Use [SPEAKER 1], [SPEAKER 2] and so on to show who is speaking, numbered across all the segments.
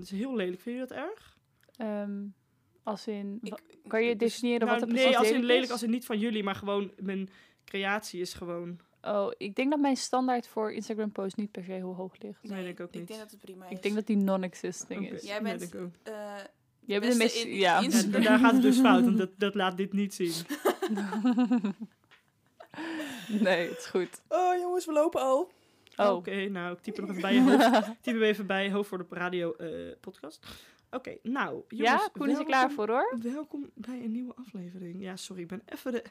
[SPEAKER 1] is heel lelijk. Vind je dat erg?
[SPEAKER 2] Ehm, als in... wa-
[SPEAKER 3] Ik-
[SPEAKER 2] kan je
[SPEAKER 1] dus-
[SPEAKER 2] definiëren
[SPEAKER 1] Nou,
[SPEAKER 2] wat er
[SPEAKER 1] nee,
[SPEAKER 2] precies
[SPEAKER 1] als in
[SPEAKER 2] lelijk
[SPEAKER 1] lelijk,
[SPEAKER 2] is?
[SPEAKER 1] als in niet van jullie, maar gewoon mijn creatie is gewoon.
[SPEAKER 2] Oh, ik denk dat mijn standaard voor Instagram post niet per se heel hoog ligt.
[SPEAKER 1] Nee, denk ik ook niet.
[SPEAKER 3] Ik denk dat het prima is.
[SPEAKER 2] Ik denk dat die non-existing
[SPEAKER 1] Oké, Dus
[SPEAKER 2] is.
[SPEAKER 3] Jij
[SPEAKER 1] nee,
[SPEAKER 3] bent-
[SPEAKER 1] denk ik ook.
[SPEAKER 3] Eh,
[SPEAKER 2] Jij bent de meest...
[SPEAKER 3] beste in-
[SPEAKER 2] ja.
[SPEAKER 3] in-
[SPEAKER 1] Ja, d- daar gaat het dus fout, want dat, dat laat dit niet zien.
[SPEAKER 2] nee, het is goed.
[SPEAKER 3] oh jongens, we lopen al.
[SPEAKER 2] Oh,
[SPEAKER 1] Oké, nou, ik typ er nog even bij je hoofd. Typ hem even bij hoofd voor de radio eh, podcast. Oké, nou, jongens.
[SPEAKER 2] ja, Koen is er
[SPEAKER 1] welkom-
[SPEAKER 2] klaar voor hoor.
[SPEAKER 1] Welkom bij een nieuwe aflevering. Ja, sorry, ik ben even de...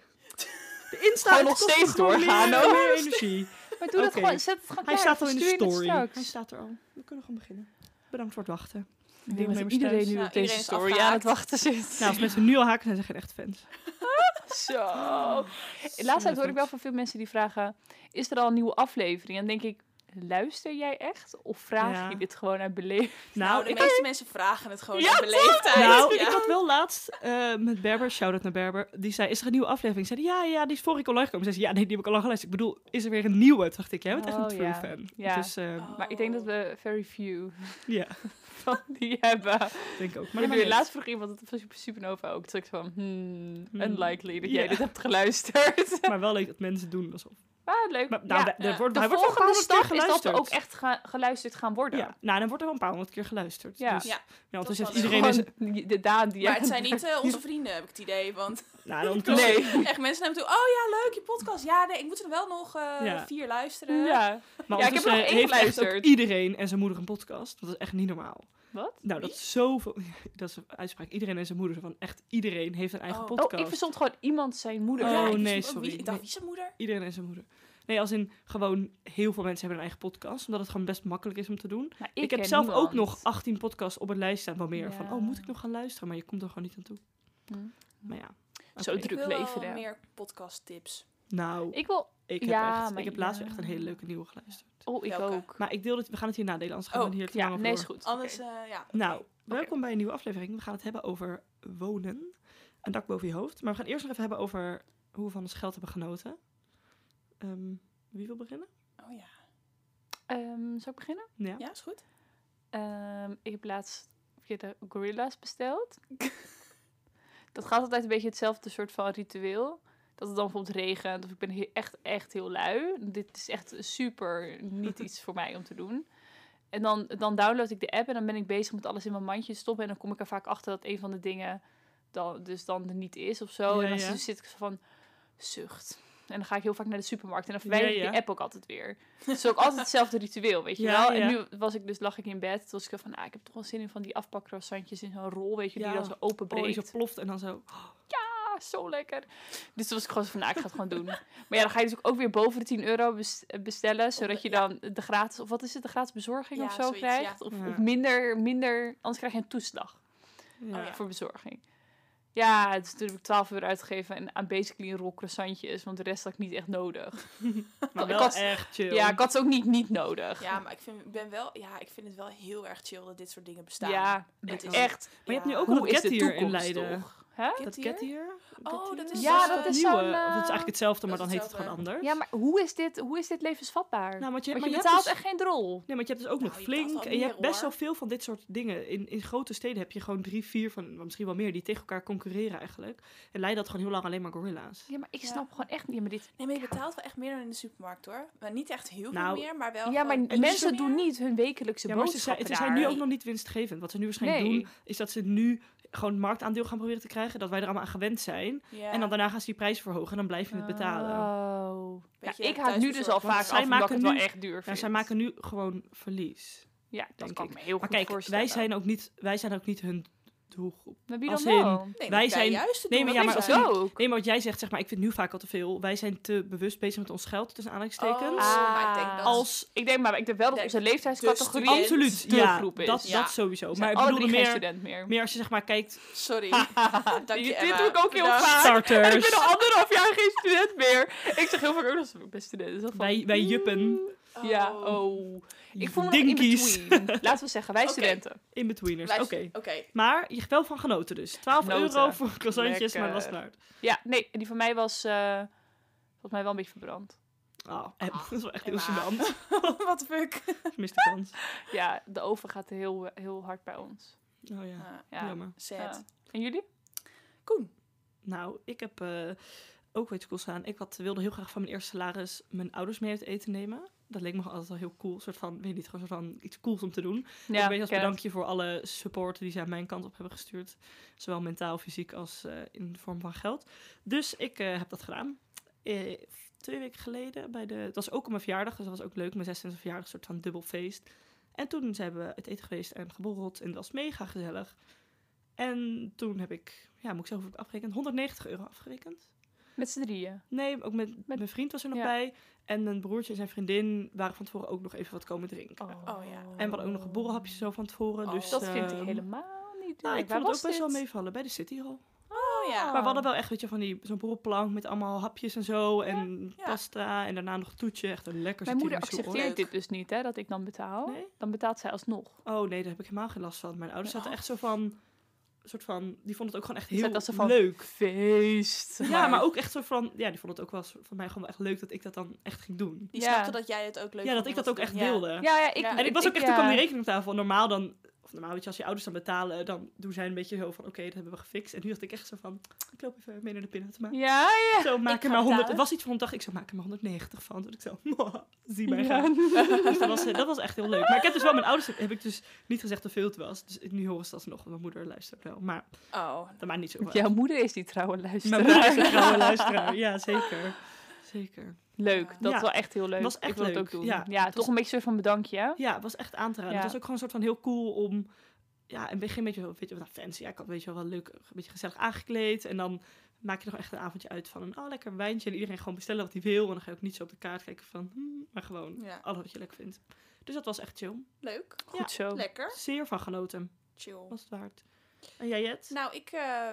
[SPEAKER 1] De Insta
[SPEAKER 2] Gewoon
[SPEAKER 1] het
[SPEAKER 2] nog
[SPEAKER 1] kost me
[SPEAKER 2] steeds
[SPEAKER 1] gewoon
[SPEAKER 2] doorgaan,
[SPEAKER 1] meer-
[SPEAKER 2] hoor.
[SPEAKER 1] meer energie.
[SPEAKER 2] Maar doe dat
[SPEAKER 1] Oké.
[SPEAKER 2] gewoon. Zet het gewoon
[SPEAKER 1] Hij
[SPEAKER 2] klaar,
[SPEAKER 1] staat al
[SPEAKER 2] dan
[SPEAKER 1] in de
[SPEAKER 2] verstuur ik het
[SPEAKER 1] story.
[SPEAKER 2] straks.
[SPEAKER 1] Hij staat er al. We kunnen gewoon beginnen. Bedankt voor het wachten.
[SPEAKER 2] Ik denk dat
[SPEAKER 1] Deelnemers
[SPEAKER 2] iedereen
[SPEAKER 1] thuis.
[SPEAKER 2] nu
[SPEAKER 3] Nou,
[SPEAKER 2] op deze
[SPEAKER 3] iedereen is
[SPEAKER 2] story aan
[SPEAKER 3] afgehaakt.
[SPEAKER 2] het wachten zit.
[SPEAKER 1] Nou, als mensen nu al haken, zijn ze geen echte fans.
[SPEAKER 2] Zo. De laatste tijd hoor Oh. ik wel van veel mensen die vragen: is er al een nieuwe aflevering? En dan denk ik: luister jij echt? Of vraag
[SPEAKER 1] Ja.
[SPEAKER 2] je dit gewoon uit beleefd?
[SPEAKER 3] Nou,
[SPEAKER 1] Nou,
[SPEAKER 3] de
[SPEAKER 1] ik
[SPEAKER 3] meeste mensen vragen het gewoon
[SPEAKER 2] Ja,
[SPEAKER 3] ja, beleefdheid.
[SPEAKER 1] Nou,
[SPEAKER 3] ja.
[SPEAKER 1] ik had wel laatst eh, met Berber, shout-out naar Berber, die zei, is er een nieuwe aflevering? Ik zei, ja, ja, die is vorige keer online gekomen. Zei ze, ja, nee, die heb ik al lang geluisterd. Ik bedoel, is er weer een nieuwe? Toen dacht ik, jij bent echt een
[SPEAKER 2] Oh,
[SPEAKER 1] true
[SPEAKER 2] ja.
[SPEAKER 1] fan.
[SPEAKER 2] Ja.
[SPEAKER 1] Dus eh,
[SPEAKER 3] Oh.
[SPEAKER 2] Maar ik denk dat we very few
[SPEAKER 1] ja,
[SPEAKER 2] van die hebben.
[SPEAKER 1] denk ik ook.
[SPEAKER 2] Maar
[SPEAKER 1] Maar dat
[SPEAKER 2] ik
[SPEAKER 1] maakt
[SPEAKER 2] laatst vroeg iemand het was op Supernova ook. Toen dacht ik van: hmm,
[SPEAKER 1] Hmm.
[SPEAKER 2] unlikely dat
[SPEAKER 1] Ja.
[SPEAKER 2] jij dit hebt geluisterd.
[SPEAKER 1] niet uit. maar wel leuk dat mensen doen alsof.
[SPEAKER 2] Maar leuk.
[SPEAKER 1] Maar, nou,
[SPEAKER 2] Ja.
[SPEAKER 1] de, de
[SPEAKER 3] Ja.
[SPEAKER 1] wordt,
[SPEAKER 2] de
[SPEAKER 1] hij wordt wel
[SPEAKER 2] volgende
[SPEAKER 1] een paar
[SPEAKER 2] stap
[SPEAKER 1] honderd
[SPEAKER 2] is
[SPEAKER 1] keer
[SPEAKER 2] dat we
[SPEAKER 1] geluisterd.
[SPEAKER 2] ook echt ga- geluisterd gaan worden.
[SPEAKER 1] Ja, nou, dan wordt er wel een paar honderd keer geluisterd.
[SPEAKER 2] Ja.
[SPEAKER 1] Dus,
[SPEAKER 3] Ja,
[SPEAKER 1] ja, want dan
[SPEAKER 3] dat
[SPEAKER 1] zegt
[SPEAKER 3] wel leuk.
[SPEAKER 1] iedereen... dus-
[SPEAKER 2] Gewoon
[SPEAKER 1] Is,
[SPEAKER 2] de Daan die
[SPEAKER 3] Maar
[SPEAKER 2] jij-
[SPEAKER 3] het zijn niet eh, onze vrienden, heb ik het idee. Want
[SPEAKER 1] nou, dan
[SPEAKER 2] Nee.
[SPEAKER 3] echt mensen naar me toe. Oh ja, leuk, je podcast. Ja, nee, ik moet er wel nog eh,
[SPEAKER 1] Ja.
[SPEAKER 3] vier luisteren.
[SPEAKER 2] Ja. Oh,
[SPEAKER 1] Maar
[SPEAKER 2] Ja, ik heb er nog
[SPEAKER 1] ondertussen
[SPEAKER 2] één
[SPEAKER 1] heeft echt ook
[SPEAKER 2] geluisterd.
[SPEAKER 1] iedereen en zijn moeder een podcast. Dat is echt niet normaal.
[SPEAKER 2] Wat?
[SPEAKER 1] Nou, dat is zoveel... Dat is een uitspraak. Iedereen en zijn moeder. Van echt iedereen heeft een eigen
[SPEAKER 3] Oh. Oh, ik
[SPEAKER 1] podcast.
[SPEAKER 2] Oh, ik verstond gewoon iemand zijn moeder.
[SPEAKER 1] Oh,
[SPEAKER 3] Ja, ik
[SPEAKER 1] nee,
[SPEAKER 3] wist niet-
[SPEAKER 1] sorry.
[SPEAKER 3] Wie, ik dacht,
[SPEAKER 1] Nee.
[SPEAKER 3] wie is zijn moeder?
[SPEAKER 1] Iedereen en zijn moeder. Nee, als in gewoon heel veel mensen hebben een eigen podcast. Omdat het gewoon best makkelijk is om te doen.
[SPEAKER 2] Maar
[SPEAKER 1] Ik, heb
[SPEAKER 2] ken
[SPEAKER 1] zelf ook
[SPEAKER 2] niemand.
[SPEAKER 1] nog 18 podcasts op het lijst staan. Wel meer
[SPEAKER 2] Ja.
[SPEAKER 1] van, oh, moet ik nog gaan luisteren? Maar je komt er gewoon niet aan toe.
[SPEAKER 2] Hm.
[SPEAKER 1] Maar ja.
[SPEAKER 2] Zo
[SPEAKER 1] oké.
[SPEAKER 2] druk.
[SPEAKER 3] ik wil wel
[SPEAKER 2] leven, hè.
[SPEAKER 3] meer podcast tips.
[SPEAKER 1] Nou, ik,
[SPEAKER 2] Ik wil...
[SPEAKER 1] heb,
[SPEAKER 2] ja,
[SPEAKER 1] echt,
[SPEAKER 2] maar
[SPEAKER 1] ik heb laatst
[SPEAKER 2] ja.
[SPEAKER 1] echt een hele leuke nieuwe geluisterd.
[SPEAKER 2] Oh, ik
[SPEAKER 3] Welke?
[SPEAKER 2] ook.
[SPEAKER 1] Maar ik deel dit, we gaan het hier nadelen, anders gaan
[SPEAKER 3] Oh,
[SPEAKER 1] we hier te
[SPEAKER 2] ja,
[SPEAKER 1] lang over
[SPEAKER 2] nee, is
[SPEAKER 1] door.
[SPEAKER 2] goed.
[SPEAKER 3] Anders,
[SPEAKER 2] Oké.
[SPEAKER 3] eh, ja.
[SPEAKER 1] Nou, welkom bij een nieuwe aflevering. We gaan het hebben over wonen. Een dak boven je hoofd. Maar we gaan eerst nog even hebben over hoe we van ons geld hebben genoten. Ehm, wie wil beginnen?
[SPEAKER 3] Oh ja.
[SPEAKER 2] Ehm, zal ik beginnen?
[SPEAKER 1] Ja.
[SPEAKER 3] Ja, is goed.
[SPEAKER 2] Ehm, ik heb laatst via de Gorilla's besteld. dat gaat altijd een beetje hetzelfde soort van ritueel. Dat het dan bijvoorbeeld regent of ik ben he- echt, echt heel lui. Dit is echt super niet iets voor mij om te doen. En dan, dan download ik de app en dan ben ik bezig met alles in mijn mandje stoppen. En dan kom ik er vaak achter dat een van de dingen dan, dus dan er niet is of zo.
[SPEAKER 1] Ja,
[SPEAKER 2] en dan
[SPEAKER 1] ja.
[SPEAKER 2] zit ik zo van, zucht. En dan ga ik heel vaak naar de supermarkt en dan verwijder
[SPEAKER 1] Ja,
[SPEAKER 2] ik
[SPEAKER 1] ja.
[SPEAKER 2] de app ook altijd weer. Het is ook altijd hetzelfde ritueel, weet je
[SPEAKER 1] Ja,
[SPEAKER 2] wel.
[SPEAKER 1] ja.
[SPEAKER 2] En nu was ik dus, lag ik in bed. Toen was ik van, ah, ik heb toch wel zin in van die afpakcroissantjes in zo'n rol, weet je,
[SPEAKER 1] Ja.
[SPEAKER 2] die dan zo
[SPEAKER 1] Oh, en
[SPEAKER 2] openbreekt.
[SPEAKER 1] zo ploft en dan zo.
[SPEAKER 2] Ah, zo lekker. Dus toen was ik gewoon zo van, nou, ik ga het gewoon doen. Maar ja, dan ga je natuurlijk ook weer boven de 10 euro bes- eh, bestellen, zodat je dan de gratis, of wat is het, de gratis bezorging
[SPEAKER 3] Ja,
[SPEAKER 2] of zo
[SPEAKER 3] zoiets,
[SPEAKER 2] krijgt.
[SPEAKER 3] ja.
[SPEAKER 2] Of,
[SPEAKER 1] Ja.
[SPEAKER 2] of minder, minder, anders krijg je een toeslag
[SPEAKER 1] Ja.
[SPEAKER 3] ja.
[SPEAKER 2] voor bezorging. Ja, dus toen heb ik 12 euro uitgegeven en aan basically een rol croissantjes, want de rest had ik niet echt nodig.
[SPEAKER 1] Maar
[SPEAKER 2] Ik
[SPEAKER 1] wel
[SPEAKER 2] had-
[SPEAKER 1] echt chill.
[SPEAKER 2] Ja, ik had ze ook niet niet nodig.
[SPEAKER 3] Ja, maar ik vind, ben wel, ja, ik vind het wel heel erg chill dat dit soort dingen bestaan.
[SPEAKER 2] Ja,
[SPEAKER 3] Het is-
[SPEAKER 2] echt.
[SPEAKER 1] Maar je hebt nu ook
[SPEAKER 2] Hoe
[SPEAKER 1] een
[SPEAKER 2] is
[SPEAKER 1] cat
[SPEAKER 2] de
[SPEAKER 1] hier in
[SPEAKER 2] toekomst
[SPEAKER 1] Leiden.
[SPEAKER 2] toch? Hè?
[SPEAKER 1] Dat
[SPEAKER 3] Cat
[SPEAKER 1] cat
[SPEAKER 3] hier?
[SPEAKER 1] hier?
[SPEAKER 3] Oh, dat is
[SPEAKER 2] Ja,
[SPEAKER 3] dus,
[SPEAKER 2] dat
[SPEAKER 3] eh,
[SPEAKER 2] is
[SPEAKER 1] nieuwe.
[SPEAKER 2] zo'n,
[SPEAKER 1] Of het is
[SPEAKER 2] eh,
[SPEAKER 1] eigenlijk hetzelfde, maar
[SPEAKER 3] dat
[SPEAKER 1] dan
[SPEAKER 3] is
[SPEAKER 1] heet het gewoon anders.
[SPEAKER 2] Ja, maar hoe is dit, hoe is dit levensvatbaar?
[SPEAKER 1] Nou, want je,
[SPEAKER 2] Want
[SPEAKER 1] maar
[SPEAKER 2] je
[SPEAKER 1] je
[SPEAKER 2] betaalt
[SPEAKER 1] hebt dus,
[SPEAKER 2] echt geen drol.
[SPEAKER 1] Nee, want je hebt dus ook
[SPEAKER 3] Nou,
[SPEAKER 1] nog
[SPEAKER 3] je betaalt
[SPEAKER 1] flink.
[SPEAKER 3] wel
[SPEAKER 1] en je hebt
[SPEAKER 3] meer,
[SPEAKER 1] best wel
[SPEAKER 3] hoor.
[SPEAKER 1] veel van dit soort dingen. In, in grote steden heb je gewoon drie, vier van, misschien wel meer, die tegen elkaar concurreren eigenlijk. En Leiden had gewoon heel lang alleen maar gorilla's.
[SPEAKER 2] Ja, maar ik
[SPEAKER 3] Ja.
[SPEAKER 2] snap gewoon echt niet. Ja, maar, dit,
[SPEAKER 3] Nee, maar je betaalt wel echt meer dan in de supermarkt hoor. Maar niet echt heel
[SPEAKER 1] Nou,
[SPEAKER 3] veel meer, maar wel.
[SPEAKER 2] ja, maar
[SPEAKER 3] gewoon
[SPEAKER 1] is
[SPEAKER 2] mensen
[SPEAKER 3] iets
[SPEAKER 2] doen
[SPEAKER 3] meer.
[SPEAKER 2] niet hun wekelijkse
[SPEAKER 1] Ja, maar ze, zijn-
[SPEAKER 2] boodschappen
[SPEAKER 1] ze zijn
[SPEAKER 2] daar.
[SPEAKER 1] nu ook nog niet winstgevend. Wat ze nu waarschijnlijk
[SPEAKER 2] Nee.
[SPEAKER 1] doen, is dat ze nu gewoon marktaandeel gaan proberen te krijgen. Dat wij er allemaal aan gewend zijn.
[SPEAKER 3] Ja. Oh,
[SPEAKER 1] En dan daarna gaan ze die prijs verhogen en dan blijf je het betalen. Nou,
[SPEAKER 2] Oh. Ja,
[SPEAKER 3] Beetje
[SPEAKER 2] ik haak nu dus al
[SPEAKER 3] thuisbezorgd.
[SPEAKER 2] vaak af
[SPEAKER 1] zij
[SPEAKER 2] omdat ik
[SPEAKER 1] maken
[SPEAKER 2] het wel
[SPEAKER 1] nu-
[SPEAKER 2] echt duur
[SPEAKER 1] Ja,
[SPEAKER 2] vind.
[SPEAKER 1] zij maken nu gewoon verlies.
[SPEAKER 2] Ja, dat
[SPEAKER 1] denk
[SPEAKER 2] kan ik
[SPEAKER 1] ik.
[SPEAKER 2] me heel
[SPEAKER 1] Maar
[SPEAKER 2] goed
[SPEAKER 1] kijk,
[SPEAKER 2] voorstellen.
[SPEAKER 1] wij zijn, ook niet, wij zijn ook niet hun doelgroep.
[SPEAKER 2] Maar wie dan
[SPEAKER 1] als in-
[SPEAKER 2] wel?
[SPEAKER 3] Nee,
[SPEAKER 1] Wij
[SPEAKER 3] wij zijn
[SPEAKER 1] zijn-
[SPEAKER 3] juist te
[SPEAKER 1] nee,
[SPEAKER 3] doen,
[SPEAKER 1] maar
[SPEAKER 3] want
[SPEAKER 1] ja,
[SPEAKER 3] wij
[SPEAKER 1] maar
[SPEAKER 3] zijn-
[SPEAKER 2] Zo ook.
[SPEAKER 1] Nee, maar wat jij zegt, zeg maar, ik vind nu vaak al te veel. Wij zijn te bewust bezig met ons geld, tussen
[SPEAKER 3] Oh,
[SPEAKER 1] aanhalingstekens.
[SPEAKER 3] maar ik denk dat-
[SPEAKER 1] als
[SPEAKER 2] Ik denk maar, ik denk wel dat
[SPEAKER 3] Nee,
[SPEAKER 2] onze
[SPEAKER 3] de
[SPEAKER 2] leeftijdscategorie
[SPEAKER 3] student.
[SPEAKER 1] absoluut
[SPEAKER 2] de
[SPEAKER 1] ja,
[SPEAKER 2] groep is.
[SPEAKER 1] Dat,
[SPEAKER 3] Ja.
[SPEAKER 1] dat sowieso.
[SPEAKER 2] We
[SPEAKER 1] Oh, Maar
[SPEAKER 2] zijn
[SPEAKER 1] ik
[SPEAKER 2] alle
[SPEAKER 1] bedoelde
[SPEAKER 2] drie geen
[SPEAKER 1] meer,
[SPEAKER 2] student meer.
[SPEAKER 1] meer als je zeg maar kijkt,
[SPEAKER 3] Sorry. Dank je,
[SPEAKER 2] Dit
[SPEAKER 3] Emma.
[SPEAKER 2] doe ik ook heel
[SPEAKER 3] Nou,
[SPEAKER 2] vaak. En ik
[SPEAKER 1] starters,
[SPEAKER 2] ben al anderhalf jaar geen student meer. Ik zeg heel vaak ook dat ik best student. Dus dat van,
[SPEAKER 1] wij, wij juppen,
[SPEAKER 2] Ja, oh. Ik voel me nog in
[SPEAKER 1] dinkies,
[SPEAKER 2] between. Laten we zeggen, wij
[SPEAKER 3] Oké.
[SPEAKER 2] studenten.
[SPEAKER 1] in-betweeners.
[SPEAKER 3] wij-
[SPEAKER 1] Oké.
[SPEAKER 3] Oké.
[SPEAKER 1] Maar je hebt wel van genoten dus. 12
[SPEAKER 2] Genoten.
[SPEAKER 1] euro voor croissantjes, maar dat was
[SPEAKER 2] Lekker.
[SPEAKER 1] het waard.
[SPEAKER 2] Ja, nee, die van mij was eh volgens mij wel een beetje verbrand.
[SPEAKER 1] Oh, Em, dat is wel echt heel
[SPEAKER 3] Emma.
[SPEAKER 1] gênant.
[SPEAKER 3] What the fuck?
[SPEAKER 1] Mist de kans.
[SPEAKER 2] Ja, de oven gaat heel, heel hard bij ons.
[SPEAKER 1] Oh ja,
[SPEAKER 3] Ah,
[SPEAKER 2] Ja.
[SPEAKER 1] jammer.
[SPEAKER 3] sad.
[SPEAKER 2] Ja. En jullie?
[SPEAKER 3] Koen.
[SPEAKER 1] Nou, ik heb eh, ook weet cool staan. Ik had, wilde heel graag van mijn eerste salaris mijn ouders mee uit eten nemen. Dat leek me gewoon altijd wel heel cool. Een soort van, weet je niet, gewoon een soort van iets cools om te doen. Ja, een beetje als
[SPEAKER 2] ken het.
[SPEAKER 1] bedankje voor alle support die ze aan mijn kant op hebben gestuurd. Zowel mentaal, fysiek als eh, in de vorm van geld. Dus ik eh, heb dat gedaan. Eh, twee weken geleden bij de... Het was ook op mijn verjaardag, dus dat was ook leuk. Mijn 26e verjaardag, een soort van dubbel feest. En toen zijn we uit eten geweest en geborreld. En dat was mega gezellig. En toen heb ik, ja, moet ik zelf heb ik afgerekend, 190 euro afgerekend.
[SPEAKER 2] Met z'n drieën.
[SPEAKER 1] Nee, ook met, mijn vriend was er nog
[SPEAKER 2] ja.
[SPEAKER 1] bij. En mijn broertje en zijn vriendin waren van tevoren ook nog even wat komen drinken.
[SPEAKER 3] Oh, ja.
[SPEAKER 1] En we hadden ook nog een borrelhapje zo van tevoren.
[SPEAKER 3] Oh.
[SPEAKER 1] dus,
[SPEAKER 2] Dat vind ik
[SPEAKER 1] ehm,
[SPEAKER 2] helemaal niet
[SPEAKER 1] nou,
[SPEAKER 2] leuk.
[SPEAKER 1] ik
[SPEAKER 2] Waar
[SPEAKER 1] vond het
[SPEAKER 2] was
[SPEAKER 1] ook best wel
[SPEAKER 2] dit?
[SPEAKER 1] meevallen bij de City Hall.
[SPEAKER 3] Oh ja.
[SPEAKER 1] Maar we hadden wel echt, weet je, van die zo'n borrelplank met allemaal hapjes en zo. En
[SPEAKER 3] ja.
[SPEAKER 1] pasta en daarna nog een toetje. Echt een lekker
[SPEAKER 2] Mijn moeder
[SPEAKER 1] tiramisu, hoor.
[SPEAKER 2] accepteert
[SPEAKER 3] Leuk.
[SPEAKER 2] dit dus niet, hè, dat ik dan betaal.
[SPEAKER 1] Nee?
[SPEAKER 2] Dan betaalt zij alsnog.
[SPEAKER 1] Oh nee, daar heb ik helemaal geen last van. Mijn ouders zaten echt zo van, een soort van, die vonden het ook gewoon echt
[SPEAKER 2] Zij
[SPEAKER 1] heel
[SPEAKER 2] dat Oh. ze van
[SPEAKER 1] leuk.
[SPEAKER 2] feest.
[SPEAKER 1] Ja, maar ook echt zo van, ja, die vonden het ook wel zo- van mij gewoon echt leuk dat ik dat dan echt ging doen.
[SPEAKER 3] Die
[SPEAKER 2] Ja.
[SPEAKER 3] snapte dat jij het ook leuk
[SPEAKER 1] ja, dat
[SPEAKER 3] vond
[SPEAKER 1] ik
[SPEAKER 3] om
[SPEAKER 1] dat ook
[SPEAKER 3] te
[SPEAKER 1] echt
[SPEAKER 3] doen.
[SPEAKER 1] wilde.
[SPEAKER 2] Ja, ja, ik, eh,
[SPEAKER 3] Ja.
[SPEAKER 1] En ik was ook echt,
[SPEAKER 2] ja.
[SPEAKER 1] toen kwam die rekening op tafel. Normaal dan, of normaal weet je, als je ouders dan betalen, dan doen zij een beetje zo van, oké, dat hebben we gefixt. En nu dacht ik echt zo van, ik loop even mee naar de pinautomaat.
[SPEAKER 2] Ja, ja.
[SPEAKER 1] Zo, maak
[SPEAKER 3] Ik
[SPEAKER 1] er
[SPEAKER 3] ga
[SPEAKER 1] maar 100. Het
[SPEAKER 3] betalen.
[SPEAKER 1] was iets van een dag, ik zou maken maar 190 van. Toen ik zo, zie mij
[SPEAKER 2] Ja.
[SPEAKER 1] gaan. Dus dat was, eh, dat was echt heel leuk. Maar ik heb dus wel, mijn ouders heb ik dus niet gezegd hoeveel het was. Dus nu horen ze dat nog. Mijn moeder luistert wel, maar
[SPEAKER 3] Oh.
[SPEAKER 1] dat maakt niet zo uit.
[SPEAKER 2] Jouw moeder is die trouwe
[SPEAKER 1] Mijn moeder is
[SPEAKER 2] luisteraar.
[SPEAKER 1] een trouwe luisteraar. Ja, zeker. Zeker.
[SPEAKER 2] Leuk, dat
[SPEAKER 1] Ja.
[SPEAKER 2] is wel echt heel leuk.
[SPEAKER 1] Was echt
[SPEAKER 2] ik wil
[SPEAKER 1] leuk,
[SPEAKER 2] het ook doen.
[SPEAKER 1] ja.
[SPEAKER 2] Ja,
[SPEAKER 1] Het
[SPEAKER 2] toch
[SPEAKER 1] was-
[SPEAKER 2] een beetje een soort van bedankje. hè?
[SPEAKER 1] Ja, het was echt aan te raden.
[SPEAKER 2] Ja.
[SPEAKER 1] Het was ook gewoon een soort van heel cool om... Ja, in het begin een beetje, zo, weet je, wat fancy. Ja, ik had weet je wel, wel leuk, een beetje gezellig aangekleed. En dan maak je nog echt een avondje uit van een oh, lekker wijntje. En iedereen gewoon bestellen wat hij wil. En dan ga je ook niet zo op de kaart kijken van... hmm, maar gewoon
[SPEAKER 3] Ja.
[SPEAKER 1] alles wat je leuk vindt. Dus dat was echt chill.
[SPEAKER 3] Leuk.
[SPEAKER 2] Goed zo.
[SPEAKER 3] Lekker.
[SPEAKER 1] Zeer van genoten.
[SPEAKER 3] Chill.
[SPEAKER 1] Was het waard. En jij, Jet?
[SPEAKER 3] Nou, ik... eh,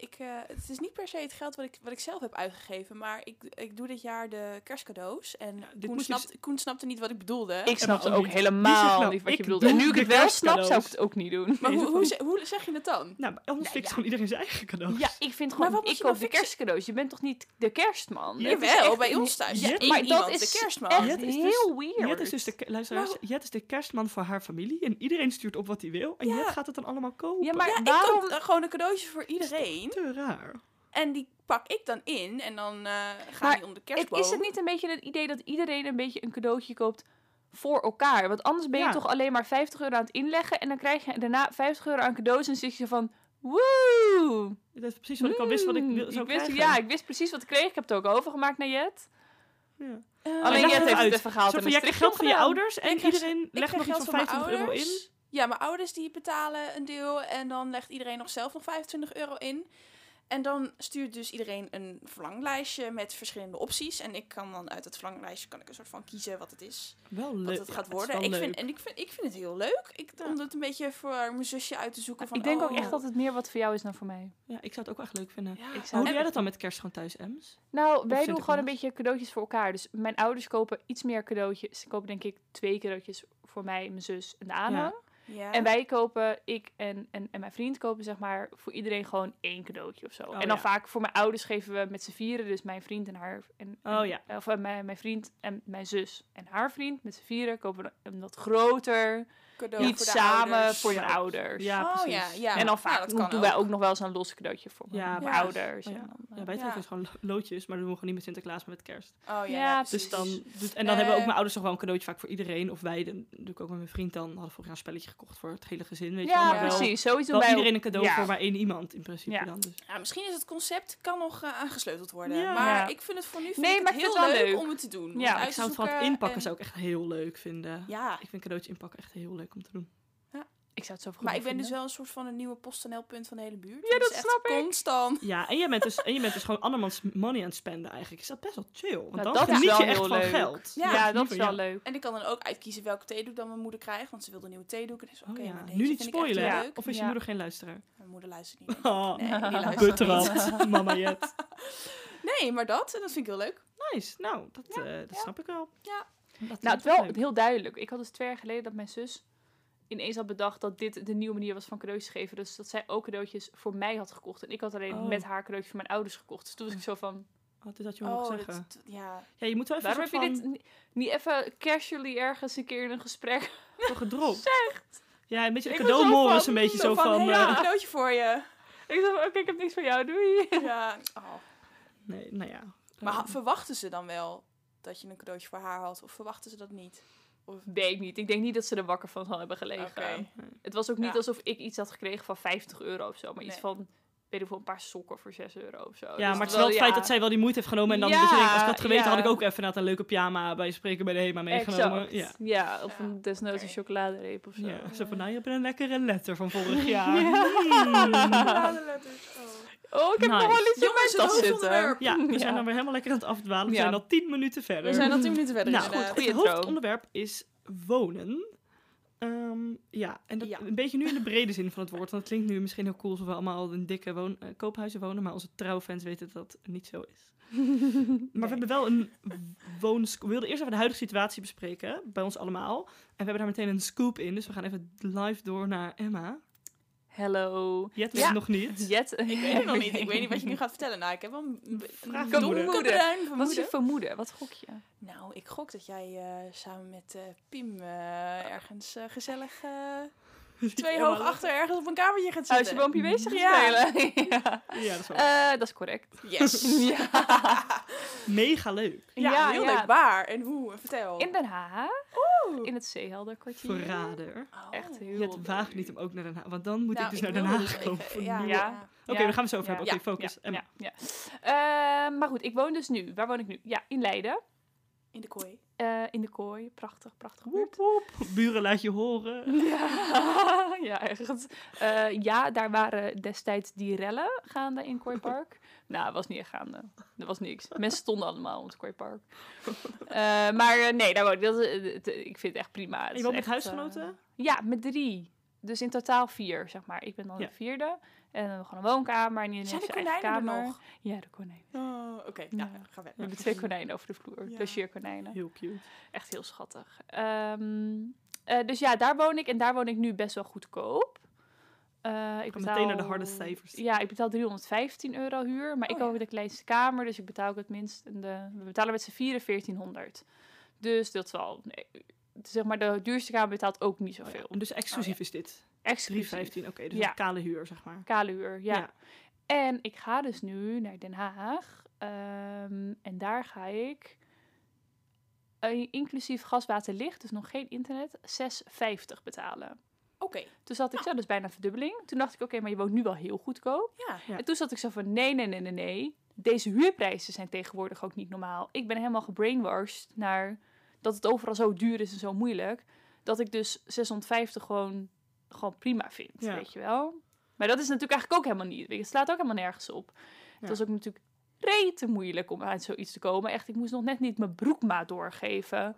[SPEAKER 3] ik, eh, het is niet per se het geld wat ik, wat ik zelf heb uitgegeven, maar ik, ik doe dit jaar de kerstcadeaus. En
[SPEAKER 1] dit
[SPEAKER 3] Koen,
[SPEAKER 1] moest je
[SPEAKER 3] snapt, Koen snapte niet wat ik bedoelde.
[SPEAKER 2] Ik snapte
[SPEAKER 1] ook
[SPEAKER 2] ook
[SPEAKER 1] niet. Die zegt
[SPEAKER 2] helemaal
[SPEAKER 1] nou,
[SPEAKER 2] niet wat
[SPEAKER 1] ik
[SPEAKER 2] je bedoelt. En
[SPEAKER 1] doe
[SPEAKER 2] nu ik
[SPEAKER 1] de
[SPEAKER 2] het wel snap, zou ik
[SPEAKER 1] kerstcadeaus.
[SPEAKER 2] het ook niet doen.
[SPEAKER 3] maar
[SPEAKER 1] Nee,
[SPEAKER 3] hoe,
[SPEAKER 1] zo van-
[SPEAKER 3] hoe, ze- hoe zeg je dat dan?
[SPEAKER 1] Nou, maar anders
[SPEAKER 2] Nou,
[SPEAKER 1] fixt
[SPEAKER 2] ja.
[SPEAKER 1] gewoon iedereen zijn eigen cadeaus.
[SPEAKER 2] Ja, ik vind
[SPEAKER 3] Maar
[SPEAKER 2] gewoon,
[SPEAKER 3] wat moet
[SPEAKER 2] ik
[SPEAKER 3] je
[SPEAKER 2] koop
[SPEAKER 3] nou
[SPEAKER 2] de
[SPEAKER 3] fixen?
[SPEAKER 2] kerstcadeaus. Je bent toch niet de kerstman?
[SPEAKER 1] Nee,
[SPEAKER 2] Het is
[SPEAKER 3] Jawel,
[SPEAKER 2] echt
[SPEAKER 3] bij ons thuis.
[SPEAKER 1] Jet-
[SPEAKER 3] Ja, één
[SPEAKER 2] maar
[SPEAKER 3] iemand,
[SPEAKER 2] dat is
[SPEAKER 3] de kerstman.
[SPEAKER 2] echt
[SPEAKER 1] Jet is dus-
[SPEAKER 2] heel weird.
[SPEAKER 1] Jet is dus de, ke- luisteraars,
[SPEAKER 2] Nou.
[SPEAKER 3] Maar
[SPEAKER 1] Jet is de kerstman voor haar familie. En iedereen stuurt op wat hij wil. En
[SPEAKER 3] Ja.
[SPEAKER 1] Jet gaat het dan allemaal kopen.
[SPEAKER 2] Ja, maar
[SPEAKER 3] Ja, ik
[SPEAKER 2] waarom...
[SPEAKER 3] koop eh, gewoon een cadeautje voor iedereen.
[SPEAKER 1] Te raar.
[SPEAKER 3] En die pak ik dan in en dan eh gaan
[SPEAKER 2] Maar
[SPEAKER 3] die onder de
[SPEAKER 2] Het
[SPEAKER 3] kerstboom.
[SPEAKER 2] is het niet een beetje het idee dat iedereen een beetje een cadeautje koopt voor elkaar? Want anders ben je
[SPEAKER 1] Ja.
[SPEAKER 2] toch alleen maar 50 euro aan het inleggen en dan krijg je daarna 50 euro aan cadeaus en zit je van... Woe!
[SPEAKER 1] Dat is precies wat ik al wist wat ik wil,
[SPEAKER 3] Hmm,
[SPEAKER 2] Mm,
[SPEAKER 1] zou
[SPEAKER 2] wist,
[SPEAKER 1] krijgen.
[SPEAKER 2] Ja, ik wist precies wat ik kreeg. Ik heb het ook overgemaakt naar Jet.
[SPEAKER 1] Ja.
[SPEAKER 3] Eh,
[SPEAKER 1] Maar
[SPEAKER 2] Alleen
[SPEAKER 1] leg
[SPEAKER 2] Jet
[SPEAKER 1] even
[SPEAKER 2] heeft
[SPEAKER 1] uit.
[SPEAKER 2] het even gehaald
[SPEAKER 1] Soort
[SPEAKER 2] en
[SPEAKER 1] van,
[SPEAKER 2] een
[SPEAKER 1] jij krijgt
[SPEAKER 2] strikje
[SPEAKER 1] geld van je
[SPEAKER 2] omgedaan.
[SPEAKER 1] ouders en
[SPEAKER 3] Ik krijg-
[SPEAKER 1] iedereen legt nog
[SPEAKER 3] krijg
[SPEAKER 1] iets
[SPEAKER 3] geld
[SPEAKER 1] van
[SPEAKER 3] mijn
[SPEAKER 1] 25 euro in.
[SPEAKER 3] ouders. Ja, mijn ouders die betalen een deel en dan legt iedereen nog zelf nog 25 euro in. En dan stuurt dus iedereen een verlanglijstje met verschillende opties. En ik kan dan uit het verlanglijstje kan ik een soort van kiezen wat het is.
[SPEAKER 1] Wel leuk.
[SPEAKER 3] Wat het gaat
[SPEAKER 1] Ja, is
[SPEAKER 3] worden.
[SPEAKER 1] wel
[SPEAKER 3] ik vind,
[SPEAKER 1] leuk.
[SPEAKER 3] en ik vind, ik vind het heel leuk. Ik,
[SPEAKER 1] Ja.
[SPEAKER 3] Om het een beetje voor mijn zusje uit te zoeken. Van,
[SPEAKER 2] Ik denk ook
[SPEAKER 3] oh,
[SPEAKER 2] echt dat het meer wat voor jou is dan voor mij.
[SPEAKER 1] Ja, ik zou het ook wel echt leuk vinden.
[SPEAKER 3] Ja,
[SPEAKER 2] ik
[SPEAKER 1] Maar
[SPEAKER 2] zou-
[SPEAKER 1] hoe doe
[SPEAKER 2] En-
[SPEAKER 1] jij dat dan met kerst gewoon thuis, Ems?
[SPEAKER 2] Nou, wij doen
[SPEAKER 1] Sinterklaas?
[SPEAKER 2] gewoon een beetje cadeautjes voor elkaar. Dus mijn ouders kopen iets meer cadeautjes. Ze kopen denk ik twee cadeautjes voor mij, mijn zus en de aanhang.
[SPEAKER 3] Ja.
[SPEAKER 2] En wij kopen, ik en, en, en mijn vriend kopen zeg maar voor iedereen gewoon één cadeautje of zo.
[SPEAKER 1] Oh,
[SPEAKER 2] en dan
[SPEAKER 1] ja.
[SPEAKER 2] vaak voor mijn ouders geven we met z'n vieren. Dus mijn vriend en haar... En,
[SPEAKER 1] Oh, ja.
[SPEAKER 2] Of eh, mijn, mijn vriend en mijn zus en haar vriend. Met z'n vieren kopen we een wat groter...
[SPEAKER 3] Cadeau
[SPEAKER 2] Niet
[SPEAKER 3] voor de
[SPEAKER 2] samen
[SPEAKER 3] ouders.
[SPEAKER 2] voor je ouders.
[SPEAKER 1] Ja,
[SPEAKER 3] oh,
[SPEAKER 1] precies.
[SPEAKER 3] ja, ja.
[SPEAKER 2] En dan
[SPEAKER 3] Nou,
[SPEAKER 2] vaak
[SPEAKER 3] dat kan
[SPEAKER 2] doen wij ook nog wel eens een los cadeautje voor mijn,
[SPEAKER 1] Ja,
[SPEAKER 2] mijn
[SPEAKER 3] ja.
[SPEAKER 2] ouders.
[SPEAKER 1] Oh,
[SPEAKER 2] en dan, eh,
[SPEAKER 1] Ja, wij
[SPEAKER 3] Ja.
[SPEAKER 1] trekken dus gewoon lo- loodjes, maar dat doen we gewoon niet met Sinterklaas, maar met kerst.
[SPEAKER 3] Oh ja,
[SPEAKER 2] Ja,
[SPEAKER 3] ja,
[SPEAKER 1] Dus
[SPEAKER 3] precies.
[SPEAKER 1] dan, dus, en dan hebben ook
[SPEAKER 3] Eh.
[SPEAKER 1] mijn ouders nog wel een cadeautje vaak voor iedereen. Of wij, dan doe ik ook met mijn vriend dan, hadden we vorig jaar een spelletje gekocht voor het hele gezin, weet je
[SPEAKER 2] ja,
[SPEAKER 1] wel. Maar wel-
[SPEAKER 2] precies. Sowieso
[SPEAKER 1] Wel
[SPEAKER 2] doen wij ook-
[SPEAKER 1] iedereen een cadeau
[SPEAKER 2] Ja.
[SPEAKER 1] voor maar één iemand in principe
[SPEAKER 2] Ja.
[SPEAKER 1] dan. Dus.
[SPEAKER 3] Ja, Nou, misschien is het concept kan nog eh, aangesleuteld worden.
[SPEAKER 1] Ja.
[SPEAKER 3] Maar
[SPEAKER 2] Ja.
[SPEAKER 3] ik vind het voor nu vind
[SPEAKER 2] Nee,
[SPEAKER 3] ik
[SPEAKER 2] maar
[SPEAKER 3] het
[SPEAKER 2] ik
[SPEAKER 3] heel
[SPEAKER 2] vind het wel
[SPEAKER 3] leuk,
[SPEAKER 2] leuk.
[SPEAKER 3] om het te doen. Om
[SPEAKER 2] Ja,
[SPEAKER 3] het
[SPEAKER 1] ik zou het
[SPEAKER 3] uit te
[SPEAKER 1] van het inpakken
[SPEAKER 3] zoeken
[SPEAKER 1] zou ik echt heel leuk vinden.
[SPEAKER 3] en- Ja,
[SPEAKER 1] Ik vind cadeautje inpakken echt heel leuk om te doen.
[SPEAKER 2] Ik zou het zo voor
[SPEAKER 3] maar ik
[SPEAKER 2] goed
[SPEAKER 3] ben dus
[SPEAKER 2] vinden.
[SPEAKER 3] wel een soort van een nieuwe PostNL-punt van de hele buurt.
[SPEAKER 2] Ja,
[SPEAKER 3] is
[SPEAKER 2] dat
[SPEAKER 3] echt
[SPEAKER 2] snap ik.
[SPEAKER 3] constant.
[SPEAKER 1] Ja, en jij bent dus, en je bent dus gewoon andermans money aan het spenden eigenlijk. Is dat best wel chill. Want
[SPEAKER 2] Nou,
[SPEAKER 1] dan
[SPEAKER 2] dat is
[SPEAKER 1] geniet je
[SPEAKER 2] wel
[SPEAKER 1] echt
[SPEAKER 2] heel
[SPEAKER 1] van
[SPEAKER 2] leuk.
[SPEAKER 1] geld.
[SPEAKER 3] Ja,
[SPEAKER 2] Ja,
[SPEAKER 1] dat is
[SPEAKER 2] dat
[SPEAKER 1] niet
[SPEAKER 2] is
[SPEAKER 1] van
[SPEAKER 2] wel
[SPEAKER 1] jou.
[SPEAKER 2] leuk.
[SPEAKER 3] En ik kan dan ook uitkiezen welke theedoek dan mijn moeder krijgt. Want ze wilde een nieuwe theedoek. En dus, oké,
[SPEAKER 1] Oh ja,
[SPEAKER 3] maar deze
[SPEAKER 1] nu niet
[SPEAKER 3] vind ik echt
[SPEAKER 1] spoilen.
[SPEAKER 3] heel
[SPEAKER 2] Ja.
[SPEAKER 3] leuk.
[SPEAKER 1] Of is je
[SPEAKER 2] Ja.
[SPEAKER 1] moeder geen luisteraar?
[SPEAKER 3] Mijn moeder luistert niet.
[SPEAKER 1] Oh,
[SPEAKER 3] Nee, die luistert
[SPEAKER 1] butterap. Mama Jet.
[SPEAKER 3] Nee, maar dat, en dat vind ik heel leuk.
[SPEAKER 1] Nice. Nou, dat, eh, dat snap ik wel.
[SPEAKER 3] Ja.
[SPEAKER 1] Dat
[SPEAKER 2] Nou, het
[SPEAKER 1] is
[SPEAKER 2] is wel
[SPEAKER 1] leuk.
[SPEAKER 2] heel duidelijk. Ik had dus twee jaar geleden dat mijn zus ineens had bedacht dat dit de nieuwe manier was van cadeautjes geven. Dus dat zij ook cadeautjes voor mij had gekocht. En ik had alleen
[SPEAKER 1] Oh.
[SPEAKER 2] met haar cadeautje voor mijn ouders gekocht. Dus toen was ik zo van,
[SPEAKER 1] Oh, dit had je wel mogen
[SPEAKER 3] dat-
[SPEAKER 1] zeggen.
[SPEAKER 3] dat- ja.
[SPEAKER 1] Ja, je moet wel even
[SPEAKER 2] Waarom
[SPEAKER 1] een
[SPEAKER 2] heb je
[SPEAKER 1] soort
[SPEAKER 2] dit
[SPEAKER 1] van
[SPEAKER 2] ni- niet even casually ergens een keer in een gesprek?
[SPEAKER 1] voor gedropt. Ja, een beetje de
[SPEAKER 2] Ik was zo
[SPEAKER 1] cadeaumoren is
[SPEAKER 2] van-
[SPEAKER 1] een beetje
[SPEAKER 2] zo
[SPEAKER 1] zo
[SPEAKER 2] van,
[SPEAKER 1] van...
[SPEAKER 3] hey,
[SPEAKER 2] ja.
[SPEAKER 1] eh,
[SPEAKER 3] een cadeautje voor je.
[SPEAKER 2] Ik dacht, oké, ik heb niks van jou, doei.
[SPEAKER 3] Ja. Oh.
[SPEAKER 1] Nee, nou ja.
[SPEAKER 3] Maar
[SPEAKER 1] Eh,
[SPEAKER 3] ha- verwachten ze dan wel dat je een cadeautje voor haar had? Of verwachten ze dat niet?
[SPEAKER 2] Weet ik niet. Ik denk niet dat ze er wakker van zal hebben gelegen.
[SPEAKER 3] Oké.
[SPEAKER 2] Het was ook niet
[SPEAKER 3] Ja.
[SPEAKER 2] alsof ik iets had gekregen van 50 euro of zo. Maar iets
[SPEAKER 3] Nee.
[SPEAKER 2] van, weet ik veel, een paar sokken voor 6 euro of zo. Dus
[SPEAKER 1] ja, maar het
[SPEAKER 2] het
[SPEAKER 1] is wel het
[SPEAKER 2] ja,
[SPEAKER 1] feit dat zij wel die moeite heeft genomen. En dan
[SPEAKER 2] Ja,
[SPEAKER 1] dat je denkt, als ik dat geweten
[SPEAKER 2] ja.
[SPEAKER 1] had ik ook even inderdaad een leuke pyjama bij spreken bij de HEMA meegenomen.
[SPEAKER 2] Exact.
[SPEAKER 1] Ja.
[SPEAKER 2] Ja. of
[SPEAKER 3] Ja,
[SPEAKER 2] een desnoods een
[SPEAKER 3] oké.
[SPEAKER 2] chocoladereep of zo.
[SPEAKER 1] ja. Zo van, nou, je hebt een lekkere letter van vorig jaar.
[SPEAKER 3] Ja,
[SPEAKER 1] Hmm.
[SPEAKER 3] de letters. Oh.
[SPEAKER 2] Oh, ik heb
[SPEAKER 1] Nice.
[SPEAKER 2] nog wel iets in mijn
[SPEAKER 3] Jongens, het
[SPEAKER 2] tas zitten.
[SPEAKER 3] hoofdonderwerp.
[SPEAKER 1] Ja, we
[SPEAKER 2] Ja.
[SPEAKER 1] zijn dan weer helemaal lekker aan het afdwalen. We
[SPEAKER 2] Ja.
[SPEAKER 1] zijn al tien minuten verder.
[SPEAKER 3] We zijn al tien minuten verder.
[SPEAKER 1] nou,
[SPEAKER 3] inderdaad.
[SPEAKER 1] goed,
[SPEAKER 2] Goeie
[SPEAKER 1] het
[SPEAKER 2] intro.
[SPEAKER 1] hoofdonderwerp is wonen. Ehm, ja, en dat
[SPEAKER 3] Ja.
[SPEAKER 1] een beetje nu in de brede zin van het woord. Want het klinkt nu misschien heel cool alsof we allemaal in dikke woon, eh, koophuizen wonen. Maar onze trouwfans weten dat dat niet zo is. maar we hebben wel een woonscoop. We wilden eerst even de huidige situatie bespreken. Bij ons allemaal. En we hebben daar meteen een scoop in. Dus we gaan even live door naar Emma.
[SPEAKER 2] Hello.
[SPEAKER 1] Jet is
[SPEAKER 2] Ja.
[SPEAKER 1] het nog niet.
[SPEAKER 2] Jet.
[SPEAKER 3] Ik weet het nog niet. Ik weet niet wat je nu gaat vertellen. Nou, ik heb wel een, een
[SPEAKER 1] Vraag van
[SPEAKER 3] donker
[SPEAKER 1] moeder.
[SPEAKER 3] bruin
[SPEAKER 2] Wat is je
[SPEAKER 3] vermoeden.
[SPEAKER 2] vermoeden? Wat gok je?
[SPEAKER 3] Nou, ik gok dat jij eh, samen met eh, Pim eh, ergens eh, gezellig eh, twee
[SPEAKER 1] Emma
[SPEAKER 3] hoog
[SPEAKER 1] lacht.
[SPEAKER 3] achter ergens op een kamertje gaat
[SPEAKER 2] Als Oh, je
[SPEAKER 3] zitten.
[SPEAKER 2] boompje bezig gaat
[SPEAKER 3] Ja.
[SPEAKER 2] spelen. ja.
[SPEAKER 1] Ja, dat is wel
[SPEAKER 2] Eh, dat is correct.
[SPEAKER 3] Yes.
[SPEAKER 2] Ja.
[SPEAKER 1] mega leuk.
[SPEAKER 3] Ja,
[SPEAKER 2] Ja,
[SPEAKER 3] heel
[SPEAKER 2] ja.
[SPEAKER 3] leuk. Waar en hoe? En Vertel.
[SPEAKER 2] In Den Haag. In het Zeehelder kwartier.
[SPEAKER 1] Verrader.
[SPEAKER 3] Oh.
[SPEAKER 2] Echt eh, heel
[SPEAKER 1] Je het waagt niet
[SPEAKER 2] leuk.
[SPEAKER 1] om ook naar Den Haag. Want dan moet
[SPEAKER 3] Nou,
[SPEAKER 1] ik dus
[SPEAKER 3] ik
[SPEAKER 1] naar Den
[SPEAKER 3] wil
[SPEAKER 1] Haag
[SPEAKER 3] dus
[SPEAKER 1] komen.
[SPEAKER 3] even-
[SPEAKER 1] voor
[SPEAKER 3] ja.
[SPEAKER 1] nieuwe-
[SPEAKER 2] Ja.
[SPEAKER 1] Oké, daar gaan we zo over hebben. Oké, focus.
[SPEAKER 2] Ja,
[SPEAKER 1] Emma.
[SPEAKER 2] ja, ja. Eh, maar goed, ik woon dus nu. Waar woon ik nu? Ja, in Leiden.
[SPEAKER 3] In de kooi.
[SPEAKER 2] Eh, in de kooi. Prachtig, prachtig
[SPEAKER 1] Woep,
[SPEAKER 2] buurt.
[SPEAKER 1] woep. Buren laat je horen.
[SPEAKER 2] Ja, ja, echt. Eh, ja, daar waren destijds die rellen gaande in Kooipark. nou, het was niet echt gaande. Er was niks. Mensen stonden allemaal om het Kooipark. Eh, maar eh, nee, daar woon ik. Dat, is- het- ik vind het echt prima. Het
[SPEAKER 1] En
[SPEAKER 2] is
[SPEAKER 1] je woont met
[SPEAKER 2] echt,
[SPEAKER 1] huisgenoten?
[SPEAKER 2] eh, ja, met drie. Dus in totaal vier, zeg maar. Ik ben dan
[SPEAKER 1] Ja.
[SPEAKER 2] de vierde. En we hebben gewoon een woonkamer. En iedereen
[SPEAKER 3] Zijn de
[SPEAKER 2] heeft zijn eigen
[SPEAKER 3] konijnen er
[SPEAKER 2] kamer.
[SPEAKER 3] nog?
[SPEAKER 2] Ja, de konijnen.
[SPEAKER 3] Oh, oké. Nou,
[SPEAKER 2] Ja.
[SPEAKER 3] ga
[SPEAKER 2] We
[SPEAKER 3] verder.
[SPEAKER 2] hebben twee konijnen over de vloer.
[SPEAKER 3] Ja.
[SPEAKER 2] Logeerkonijnen.
[SPEAKER 1] Heel cute.
[SPEAKER 2] Echt heel schattig. Ehm, eh, dus ja, daar woon ik. En daar woon ik nu best wel goedkoop. Eh, ik
[SPEAKER 1] Ga meteen naar de harde cijfers.
[SPEAKER 2] Ja, ik betaal 315 euro huur. Maar ik
[SPEAKER 3] Oh,
[SPEAKER 2] woon
[SPEAKER 3] ja.
[SPEAKER 2] in de kleinste kamer, dus ik betaal ook het minst. En de, we betalen met z'n vieren 1400. Dus dat is wel... nee, zeg maar, de duurste kamer betaalt ook niet
[SPEAKER 1] Oh,
[SPEAKER 2] zoveel.
[SPEAKER 1] ja. Dus exclusief is dit.
[SPEAKER 2] Exclusief.
[SPEAKER 1] 3,15. Oké, dus
[SPEAKER 2] Ja.
[SPEAKER 1] een kale huur, zeg maar.
[SPEAKER 2] Kale huur, ja. En ik ga dus nu naar Den Haag. ehm, en daar ga ik, eh, inclusief gas, water, licht, dus nog geen internet, 6,50 betalen.
[SPEAKER 3] Oké.
[SPEAKER 2] Toen zat ik zo, dat is bijna een verdubbeling. Toen dacht ik, oké, maar je woont nu wel heel goedkoop.
[SPEAKER 3] Ja.
[SPEAKER 1] Ja.
[SPEAKER 2] En toen zat ik zo van, nee, nee, nee, nee, nee. Deze huurprijzen zijn tegenwoordig ook niet normaal. Ik ben helemaal gebrainwashed naar dat het overal zo duur is en zo moeilijk. Dat ik dus 650 gewoon, gewoon prima vind,
[SPEAKER 1] Ja.
[SPEAKER 2] weet je wel. Maar dat is natuurlijk eigenlijk ook helemaal niet. weet je, Het slaat ook helemaal nergens op. Het
[SPEAKER 1] Ja.
[SPEAKER 2] was ook natuurlijk rete moeilijk om uit zoiets te komen. Echt, ik moest nog net niet mijn broekmaat doorgeven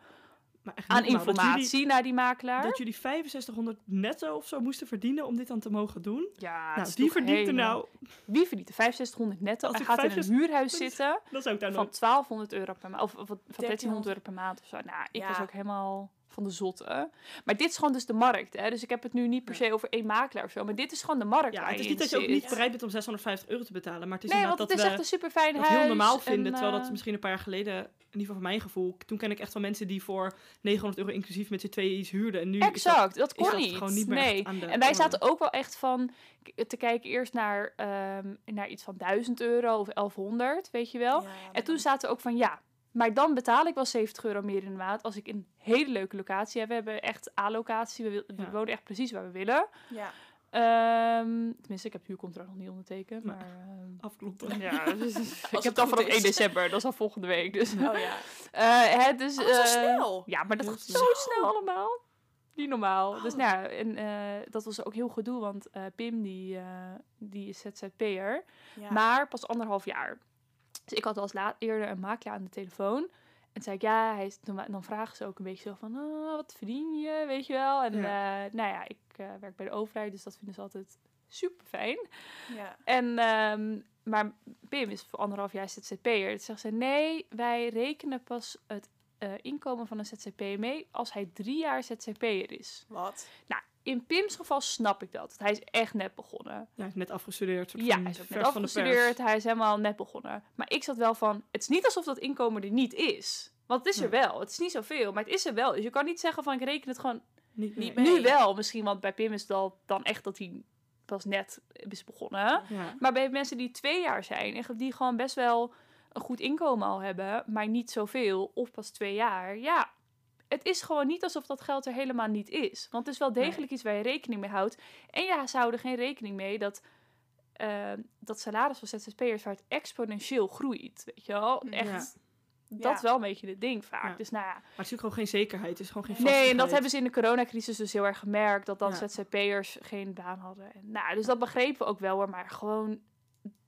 [SPEAKER 1] Maar echt
[SPEAKER 2] aan
[SPEAKER 1] nogmaals,
[SPEAKER 2] informatie
[SPEAKER 1] Dat jullie,
[SPEAKER 2] naar die makelaar.
[SPEAKER 1] dat jullie 6500 netto of zo moesten verdienen om dit dan te mogen doen.
[SPEAKER 2] ja, het
[SPEAKER 1] nou,
[SPEAKER 2] is
[SPEAKER 1] die
[SPEAKER 2] toch
[SPEAKER 1] verdient er
[SPEAKER 2] helemaal-
[SPEAKER 1] nou...
[SPEAKER 2] Wie verdient de 6500 netto?
[SPEAKER 1] Als
[SPEAKER 2] Hij
[SPEAKER 1] ik
[SPEAKER 2] gaat in
[SPEAKER 1] 65
[SPEAKER 2] een huurhuis
[SPEAKER 1] dat is-
[SPEAKER 2] zitten.
[SPEAKER 1] Dat nou- zou ik daar
[SPEAKER 2] van
[SPEAKER 1] nog...
[SPEAKER 2] 1200 euro per maand. Of, of van 1300
[SPEAKER 3] 1300
[SPEAKER 2] euro per maand of zo. Nou, ik
[SPEAKER 3] Ja.
[SPEAKER 2] was ook helemaal van de zotte. Maar dit is gewoon dus de markt. Hè? Dus ik heb het nu niet per se over één makelaar of zo. Maar dit is gewoon de markt.
[SPEAKER 1] Ja,
[SPEAKER 2] waar
[SPEAKER 1] het is
[SPEAKER 2] je
[SPEAKER 1] niet
[SPEAKER 2] in
[SPEAKER 1] dat je ook
[SPEAKER 2] zit.
[SPEAKER 1] niet bereid bent om 650 euro te betalen. Maar het is
[SPEAKER 2] Nee, want
[SPEAKER 1] inderdaad
[SPEAKER 2] het
[SPEAKER 1] dat
[SPEAKER 2] is
[SPEAKER 1] we
[SPEAKER 2] echt een super fijn
[SPEAKER 1] dat
[SPEAKER 2] huis.
[SPEAKER 1] heel normaal
[SPEAKER 2] en,
[SPEAKER 1] vinden. terwijl dat
[SPEAKER 2] eh,
[SPEAKER 1] misschien een paar jaar geleden, in ieder geval van mijn gevoel... Toen ken ik echt wel mensen die voor 900 euro inclusief met z'n tweeën iets huurden. En nu is dat-
[SPEAKER 2] Exact, dat kon
[SPEAKER 1] is dat
[SPEAKER 2] niet.
[SPEAKER 1] gewoon niet meer
[SPEAKER 2] nee.
[SPEAKER 1] echt aan de
[SPEAKER 2] En wij
[SPEAKER 1] orde.
[SPEAKER 2] zaten ook wel echt van k- te kijken eerst naar, ehm, naar iets van 1000 euro of 1100, weet je wel. En toen zaten we ook van ja, maar dan betaal ik wel 70 euro meer in de maand als ik een hele leuke locatie heb. We hebben echt A-locatie, we, wil- we
[SPEAKER 1] Ja.
[SPEAKER 2] wonen echt precies waar we willen.
[SPEAKER 3] Ja.
[SPEAKER 2] Ehm, tenminste, ik heb het huurcontract nog niet ondertekend,
[SPEAKER 1] Nee.
[SPEAKER 2] maar... ehm,
[SPEAKER 1] Afkloppen.
[SPEAKER 2] ja, dus- ik
[SPEAKER 3] het
[SPEAKER 2] heb dan
[SPEAKER 3] goed
[SPEAKER 2] vanaf
[SPEAKER 3] is.
[SPEAKER 2] 1 december, dat is al volgende week. Dus,
[SPEAKER 3] Oh ja.
[SPEAKER 2] Eh, hè, dus,
[SPEAKER 3] Oh, zo
[SPEAKER 2] eh,
[SPEAKER 3] snel.
[SPEAKER 2] ja, maar dat
[SPEAKER 1] Heel
[SPEAKER 2] gaat
[SPEAKER 1] snel.
[SPEAKER 2] zo snel allemaal. Niet normaal. Dus
[SPEAKER 3] Oh.
[SPEAKER 2] nou ja, en eh, dat was ook heel gedoe, want eh, Pim die, eh, die is ZZP'er,
[SPEAKER 3] Ja.
[SPEAKER 2] maar pas anderhalf jaar. Dus ik had al eens laat eerder een makelaar aan de telefoon. En toen zei ik, ja, hij is, toen wa- dan vragen ze ook een beetje zo van, "Ah, wat verdien je, weet je wel. En eh, nou ja, ik eh, werk bij de overheid, dus dat vinden ze altijd super fijn.
[SPEAKER 3] ja.
[SPEAKER 2] En, ehm, maar Pim is voor anderhalf jaar ZZP'er. Toen zegt ze, nee, wij rekenen pas het eh, inkomen van een ZZP'er mee als hij drie jaar ZZP'er is.
[SPEAKER 3] Wat?
[SPEAKER 2] Nou, in Pim's geval snap ik dat. Hij is echt net begonnen.
[SPEAKER 1] Ja, hij is net afgestudeerd. soort
[SPEAKER 2] Ja,
[SPEAKER 1] van
[SPEAKER 2] hij is ook net
[SPEAKER 1] vers van de pers.
[SPEAKER 2] afgestudeerd. Hij is helemaal net begonnen. Maar ik zat wel van, het is niet alsof dat inkomen er niet is. Want het is er
[SPEAKER 1] Nee.
[SPEAKER 2] wel. Het is niet zoveel, maar het is er wel. Dus je kan niet zeggen van, ik reken het gewoon
[SPEAKER 1] Niet
[SPEAKER 3] Niet
[SPEAKER 1] meer.
[SPEAKER 3] meer.
[SPEAKER 2] nu wel. Misschien, want bij Pim is het al dan echt dat hij pas net is begonnen.
[SPEAKER 1] Ja.
[SPEAKER 2] Maar bij mensen die twee jaar zijn en die gewoon best wel een goed inkomen al hebben, maar niet zoveel, of pas twee jaar, ja. Het is gewoon niet alsof dat geld er helemaal niet is. Want het is wel degelijk iets waar je rekening mee houdt. En ja, ze houden geen rekening mee dat eh, dat salaris van ZZP'ers waar het exponentieel groeit. Weet je wel? Echt, dat
[SPEAKER 3] Ja.
[SPEAKER 2] wel een beetje het ding vaak.
[SPEAKER 1] Ja.
[SPEAKER 2] Dus nou ja,
[SPEAKER 1] Maar het is natuurlijk gewoon geen zekerheid. Het is gewoon geen vastigheid.
[SPEAKER 2] Nee, en dat hebben ze in de coronacrisis dus heel erg gemerkt. Dat dan
[SPEAKER 1] Ja.
[SPEAKER 2] ZZP'ers geen baan hadden. En, nou, dus dat begrepen we ook wel hoor. Maar gewoon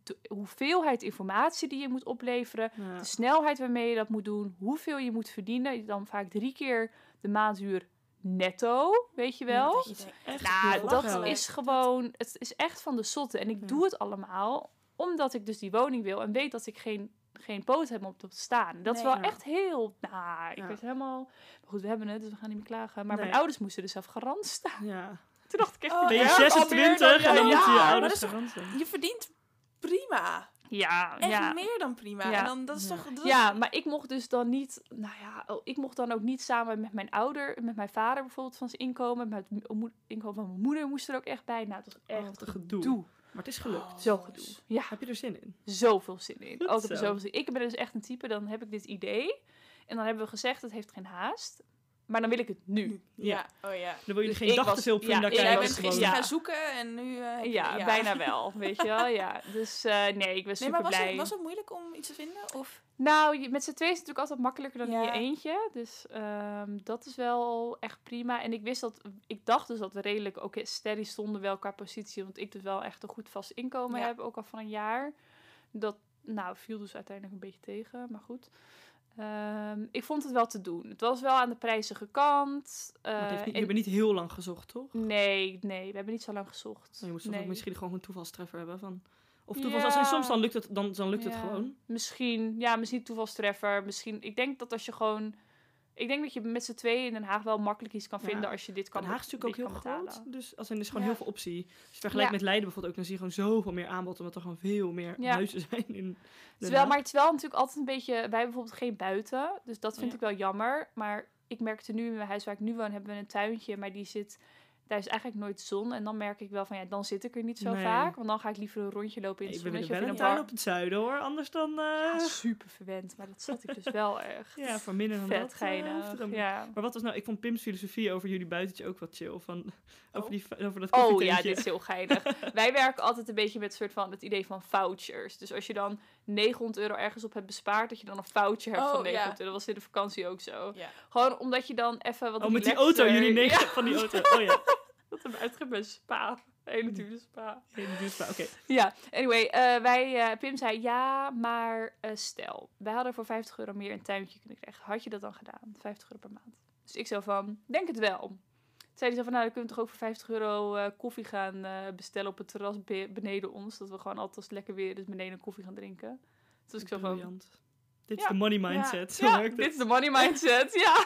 [SPEAKER 2] de hoeveelheid informatie die je moet opleveren.
[SPEAKER 1] Ja.
[SPEAKER 2] De snelheid waarmee je dat moet doen. Hoeveel je moet verdienen. je Dan vaak drie keer de maanduur netto, weet je wel.
[SPEAKER 3] Dat je denkt,
[SPEAKER 1] Echt
[SPEAKER 2] Nou, dat
[SPEAKER 1] belachelijk.
[SPEAKER 2] is gewoon, het is echt van de zotte. En ik
[SPEAKER 1] Ja.
[SPEAKER 2] doe het allemaal omdat ik dus die woning wil en weet dat ik geen, geen poot heb om te staan. Dat is
[SPEAKER 3] Nee,
[SPEAKER 2] wel
[SPEAKER 1] ja.
[SPEAKER 2] echt heel, nou, ik
[SPEAKER 1] Ja.
[SPEAKER 2] werd helemaal, maar goed, we hebben het, dus we gaan niet meer klagen. Maar mijn
[SPEAKER 1] Nee.
[SPEAKER 2] ouders moesten dus zelf garant staan.
[SPEAKER 1] Ja.
[SPEAKER 2] Toen dacht ik echt,
[SPEAKER 3] Oh,
[SPEAKER 1] Ben je
[SPEAKER 3] Ja, alweer
[SPEAKER 1] 26
[SPEAKER 3] dan-
[SPEAKER 1] en dan
[SPEAKER 3] ja,
[SPEAKER 1] moet je je
[SPEAKER 3] maar
[SPEAKER 1] ouders
[SPEAKER 3] dat is
[SPEAKER 1] garant zijn.
[SPEAKER 3] Je verdient prima.
[SPEAKER 2] ja,
[SPEAKER 3] Echt
[SPEAKER 2] ja.
[SPEAKER 3] meer dan prima.
[SPEAKER 2] Ja.
[SPEAKER 3] En dan, dat is
[SPEAKER 1] Ja.
[SPEAKER 3] toch... dat is-
[SPEAKER 2] Ja, maar ik mocht dus dan niet, nou ja, oh, ik mocht dan ook niet samen met mijn ouder, met mijn vader bijvoorbeeld van zijn inkomen, met het mo- inkomen van mijn moeder moest er ook echt bij. Nou, het was
[SPEAKER 1] Oh,
[SPEAKER 2] echt
[SPEAKER 1] wat een gedoe.
[SPEAKER 2] gedoe. Oh.
[SPEAKER 1] Maar het is gelukt.
[SPEAKER 2] Zo gedoe. Ja.
[SPEAKER 1] Heb je er zin in?
[SPEAKER 2] zoveel zin in.
[SPEAKER 1] Goed
[SPEAKER 2] Ook heb er
[SPEAKER 1] zo.
[SPEAKER 2] zoveel zin. Ik ben dus echt een type, dan heb ik dit idee. En dan hebben we gezegd, het heeft geen haast. Maar dan wil ik het nu.
[SPEAKER 3] Ja, oh ja.
[SPEAKER 1] Dan wil je
[SPEAKER 2] Dus
[SPEAKER 1] er
[SPEAKER 2] ik
[SPEAKER 1] geen dag
[SPEAKER 2] was-
[SPEAKER 1] te veel op
[SPEAKER 2] ja,
[SPEAKER 1] vinden.
[SPEAKER 2] ik
[SPEAKER 1] dus Ja,
[SPEAKER 3] Jij
[SPEAKER 2] was
[SPEAKER 3] bent
[SPEAKER 2] gewoon-
[SPEAKER 3] gisteren
[SPEAKER 2] Ja.
[SPEAKER 3] gaan zoeken en nu... eh, heb je-
[SPEAKER 2] Ja, bijna wel, weet je wel. Ja. Dus eh, nee, ik ben
[SPEAKER 3] Nee,
[SPEAKER 2] super
[SPEAKER 3] maar was
[SPEAKER 2] blij.
[SPEAKER 3] het, was het moeilijk om iets te vinden? Of...
[SPEAKER 2] Nou, je- met z'n tweeën is het natuurlijk altijd makkelijker dan in
[SPEAKER 3] Ja.
[SPEAKER 2] je eentje. Dus ehm, dat is wel echt prima. En ik wist dat, ik dacht dus dat we redelijk ook steady stonden wel qua positie. Want ik dus wel echt een goed vast inkomen
[SPEAKER 3] Ja.
[SPEAKER 2] heb, ook al van een jaar. Dat, nou, viel dus uiteindelijk een beetje tegen, maar goed. Ehm, ik vond het wel te doen. Het was wel aan de prijzige kant. eh,
[SPEAKER 1] Maar het heeft niet-
[SPEAKER 2] en-
[SPEAKER 1] je hebt niet heel lang gezocht, toch?
[SPEAKER 2] Nee, nee, we hebben niet zo lang gezocht.
[SPEAKER 1] Oh, Je moet soms ook
[SPEAKER 2] Nee.
[SPEAKER 1] misschien gewoon een toevalstreffer hebben. Van, of toeval, als in
[SPEAKER 2] Ja.
[SPEAKER 1] soms dan lukt het, dan, dan lukt het
[SPEAKER 2] Ja.
[SPEAKER 1] gewoon.
[SPEAKER 2] Misschien, ja, misschien toevalstreffer. Misschien, ik denk dat als je gewoon... Ik denk dat je met z'n tweeën in Den Haag wel makkelijk iets kan
[SPEAKER 1] Ja.
[SPEAKER 2] vinden als je dit kan
[SPEAKER 1] Den Haag is natuurlijk
[SPEAKER 2] dit
[SPEAKER 1] ook heel
[SPEAKER 2] kan
[SPEAKER 1] groot.
[SPEAKER 2] betalen.
[SPEAKER 1] Dus als in, er is gewoon
[SPEAKER 3] Ja.
[SPEAKER 1] heel veel optie. Als je het vergelijkt
[SPEAKER 2] Ja.
[SPEAKER 1] met Leiden bijvoorbeeld ook, dan zie je gewoon zoveel meer aanbod. Omdat er gewoon veel meer
[SPEAKER 2] Ja.
[SPEAKER 1] huizen zijn in
[SPEAKER 2] Het is
[SPEAKER 1] Den
[SPEAKER 2] wel,
[SPEAKER 1] Haag.
[SPEAKER 2] maar het is wel natuurlijk altijd een beetje... Wij hebben bijvoorbeeld geen buiten, dus dat vind
[SPEAKER 1] Ja.
[SPEAKER 2] ik wel jammer. Maar ik merkte nu in mijn huis waar ik nu woon, hebben we een tuintje. Maar die zit... Daar is eigenlijk nooit zon. En dan merk ik wel van, ja, dan zit ik er niet zo
[SPEAKER 1] Nee.
[SPEAKER 2] vaak. Want dan ga ik liever een rondje lopen in
[SPEAKER 1] Nee,
[SPEAKER 2] het
[SPEAKER 1] we willen
[SPEAKER 2] zonnetje.
[SPEAKER 1] wel
[SPEAKER 2] of in
[SPEAKER 1] een
[SPEAKER 2] een
[SPEAKER 1] tuin
[SPEAKER 2] park.
[SPEAKER 1] op het zuiden hoor. Anders dan... eh,
[SPEAKER 2] Ja, super verwend. Maar dat zat ik dus wel echt.
[SPEAKER 1] ja, voor minder dan dat.
[SPEAKER 2] Vet
[SPEAKER 1] eh, hoeft er
[SPEAKER 2] geinig.
[SPEAKER 1] dan-
[SPEAKER 2] Ja.
[SPEAKER 1] Maar wat was nou... Ik vond Pim's filosofie over jullie buitentje ook wat chill. Van, over,
[SPEAKER 3] Oh.
[SPEAKER 1] die, over dat
[SPEAKER 2] Oh ja,
[SPEAKER 1] koffietentje.
[SPEAKER 2] dit is heel geinig. Wij werken altijd een beetje met soort van het idee van vouchers. Dus als je dan 900 euro ergens op hebt bespaard, dat je dan een voucher hebt
[SPEAKER 3] Oh,
[SPEAKER 2] van
[SPEAKER 3] ja.
[SPEAKER 2] 900 euro. Dat was in de vakantie ook zo.
[SPEAKER 3] Ja.
[SPEAKER 2] Gewoon omdat je dan even wat
[SPEAKER 1] Oh, met die
[SPEAKER 2] relaxer-
[SPEAKER 1] auto.
[SPEAKER 3] eh,
[SPEAKER 1] Jullie
[SPEAKER 2] Ja,
[SPEAKER 1] negen van die auto. Oh ja.
[SPEAKER 2] dat hebben we uitgegeven bij Spa. Hele dure Spa.
[SPEAKER 1] Hele duurzaam. Oké.
[SPEAKER 2] Ja, anyway. eh, wij, eh, Pim zei ja, maar eh, stel. Wij hadden voor 50 euro meer een tuintje kunnen krijgen. Had je dat dan gedaan? 50 euro per maand. Dus ik zo van, denk het wel. Toen zei hij zo van, nou, dan kunnen we toch ook voor 50 euro eh, koffie gaan eh, bestellen op het terras be- beneden ons. Dat we gewoon altijd als het lekker weer is beneden koffie gaan drinken. Dus ik zo van,
[SPEAKER 1] Briljant. Dit is
[SPEAKER 2] Ja.
[SPEAKER 1] de money
[SPEAKER 3] Ja.
[SPEAKER 1] mindset. Zo
[SPEAKER 2] ja,
[SPEAKER 1] werkt
[SPEAKER 2] dit
[SPEAKER 1] het.
[SPEAKER 2] is de money mindset, ja.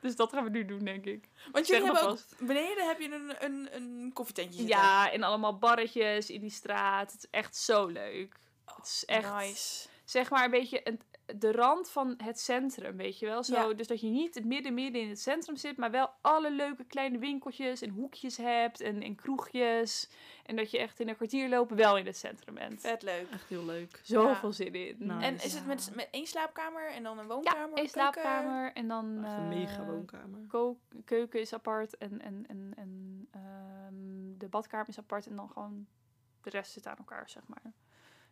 [SPEAKER 2] Dus dat gaan we nu doen, denk ik. Zeg
[SPEAKER 3] Want jullie
[SPEAKER 2] maar
[SPEAKER 3] hebben ook...
[SPEAKER 2] vast.
[SPEAKER 3] Beneden heb je een, een, een koffietentje zitten.
[SPEAKER 2] Ja, en allemaal barretjes in die straat. Het is echt zo leuk. Het is echt...
[SPEAKER 3] Oh, Nice.
[SPEAKER 2] zeg maar een beetje een, de rand van het centrum, weet je wel. Zo,
[SPEAKER 3] Ja.
[SPEAKER 2] Dus dat je niet midden midden in het centrum zit, maar wel alle leuke kleine winkeltjes en hoekjes hebt en, en kroegjes. En dat je echt in een kwartier lopen wel in het centrum bent.
[SPEAKER 3] Vet leuk.
[SPEAKER 1] Echt heel leuk.
[SPEAKER 2] Zoveel zin in.
[SPEAKER 1] Nice.
[SPEAKER 3] En is het met,
[SPEAKER 2] Ja.
[SPEAKER 3] met één slaapkamer en dan een
[SPEAKER 2] Ja,
[SPEAKER 3] woonkamer?
[SPEAKER 2] een
[SPEAKER 3] keuken?
[SPEAKER 2] slaapkamer en dan...
[SPEAKER 1] Echt een
[SPEAKER 2] eh,
[SPEAKER 1] mega woonkamer.
[SPEAKER 2] ko- keuken is apart en, en, en, en ehm, de badkamer is apart en dan gewoon de rest zit aan elkaar, zeg maar.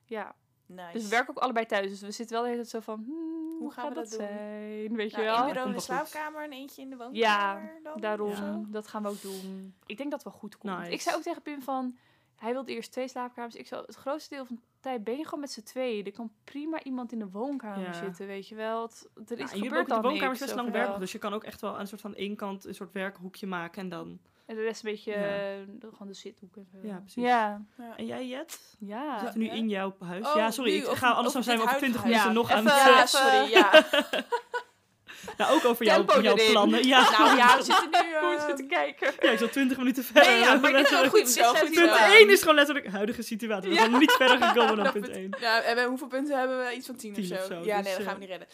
[SPEAKER 2] Ja.
[SPEAKER 3] Nice.
[SPEAKER 2] Dus we werken ook allebei thuis. Dus we zitten wel de hele tijd zo van... hmm, hoe,
[SPEAKER 3] gaan
[SPEAKER 2] gaat
[SPEAKER 3] we
[SPEAKER 2] dat
[SPEAKER 3] dat doen?
[SPEAKER 2] zijn? Weet
[SPEAKER 3] Nou,
[SPEAKER 2] je wel?
[SPEAKER 3] één
[SPEAKER 1] dat
[SPEAKER 3] bureau in de
[SPEAKER 1] komt wel goed.
[SPEAKER 3] slaapkamer en eentje in de woonkamer dan?
[SPEAKER 2] Daarom,
[SPEAKER 3] of zo?
[SPEAKER 2] dat gaan we ook doen. Ik denk dat het wel goed komt.
[SPEAKER 1] Nice.
[SPEAKER 2] Ik zei ook tegen Pim van, hij wilde eerst twee slaapkamers. Ik zou het grootste deel van de tijd ben je gewoon met z'n tweeën. Er kan prima iemand in de woonkamer
[SPEAKER 1] Ja.
[SPEAKER 2] zitten, weet je wel. Het, er
[SPEAKER 1] Ja,
[SPEAKER 2] is
[SPEAKER 1] en jullie hebben
[SPEAKER 2] gebeurt
[SPEAKER 1] ook de
[SPEAKER 2] dan
[SPEAKER 1] woonkamers
[SPEAKER 2] niks,
[SPEAKER 1] best lang
[SPEAKER 2] of wel.
[SPEAKER 1] werken. Dus je kan ook echt wel aan een soort van één kant een soort werkhoekje maken en dan.
[SPEAKER 2] En de rest een beetje
[SPEAKER 1] Ja.
[SPEAKER 2] eh, gewoon de zithoek en zo.
[SPEAKER 1] Ja, precies.
[SPEAKER 2] Ja,
[SPEAKER 3] Ja.
[SPEAKER 1] En jij, Jet?
[SPEAKER 2] ja.
[SPEAKER 1] We zitten nu
[SPEAKER 3] hè?
[SPEAKER 1] in jouw huis.
[SPEAKER 3] Oh,
[SPEAKER 1] ja, sorry.
[SPEAKER 3] nu,
[SPEAKER 1] ik
[SPEAKER 3] over-
[SPEAKER 1] ga, anders
[SPEAKER 3] over
[SPEAKER 1] dan zijn we
[SPEAKER 3] dit
[SPEAKER 1] over twintig
[SPEAKER 3] huidige
[SPEAKER 1] minuten
[SPEAKER 2] huis.
[SPEAKER 1] nog
[SPEAKER 2] Ja,
[SPEAKER 1] aan
[SPEAKER 2] even-
[SPEAKER 1] het
[SPEAKER 3] Ja,
[SPEAKER 2] Even-
[SPEAKER 3] sorry, ja.
[SPEAKER 1] Nou, ook over jouw,
[SPEAKER 2] Tempo
[SPEAKER 1] jouw
[SPEAKER 2] erin.
[SPEAKER 1] plannen. Ja,
[SPEAKER 3] eh, Nou ja, we zitten nu... eh,
[SPEAKER 2] Goed zitten kijken.
[SPEAKER 1] ja ik zat 20 minuten verder.
[SPEAKER 3] Nee, ja, maar dit is wel
[SPEAKER 1] Letterlijk.
[SPEAKER 3] goed zo.
[SPEAKER 2] Dit
[SPEAKER 3] Goed
[SPEAKER 2] is wel
[SPEAKER 1] Punt
[SPEAKER 3] zo.
[SPEAKER 1] 1 is gewoon letterlijk huidige situatie. We
[SPEAKER 3] Ja.
[SPEAKER 1] zijn nog niet verder gekomen dan
[SPEAKER 3] Dat
[SPEAKER 1] punt
[SPEAKER 3] punt-
[SPEAKER 1] 1.
[SPEAKER 3] Ja, en we- hoeveel punten hebben we? Iets van tien,
[SPEAKER 1] Tien
[SPEAKER 3] of, zo.
[SPEAKER 1] of zo,
[SPEAKER 3] Ja,
[SPEAKER 1] dus,
[SPEAKER 3] nee, dat gaan we
[SPEAKER 1] eh,
[SPEAKER 3] niet redden.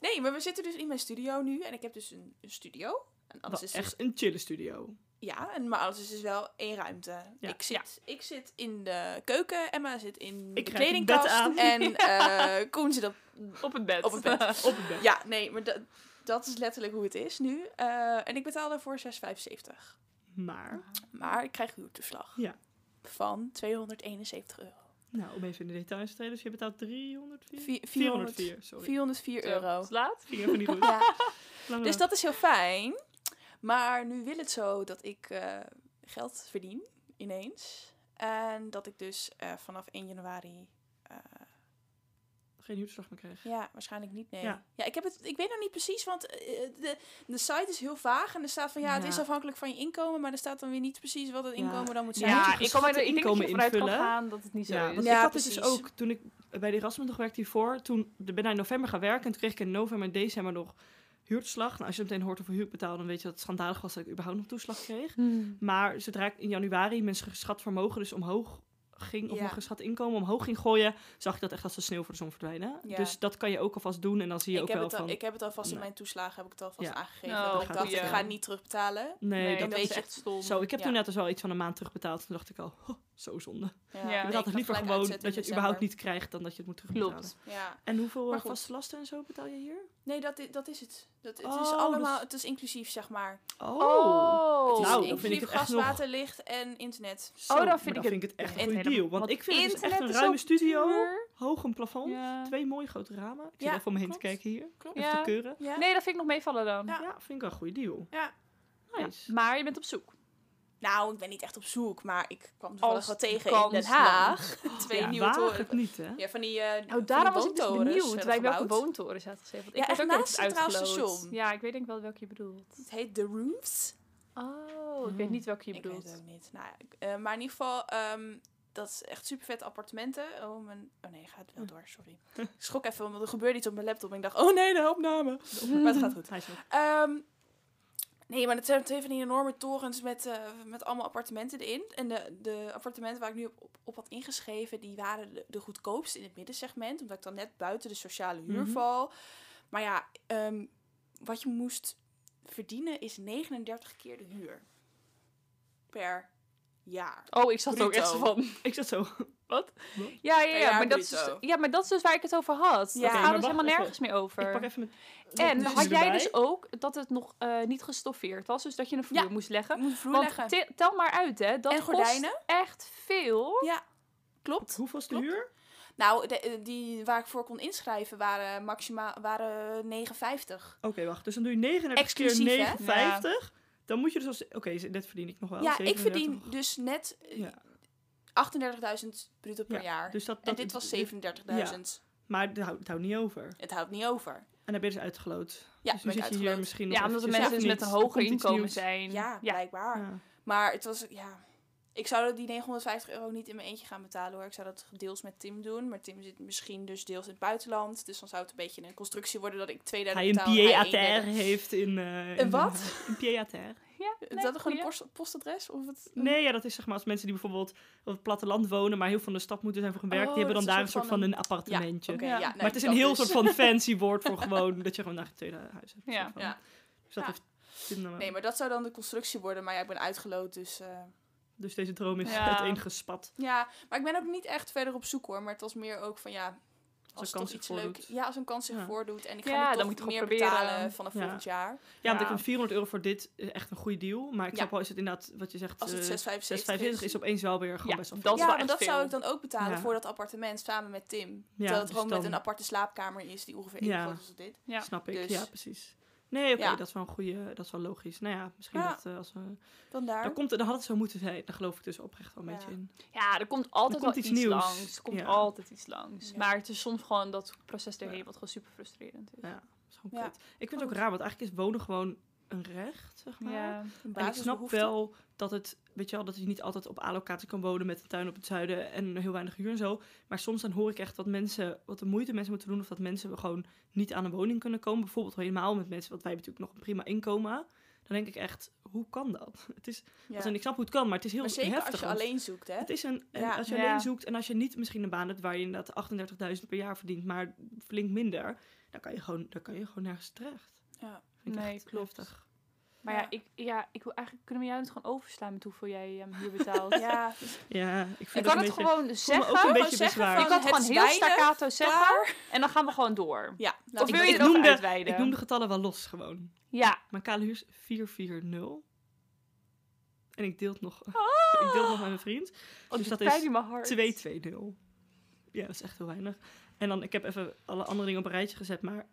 [SPEAKER 3] Nee, maar we zitten dus in mijn studio nu. En ik heb dus een, een studio. En alles
[SPEAKER 1] Wel
[SPEAKER 3] is dus-
[SPEAKER 1] echt een chille studio.
[SPEAKER 3] Ja, en, maar alles is dus wel één ruimte.
[SPEAKER 1] Ja.
[SPEAKER 3] Ik, zit, ik zit in de keuken, Emma zit in
[SPEAKER 1] Ik
[SPEAKER 3] de
[SPEAKER 1] krijg een
[SPEAKER 3] kledingkast.
[SPEAKER 1] bed aan.
[SPEAKER 3] En eh, Koen zit op...
[SPEAKER 2] Op het bed.
[SPEAKER 3] Op het bed.
[SPEAKER 1] Op het bed.
[SPEAKER 3] Ja, nee, maar dat- dat is letterlijk hoe het is nu. Eh, en ik betaal daarvoor 6,75.
[SPEAKER 1] Maar,
[SPEAKER 3] Maar ik krijg huurtoeslag.
[SPEAKER 1] Ja.
[SPEAKER 3] Van 271 euro.
[SPEAKER 1] nou, om even in de details te treden. Dus je betaalt 304?
[SPEAKER 3] Vi-
[SPEAKER 1] 404, sorry.
[SPEAKER 3] 404
[SPEAKER 2] Zo,
[SPEAKER 3] euro.
[SPEAKER 2] is laat.
[SPEAKER 1] Ging even niet goed.
[SPEAKER 3] Ja.
[SPEAKER 1] Laat me
[SPEAKER 3] Dus
[SPEAKER 1] maar.
[SPEAKER 3] dat is heel fijn. Maar nu wil het zo dat ik eh, geld verdien ineens. En dat ik dus eh, vanaf 1 januari. eh,
[SPEAKER 1] Geen huurslag meer krijgen.
[SPEAKER 3] ja, waarschijnlijk niet. Nee. Ja,
[SPEAKER 1] Ja.
[SPEAKER 3] ik, heb het, ik weet nog niet precies, want eh, de, de site is heel vaag. En er staat van ja, het
[SPEAKER 1] Ja.
[SPEAKER 3] is afhankelijk van je inkomen. Maar er staat dan weer niet precies wat het
[SPEAKER 1] Ja.
[SPEAKER 3] inkomen dan moet
[SPEAKER 1] Ja,
[SPEAKER 3] zijn.
[SPEAKER 1] moet je
[SPEAKER 2] Ja, ik, kan
[SPEAKER 1] geschatte
[SPEAKER 2] maar er, ik denk dat je
[SPEAKER 1] inkomen
[SPEAKER 2] vanuit kan
[SPEAKER 1] invullen.
[SPEAKER 2] gaan dat het niet zo
[SPEAKER 1] Ja,
[SPEAKER 2] is.
[SPEAKER 1] want
[SPEAKER 3] Ja,
[SPEAKER 1] ik had het
[SPEAKER 3] precies.
[SPEAKER 1] dus ook toen ik bij de Erasmus nog werkte hiervoor. Toen de- ben ik in november gaan werken en toen kreeg ik in november en december nog huurtoeslag. Nou, als je meteen hoort over huur betaal, dan weet je dat het schandalig was dat ik überhaupt nog toeslag kreeg. Maar zodra ik in januari mijn geschat vermogen dus omhoog ging, of
[SPEAKER 3] Ja.
[SPEAKER 1] mijn geschat inkomen omhoog ging gooien, zag ik dat echt als de sneeuw voor de zon verdwijnen.
[SPEAKER 3] Ja.
[SPEAKER 1] Dus dat kan je ook alvast doen en dan zie je
[SPEAKER 3] ik,
[SPEAKER 1] ook
[SPEAKER 3] heb
[SPEAKER 1] wel
[SPEAKER 3] het al,
[SPEAKER 1] van...
[SPEAKER 3] ik heb het alvast in
[SPEAKER 1] Nee.
[SPEAKER 3] mijn toeslagen heb ik het alvast
[SPEAKER 1] Ja.
[SPEAKER 3] aangegeven.
[SPEAKER 2] Nou,
[SPEAKER 3] dat ik
[SPEAKER 1] gaat
[SPEAKER 3] dacht,
[SPEAKER 1] goed,
[SPEAKER 3] ik
[SPEAKER 1] ja.
[SPEAKER 3] ga niet terugbetalen.
[SPEAKER 1] Nee,
[SPEAKER 2] Nee,
[SPEAKER 1] dat
[SPEAKER 2] dat
[SPEAKER 1] weet
[SPEAKER 2] is
[SPEAKER 1] je.
[SPEAKER 2] echt stom.
[SPEAKER 1] Zo, ik heb
[SPEAKER 3] Ja.
[SPEAKER 1] toen net dus wel iets van een maand terugbetaald. Toen dacht ik al, "Huh, zo zonde.
[SPEAKER 2] Ja.
[SPEAKER 3] nee,
[SPEAKER 1] ik
[SPEAKER 2] ik
[SPEAKER 1] had
[SPEAKER 3] dacht
[SPEAKER 1] het liever
[SPEAKER 3] gelijk
[SPEAKER 1] gewoon dat
[SPEAKER 3] uitzetten
[SPEAKER 1] je
[SPEAKER 3] in
[SPEAKER 1] het überhaupt niet
[SPEAKER 3] december.
[SPEAKER 1] krijgt dan dat je het moet terugbetalen.
[SPEAKER 2] Klopt.
[SPEAKER 3] Ja.
[SPEAKER 1] En hoeveel
[SPEAKER 3] Maar
[SPEAKER 1] eh,
[SPEAKER 3] goed.
[SPEAKER 1] vaste lasten en zo betaal je hier?
[SPEAKER 3] Nee, dat, i- dat is het. Dat, het
[SPEAKER 1] Oh,
[SPEAKER 3] is
[SPEAKER 1] dus-
[SPEAKER 3] allemaal, het is inclusief, zeg maar.
[SPEAKER 1] Oh,
[SPEAKER 2] Oh,
[SPEAKER 3] Het is
[SPEAKER 1] Nou, dan vind ik
[SPEAKER 3] inclusief
[SPEAKER 1] het echt
[SPEAKER 3] gas,
[SPEAKER 1] nog-
[SPEAKER 3] water, licht en internet.
[SPEAKER 1] Zo,
[SPEAKER 2] dan
[SPEAKER 1] maar
[SPEAKER 2] vind ik
[SPEAKER 1] echt
[SPEAKER 2] het echt
[SPEAKER 1] een goede
[SPEAKER 2] helemaal-
[SPEAKER 1] deal. Want ik vind het dus echt
[SPEAKER 2] Internet
[SPEAKER 1] een
[SPEAKER 2] is
[SPEAKER 1] ruime
[SPEAKER 2] ook
[SPEAKER 1] studio,
[SPEAKER 2] duur.
[SPEAKER 1] hoog een plafond,
[SPEAKER 2] Ja.
[SPEAKER 1] twee mooie grote ramen. Ik zit
[SPEAKER 3] Ja,
[SPEAKER 1] even om me heen te
[SPEAKER 3] klopt.
[SPEAKER 1] kijken hier,
[SPEAKER 3] Klopt.
[SPEAKER 1] even
[SPEAKER 2] Ja.
[SPEAKER 1] te keuren.
[SPEAKER 3] Ja.
[SPEAKER 2] Nee, dat vind ik nog meevallen dan.
[SPEAKER 3] Ja.
[SPEAKER 1] Ja, vind ik wel een goede deal.
[SPEAKER 3] Ja.
[SPEAKER 1] Nice.
[SPEAKER 2] Maar je bent op zoek.
[SPEAKER 3] Nou, ik ben niet echt op zoek, maar ik kwam toevallig
[SPEAKER 2] Als
[SPEAKER 3] wel tegen in
[SPEAKER 2] kans
[SPEAKER 3] Den Haag. Twee
[SPEAKER 1] Oh, Ja,
[SPEAKER 3] nieuwe
[SPEAKER 1] waag
[SPEAKER 3] toren.
[SPEAKER 1] het niet, hè?
[SPEAKER 3] Ja, van die eh, van
[SPEAKER 2] Nou,
[SPEAKER 3] die
[SPEAKER 2] daarom was ik dus
[SPEAKER 3] woontorens
[SPEAKER 2] benieuwd
[SPEAKER 3] werden
[SPEAKER 2] bij welke
[SPEAKER 3] gebouwd.
[SPEAKER 2] woontorens je had gezeten. Want
[SPEAKER 3] Ja,
[SPEAKER 2] ik was
[SPEAKER 3] echt
[SPEAKER 2] ook net
[SPEAKER 3] naast
[SPEAKER 2] iets
[SPEAKER 3] Centraal
[SPEAKER 2] uitgeloot.
[SPEAKER 3] Station.
[SPEAKER 2] Ja, ik weet denk wel welke je bedoelt.
[SPEAKER 3] Het heet The Roofs.
[SPEAKER 2] Oh, ik weet niet welke je
[SPEAKER 3] Ik weet het
[SPEAKER 2] bedoelt.
[SPEAKER 3] ook niet. Nou, ja, ik- eh, maar in ieder geval, ehm, dat is echt super vet appartementen. Oh, mijn... oh nee, gaat wel door, sorry. Ik schrok even, want er gebeurde iets op mijn laptop. En ik dacht, oh nee, de opname. Maar het gaat goed.
[SPEAKER 1] Hij is nog-
[SPEAKER 3] Ehm, nee, maar dat zijn twee van die enorme torens met, eh, met allemaal appartementen erin. En de, de appartementen waar ik nu op, op, op had ingeschreven, die waren de, de goedkoopste in het middensegment. Omdat ik dan net buiten de sociale huur
[SPEAKER 1] Mhm.
[SPEAKER 3] val. Maar ja, ehm, wat je moest verdienen is 39 keer de huur. Per jaar.
[SPEAKER 2] Oh, ik zat er ook echt zo
[SPEAKER 3] Bruto.
[SPEAKER 2] van.
[SPEAKER 1] Ik zat zo.
[SPEAKER 2] Ja, ja,
[SPEAKER 3] Ja,
[SPEAKER 2] ja, maar dat is,
[SPEAKER 3] bruto.
[SPEAKER 2] ja, maar dat is dus waar ik het over had.
[SPEAKER 3] Ja.
[SPEAKER 2] Dat
[SPEAKER 3] Oké,
[SPEAKER 1] maar
[SPEAKER 2] gaat dus
[SPEAKER 1] wacht
[SPEAKER 2] helemaal
[SPEAKER 1] even.
[SPEAKER 2] nergens meer
[SPEAKER 1] Ik
[SPEAKER 2] over.
[SPEAKER 1] pak even mijn.
[SPEAKER 2] En
[SPEAKER 3] Dus
[SPEAKER 2] had jij
[SPEAKER 1] erbij.
[SPEAKER 2] dus ook dat het nog eh, niet gestoffeerd was, dus dat je een vloer
[SPEAKER 3] Ja.
[SPEAKER 2] moest leggen?
[SPEAKER 3] Je moet vloer
[SPEAKER 2] Want
[SPEAKER 3] leggen.
[SPEAKER 2] te- tel maar uit, hè. Dat
[SPEAKER 3] En gordijnen.
[SPEAKER 2] kost echt veel.
[SPEAKER 3] Ja, klopt.
[SPEAKER 1] Hoeveel is de
[SPEAKER 3] Klopt.
[SPEAKER 1] huur?
[SPEAKER 3] Nou, de- eh, die waar ik voor kon inschrijven waren maximaal waren 59.
[SPEAKER 1] Oké, wacht. Dus dan doe je 39
[SPEAKER 3] Exclusief,
[SPEAKER 1] keer
[SPEAKER 3] hè?
[SPEAKER 1] 59. Dan moet je dus als... Oké, dat verdien ik nog wel.
[SPEAKER 3] Ja, ik
[SPEAKER 1] 37.
[SPEAKER 3] verdien dus net eh,
[SPEAKER 1] Ja.
[SPEAKER 3] 38.000 bruto per
[SPEAKER 1] Ja,
[SPEAKER 3] jaar.
[SPEAKER 1] Dus dat,
[SPEAKER 3] en
[SPEAKER 1] dat,
[SPEAKER 3] dit was 37.000.
[SPEAKER 1] Maar het houdt, het houdt niet over.
[SPEAKER 3] Het houdt niet over.
[SPEAKER 1] En dan ben je dus uitgeloot.
[SPEAKER 3] Ja,
[SPEAKER 1] dus nu
[SPEAKER 3] ben ik
[SPEAKER 1] zit je hier
[SPEAKER 3] uitgeloot.
[SPEAKER 1] misschien nog
[SPEAKER 2] Ja, omdat de
[SPEAKER 1] eventjes,
[SPEAKER 2] mensen
[SPEAKER 1] of
[SPEAKER 2] dus met
[SPEAKER 1] niet. Er
[SPEAKER 2] een hoger
[SPEAKER 1] komt iets
[SPEAKER 2] inkomen
[SPEAKER 1] nieuws.
[SPEAKER 2] zijn.
[SPEAKER 3] Ja,
[SPEAKER 2] ja.
[SPEAKER 3] blijkbaar.
[SPEAKER 1] Ja.
[SPEAKER 3] Maar het was, ja... Ik zou die 950 euro niet in mijn eentje gaan betalen hoor. Ik zou dat deels met Tim doen. Maar Tim zit misschien dus deels in het buitenland. Dus dan zou het een beetje een constructie worden dat ik twee derde
[SPEAKER 1] Hij een
[SPEAKER 3] betaal en hij
[SPEAKER 1] PA-ATR
[SPEAKER 3] één derde.
[SPEAKER 1] heeft in... eh, in
[SPEAKER 3] Een wat?
[SPEAKER 1] Den Haag. Een PA-ATR.
[SPEAKER 2] Ja, nee,
[SPEAKER 3] is dat gewoon een
[SPEAKER 2] goeie.
[SPEAKER 3] post- postadres? Of het,
[SPEAKER 1] Nee, ja, dat is zeg maar als mensen die bijvoorbeeld op het platteland wonen, maar heel veel in de stad moeten zijn voor hun werk,
[SPEAKER 3] Oh,
[SPEAKER 1] die hebben dan
[SPEAKER 3] dat is
[SPEAKER 1] daar een soort van een
[SPEAKER 3] Ja,
[SPEAKER 1] appartementje.
[SPEAKER 3] oké,
[SPEAKER 2] Ja.
[SPEAKER 3] ja,
[SPEAKER 2] Maar
[SPEAKER 3] nee,
[SPEAKER 1] maar het is
[SPEAKER 3] dat
[SPEAKER 1] een heel
[SPEAKER 3] dus.
[SPEAKER 1] soort van fancy woord voor gewoon dat je gewoon naar het tweede huis hebt.
[SPEAKER 2] Ja.
[SPEAKER 1] soort van.
[SPEAKER 3] Ja.
[SPEAKER 1] Dus dat
[SPEAKER 3] Ja.
[SPEAKER 1] heeft zin dan wel.
[SPEAKER 3] Nee, maar dat zou dan de constructie worden. Maar ja, ik ben uitgeloot, dus... eh,
[SPEAKER 1] Dus deze droom is
[SPEAKER 2] Ja.
[SPEAKER 1] uiteengespat.
[SPEAKER 3] Ja, maar ik ben ook niet echt verder op zoek hoor. Maar het was meer ook van ja,
[SPEAKER 1] een
[SPEAKER 3] als,
[SPEAKER 1] kans
[SPEAKER 3] het toch
[SPEAKER 1] zich
[SPEAKER 3] iets leuk
[SPEAKER 1] voordoet.
[SPEAKER 3] Ja, als een kans zich
[SPEAKER 1] Ja.
[SPEAKER 3] voordoet. En ik ga
[SPEAKER 2] Ja,
[SPEAKER 3] nu
[SPEAKER 2] dan
[SPEAKER 3] toch
[SPEAKER 2] moet je het
[SPEAKER 3] meer
[SPEAKER 2] gewoon proberen.
[SPEAKER 3] betalen vanaf
[SPEAKER 1] eh, Ja.
[SPEAKER 3] volgend jaar.
[SPEAKER 1] Ja, want
[SPEAKER 2] Ja.
[SPEAKER 1] ik vind 400 euro voor dit eh, echt een goede deal. Maar ik
[SPEAKER 3] Ja.
[SPEAKER 1] snap wel, is het inderdaad wat je zegt,
[SPEAKER 3] Als het
[SPEAKER 1] eh,
[SPEAKER 3] 6,75
[SPEAKER 1] 6,75 is opeens wel weer gewoon
[SPEAKER 2] Ja,
[SPEAKER 1] best wel
[SPEAKER 2] dat
[SPEAKER 1] veel.
[SPEAKER 2] is wel
[SPEAKER 3] ja, maar
[SPEAKER 2] echt
[SPEAKER 3] dat zou
[SPEAKER 2] veel.
[SPEAKER 3] ik dan ook betalen
[SPEAKER 1] Ja.
[SPEAKER 3] voor dat appartement samen met Tim.
[SPEAKER 1] Ja,
[SPEAKER 3] Terwijl het
[SPEAKER 1] dus
[SPEAKER 3] gewoon met
[SPEAKER 1] dan-
[SPEAKER 3] een aparte slaapkamer is die ongeveer even
[SPEAKER 1] Ja.
[SPEAKER 3] groot is als dit.
[SPEAKER 2] Ja.
[SPEAKER 1] Snap ik,
[SPEAKER 3] Dus-
[SPEAKER 1] ja precies. Nee, oké,
[SPEAKER 3] Ja.
[SPEAKER 1] dat is wel een goede, dat is wel logisch. Nou ja, misschien
[SPEAKER 3] Ja.
[SPEAKER 1] dat eh, als we...
[SPEAKER 3] Dan daar.
[SPEAKER 1] Dan, komt, het- dan had het zo moeten zijn, daar geloof ik dus oprecht wel een beetje
[SPEAKER 3] Ja.
[SPEAKER 1] in.
[SPEAKER 2] Ja, er komt altijd
[SPEAKER 1] Er komt
[SPEAKER 2] wel
[SPEAKER 1] iets
[SPEAKER 2] iets,
[SPEAKER 1] nieuws.
[SPEAKER 2] langs. Er komt
[SPEAKER 1] Ja.
[SPEAKER 2] altijd iets langs.
[SPEAKER 3] Ja.
[SPEAKER 2] Maar het is soms gewoon dat proces erheen
[SPEAKER 1] Ja.
[SPEAKER 2] wat gewoon super frustrerend is.
[SPEAKER 1] Ja, dat is gewoon
[SPEAKER 3] Ja.
[SPEAKER 1] kut. Ik vind het ook raar, want eigenlijk is wonen gewoon een recht, zeg maar.
[SPEAKER 2] Ja.
[SPEAKER 3] Een
[SPEAKER 1] En ik snap
[SPEAKER 3] basisbehoefte.
[SPEAKER 1] wel dat het, weet je wel, dat je niet altijd op A-locatie kan wonen met een tuin op het zuiden en heel weinig huur en zo. Maar soms dan hoor ik echt wat mensen, wat de moeite mensen moeten doen of dat mensen gewoon niet aan een woning kunnen komen. Bijvoorbeeld helemaal met mensen, want wij hebben natuurlijk nog een prima inkomen. Dan denk ik echt, hoe kan dat? Het is,
[SPEAKER 3] Ja.
[SPEAKER 1] als in, ik snap hoe het kan, maar het is heel
[SPEAKER 3] Maar zeker
[SPEAKER 1] heftig.
[SPEAKER 3] als je
[SPEAKER 1] om-
[SPEAKER 3] alleen zoekt, hè?
[SPEAKER 1] Het is een, en
[SPEAKER 3] Ja.
[SPEAKER 1] als je
[SPEAKER 2] Ja.
[SPEAKER 1] alleen zoekt en als je niet misschien een baan hebt waar je inderdaad 38.000 per jaar verdient, maar flink minder, dan kan je gewoon, dan kan je gewoon nergens terecht.
[SPEAKER 3] Ja.
[SPEAKER 1] Vind ik
[SPEAKER 2] Nee,
[SPEAKER 1] echt
[SPEAKER 2] klopt.
[SPEAKER 1] heftig.
[SPEAKER 2] Maar ja,
[SPEAKER 3] Ja.
[SPEAKER 2] ik, ja, ik wil eigenlijk, kunnen we jou het gewoon overslaan met hoeveel jij hem hier betaalt?
[SPEAKER 3] Ja,
[SPEAKER 1] Ja, ik vind
[SPEAKER 2] Ik
[SPEAKER 1] dat
[SPEAKER 2] kan
[SPEAKER 1] een
[SPEAKER 2] het
[SPEAKER 1] beetje...
[SPEAKER 2] gewoon
[SPEAKER 1] voel me
[SPEAKER 2] zeggen.
[SPEAKER 1] ook een
[SPEAKER 3] Gewoon
[SPEAKER 1] beetje
[SPEAKER 3] zeggen
[SPEAKER 1] bezwaar.
[SPEAKER 3] van,
[SPEAKER 2] Je kan het
[SPEAKER 3] het
[SPEAKER 2] gewoon
[SPEAKER 3] is
[SPEAKER 2] heel
[SPEAKER 3] weinig,
[SPEAKER 2] staccato zeggen. En dan gaan we gewoon door.
[SPEAKER 3] ja. Nou,
[SPEAKER 2] Of
[SPEAKER 1] ik-
[SPEAKER 2] wil je
[SPEAKER 1] ik
[SPEAKER 2] het over
[SPEAKER 1] noemde-
[SPEAKER 2] uitweiden?
[SPEAKER 1] Ik noem de getallen wel los gewoon.
[SPEAKER 2] Ja.
[SPEAKER 1] Mijn kale huur is 440. En ik deel het nog, ik deel het nog met mijn vriend.
[SPEAKER 2] Oh,
[SPEAKER 1] Dus
[SPEAKER 2] dat
[SPEAKER 1] dat
[SPEAKER 2] pijn
[SPEAKER 1] is
[SPEAKER 2] in mijn hart.
[SPEAKER 1] 220. Ja, dat is echt heel weinig. En dan, ik heb even alle andere dingen op een rijtje gezet, maar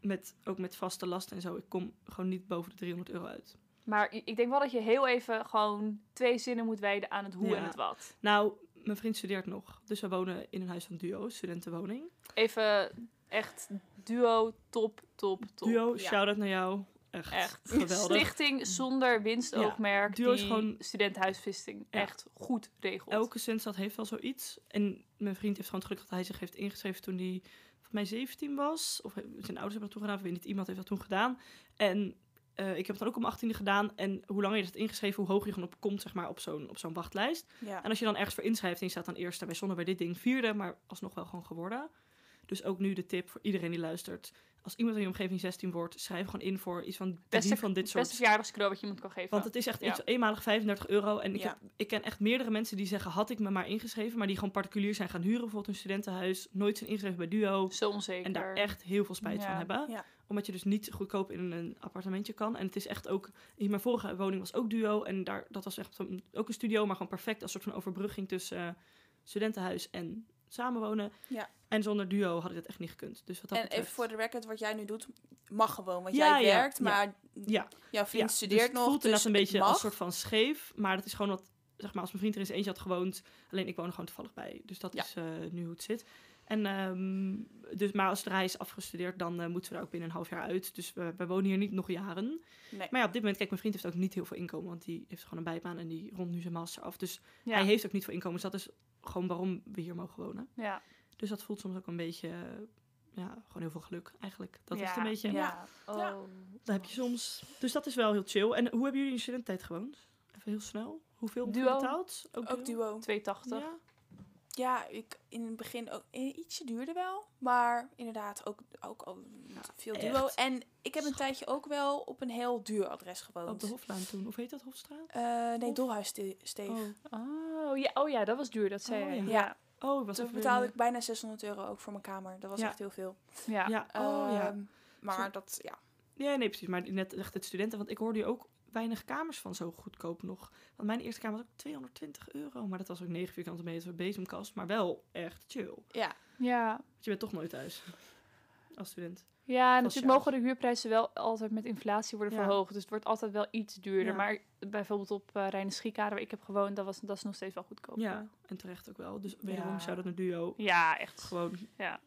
[SPEAKER 1] met, ook met vaste lasten en zo. Ik kom gewoon niet boven de 300 euro uit.
[SPEAKER 2] Maar i- ik denk wel dat je heel even gewoon twee zinnen moet wijden aan het hoe
[SPEAKER 1] Ja.
[SPEAKER 2] en het wat.
[SPEAKER 1] Nou, mijn vriend studeert nog. Dus we wonen in een huis van duo, studentenwoning.
[SPEAKER 2] Even echt duo, top, top, top.
[SPEAKER 1] duo,
[SPEAKER 3] ja.
[SPEAKER 1] shout-out naar jou. Echt,
[SPEAKER 2] Echt.
[SPEAKER 1] geweldig.
[SPEAKER 2] Stichting zonder winstoogmerk.
[SPEAKER 1] Ja, duo is
[SPEAKER 2] die
[SPEAKER 1] gewoon-
[SPEAKER 2] studentenhuisvesting
[SPEAKER 1] Ja.
[SPEAKER 2] echt goed regelt.
[SPEAKER 1] Elke centstad heeft wel zoiets. En mijn vriend heeft gewoon het geluk dat hij zich heeft ingeschreven toen hij volgens mij 17 was. Of zijn ouders hebben dat toen gedaan, ik weet niet. Iemand heeft dat toen gedaan. En eh, ik heb het dan ook om 18e gedaan. En hoe langer je dat ingeschreven, hoe hoger je gewoon op komt zeg maar, op zo'n op zo'n wachtlijst.
[SPEAKER 3] ja.
[SPEAKER 1] En als je dan ergens voor inschrijft en je staat dan eerste bij Zonne bij dit ding vierde, maar alsnog wel gewoon geworden. Dus ook nu de tip voor iedereen die luistert. Als iemand in je omgeving 16 wordt, schrijf gewoon in voor iets van drie van dit
[SPEAKER 2] het
[SPEAKER 1] soort
[SPEAKER 2] beste verjaardagscadeau wat je iemand kan geven.
[SPEAKER 1] want het is echt
[SPEAKER 2] Ja.
[SPEAKER 1] iets, eenmalig 35 euro. En ik,
[SPEAKER 3] Ja.
[SPEAKER 1] heb, ik ken echt meerdere mensen die zeggen, had ik me maar ingeschreven. Maar die gewoon particulier zijn gaan huren, bijvoorbeeld een studentenhuis. Nooit zijn ingeschreven bij Duo.
[SPEAKER 2] Zo onzeker.
[SPEAKER 1] En daar echt heel veel spijt van
[SPEAKER 2] Ja.
[SPEAKER 1] hebben.
[SPEAKER 3] Ja.
[SPEAKER 1] Omdat je dus niet goedkoop in een appartementje kan. En het is echt ook... In mijn vorige woning was ook Duo. En daar, dat was echt zo'n- ook een studio, maar gewoon perfect. Als soort van overbrugging tussen eh, studentenhuis en samenwonen.
[SPEAKER 3] Ja.
[SPEAKER 1] En zonder Duo had ik dat echt niet gekund. Dus wat dat
[SPEAKER 3] En even
[SPEAKER 1] betreft-
[SPEAKER 3] voor de record, wat jij nu doet, mag gewoon. Want
[SPEAKER 1] Ja,
[SPEAKER 3] jij
[SPEAKER 1] ja,
[SPEAKER 3] werkt,
[SPEAKER 1] ja.
[SPEAKER 3] maar
[SPEAKER 1] Ja.
[SPEAKER 3] jouw
[SPEAKER 1] Ja,
[SPEAKER 3] vriend
[SPEAKER 1] dus
[SPEAKER 3] studeert nog.
[SPEAKER 1] Het voelt
[SPEAKER 3] dus
[SPEAKER 1] inderdaad een beetje
[SPEAKER 3] het mag.
[SPEAKER 1] als soort van scheef. Maar dat is gewoon wat, zeg maar, als mijn vriend er eens eentje had gewoond. Alleen ik woon er gewoon toevallig bij. Dus dat
[SPEAKER 3] Ja.
[SPEAKER 1] is eh, nu hoe het zit. En, ehm, dus, maar als hij is afgestudeerd, dan eh, moeten we er ook binnen een half jaar uit. Dus we, we wonen hier niet nog jaren.
[SPEAKER 3] Nee.
[SPEAKER 1] Maar ja, op dit moment, kijk, mijn vriend heeft ook niet heel veel inkomen. Want die heeft gewoon een bijbaan en die rond nu zijn master af. Dus
[SPEAKER 2] Ja.
[SPEAKER 1] hij heeft ook niet veel inkomen. Dus dat is gewoon waarom we hier mogen wonen.
[SPEAKER 2] ja.
[SPEAKER 1] Dus dat voelt soms ook een beetje, eh, ja, gewoon heel veel geluk eigenlijk. Dat is
[SPEAKER 2] Ja.
[SPEAKER 1] het een beetje.
[SPEAKER 2] Ja.
[SPEAKER 3] Ja.
[SPEAKER 2] Oh.
[SPEAKER 1] Dat heb je soms. Dus dat is wel heel chill. En hoe hebben jullie in studententijd gewoond? Even heel snel. Hoeveel
[SPEAKER 2] Duo.
[SPEAKER 1] betaald?
[SPEAKER 3] Ook duo.
[SPEAKER 2] 280.
[SPEAKER 1] Ja.
[SPEAKER 3] Ja, ik in het begin ook eh, ietsje duurder wel. Maar inderdaad, ook, ook, ook veel duo.
[SPEAKER 1] echt.
[SPEAKER 3] En ik heb een
[SPEAKER 1] Schat.
[SPEAKER 3] tijdje ook wel op een heel duur adres
[SPEAKER 1] Op
[SPEAKER 3] gewoond.
[SPEAKER 1] de Hoflaan toen. Of heet dat Hofstraat?
[SPEAKER 3] Eh, nee,
[SPEAKER 1] Hof?
[SPEAKER 3] Dolhuissteeg.
[SPEAKER 1] Oh,
[SPEAKER 2] Oh, ja. oh ja, dat was duur, dat zei
[SPEAKER 1] Oh,
[SPEAKER 2] jij.
[SPEAKER 1] ja.
[SPEAKER 3] Ja,
[SPEAKER 1] oh ik was even
[SPEAKER 3] toen
[SPEAKER 1] weer-
[SPEAKER 3] betaalde ik bijna 600 euro ook voor mijn kamer. Dat was
[SPEAKER 1] Ja.
[SPEAKER 3] echt heel veel.
[SPEAKER 2] Ja.
[SPEAKER 1] Ja, oh ja.
[SPEAKER 3] Ehm, Maar
[SPEAKER 1] Zo-
[SPEAKER 3] dat, ja.
[SPEAKER 1] Ja, nee, precies. Maar net echt het studenten. Want ik hoorde je ook weinig kamers van zo goedkoop nog. Want mijn eerste kamer was ook 220 euro. Maar dat was ook 9 vierkante meter bezemkast. Maar wel echt chill. Want
[SPEAKER 3] ja.
[SPEAKER 2] ja.
[SPEAKER 1] je bent toch nooit thuis. Als student.
[SPEAKER 2] Ja, en
[SPEAKER 1] Vast
[SPEAKER 2] natuurlijk
[SPEAKER 1] jaar.
[SPEAKER 2] mogen de huurprijzen wel altijd met inflatie worden
[SPEAKER 1] Ja.
[SPEAKER 2] verhoogd. Dus het wordt altijd wel iets duurder.
[SPEAKER 1] Ja.
[SPEAKER 2] Maar bijvoorbeeld op eh Rijn Schiekade, waar ik heb gewoond, dat, was, dat is nog steeds wel goedkoop.
[SPEAKER 1] Ja, en terecht ook wel. Dus wederom
[SPEAKER 2] Ja.
[SPEAKER 1] zou dat een duo.
[SPEAKER 2] Ja, echt.
[SPEAKER 1] Gewoon
[SPEAKER 2] Ja.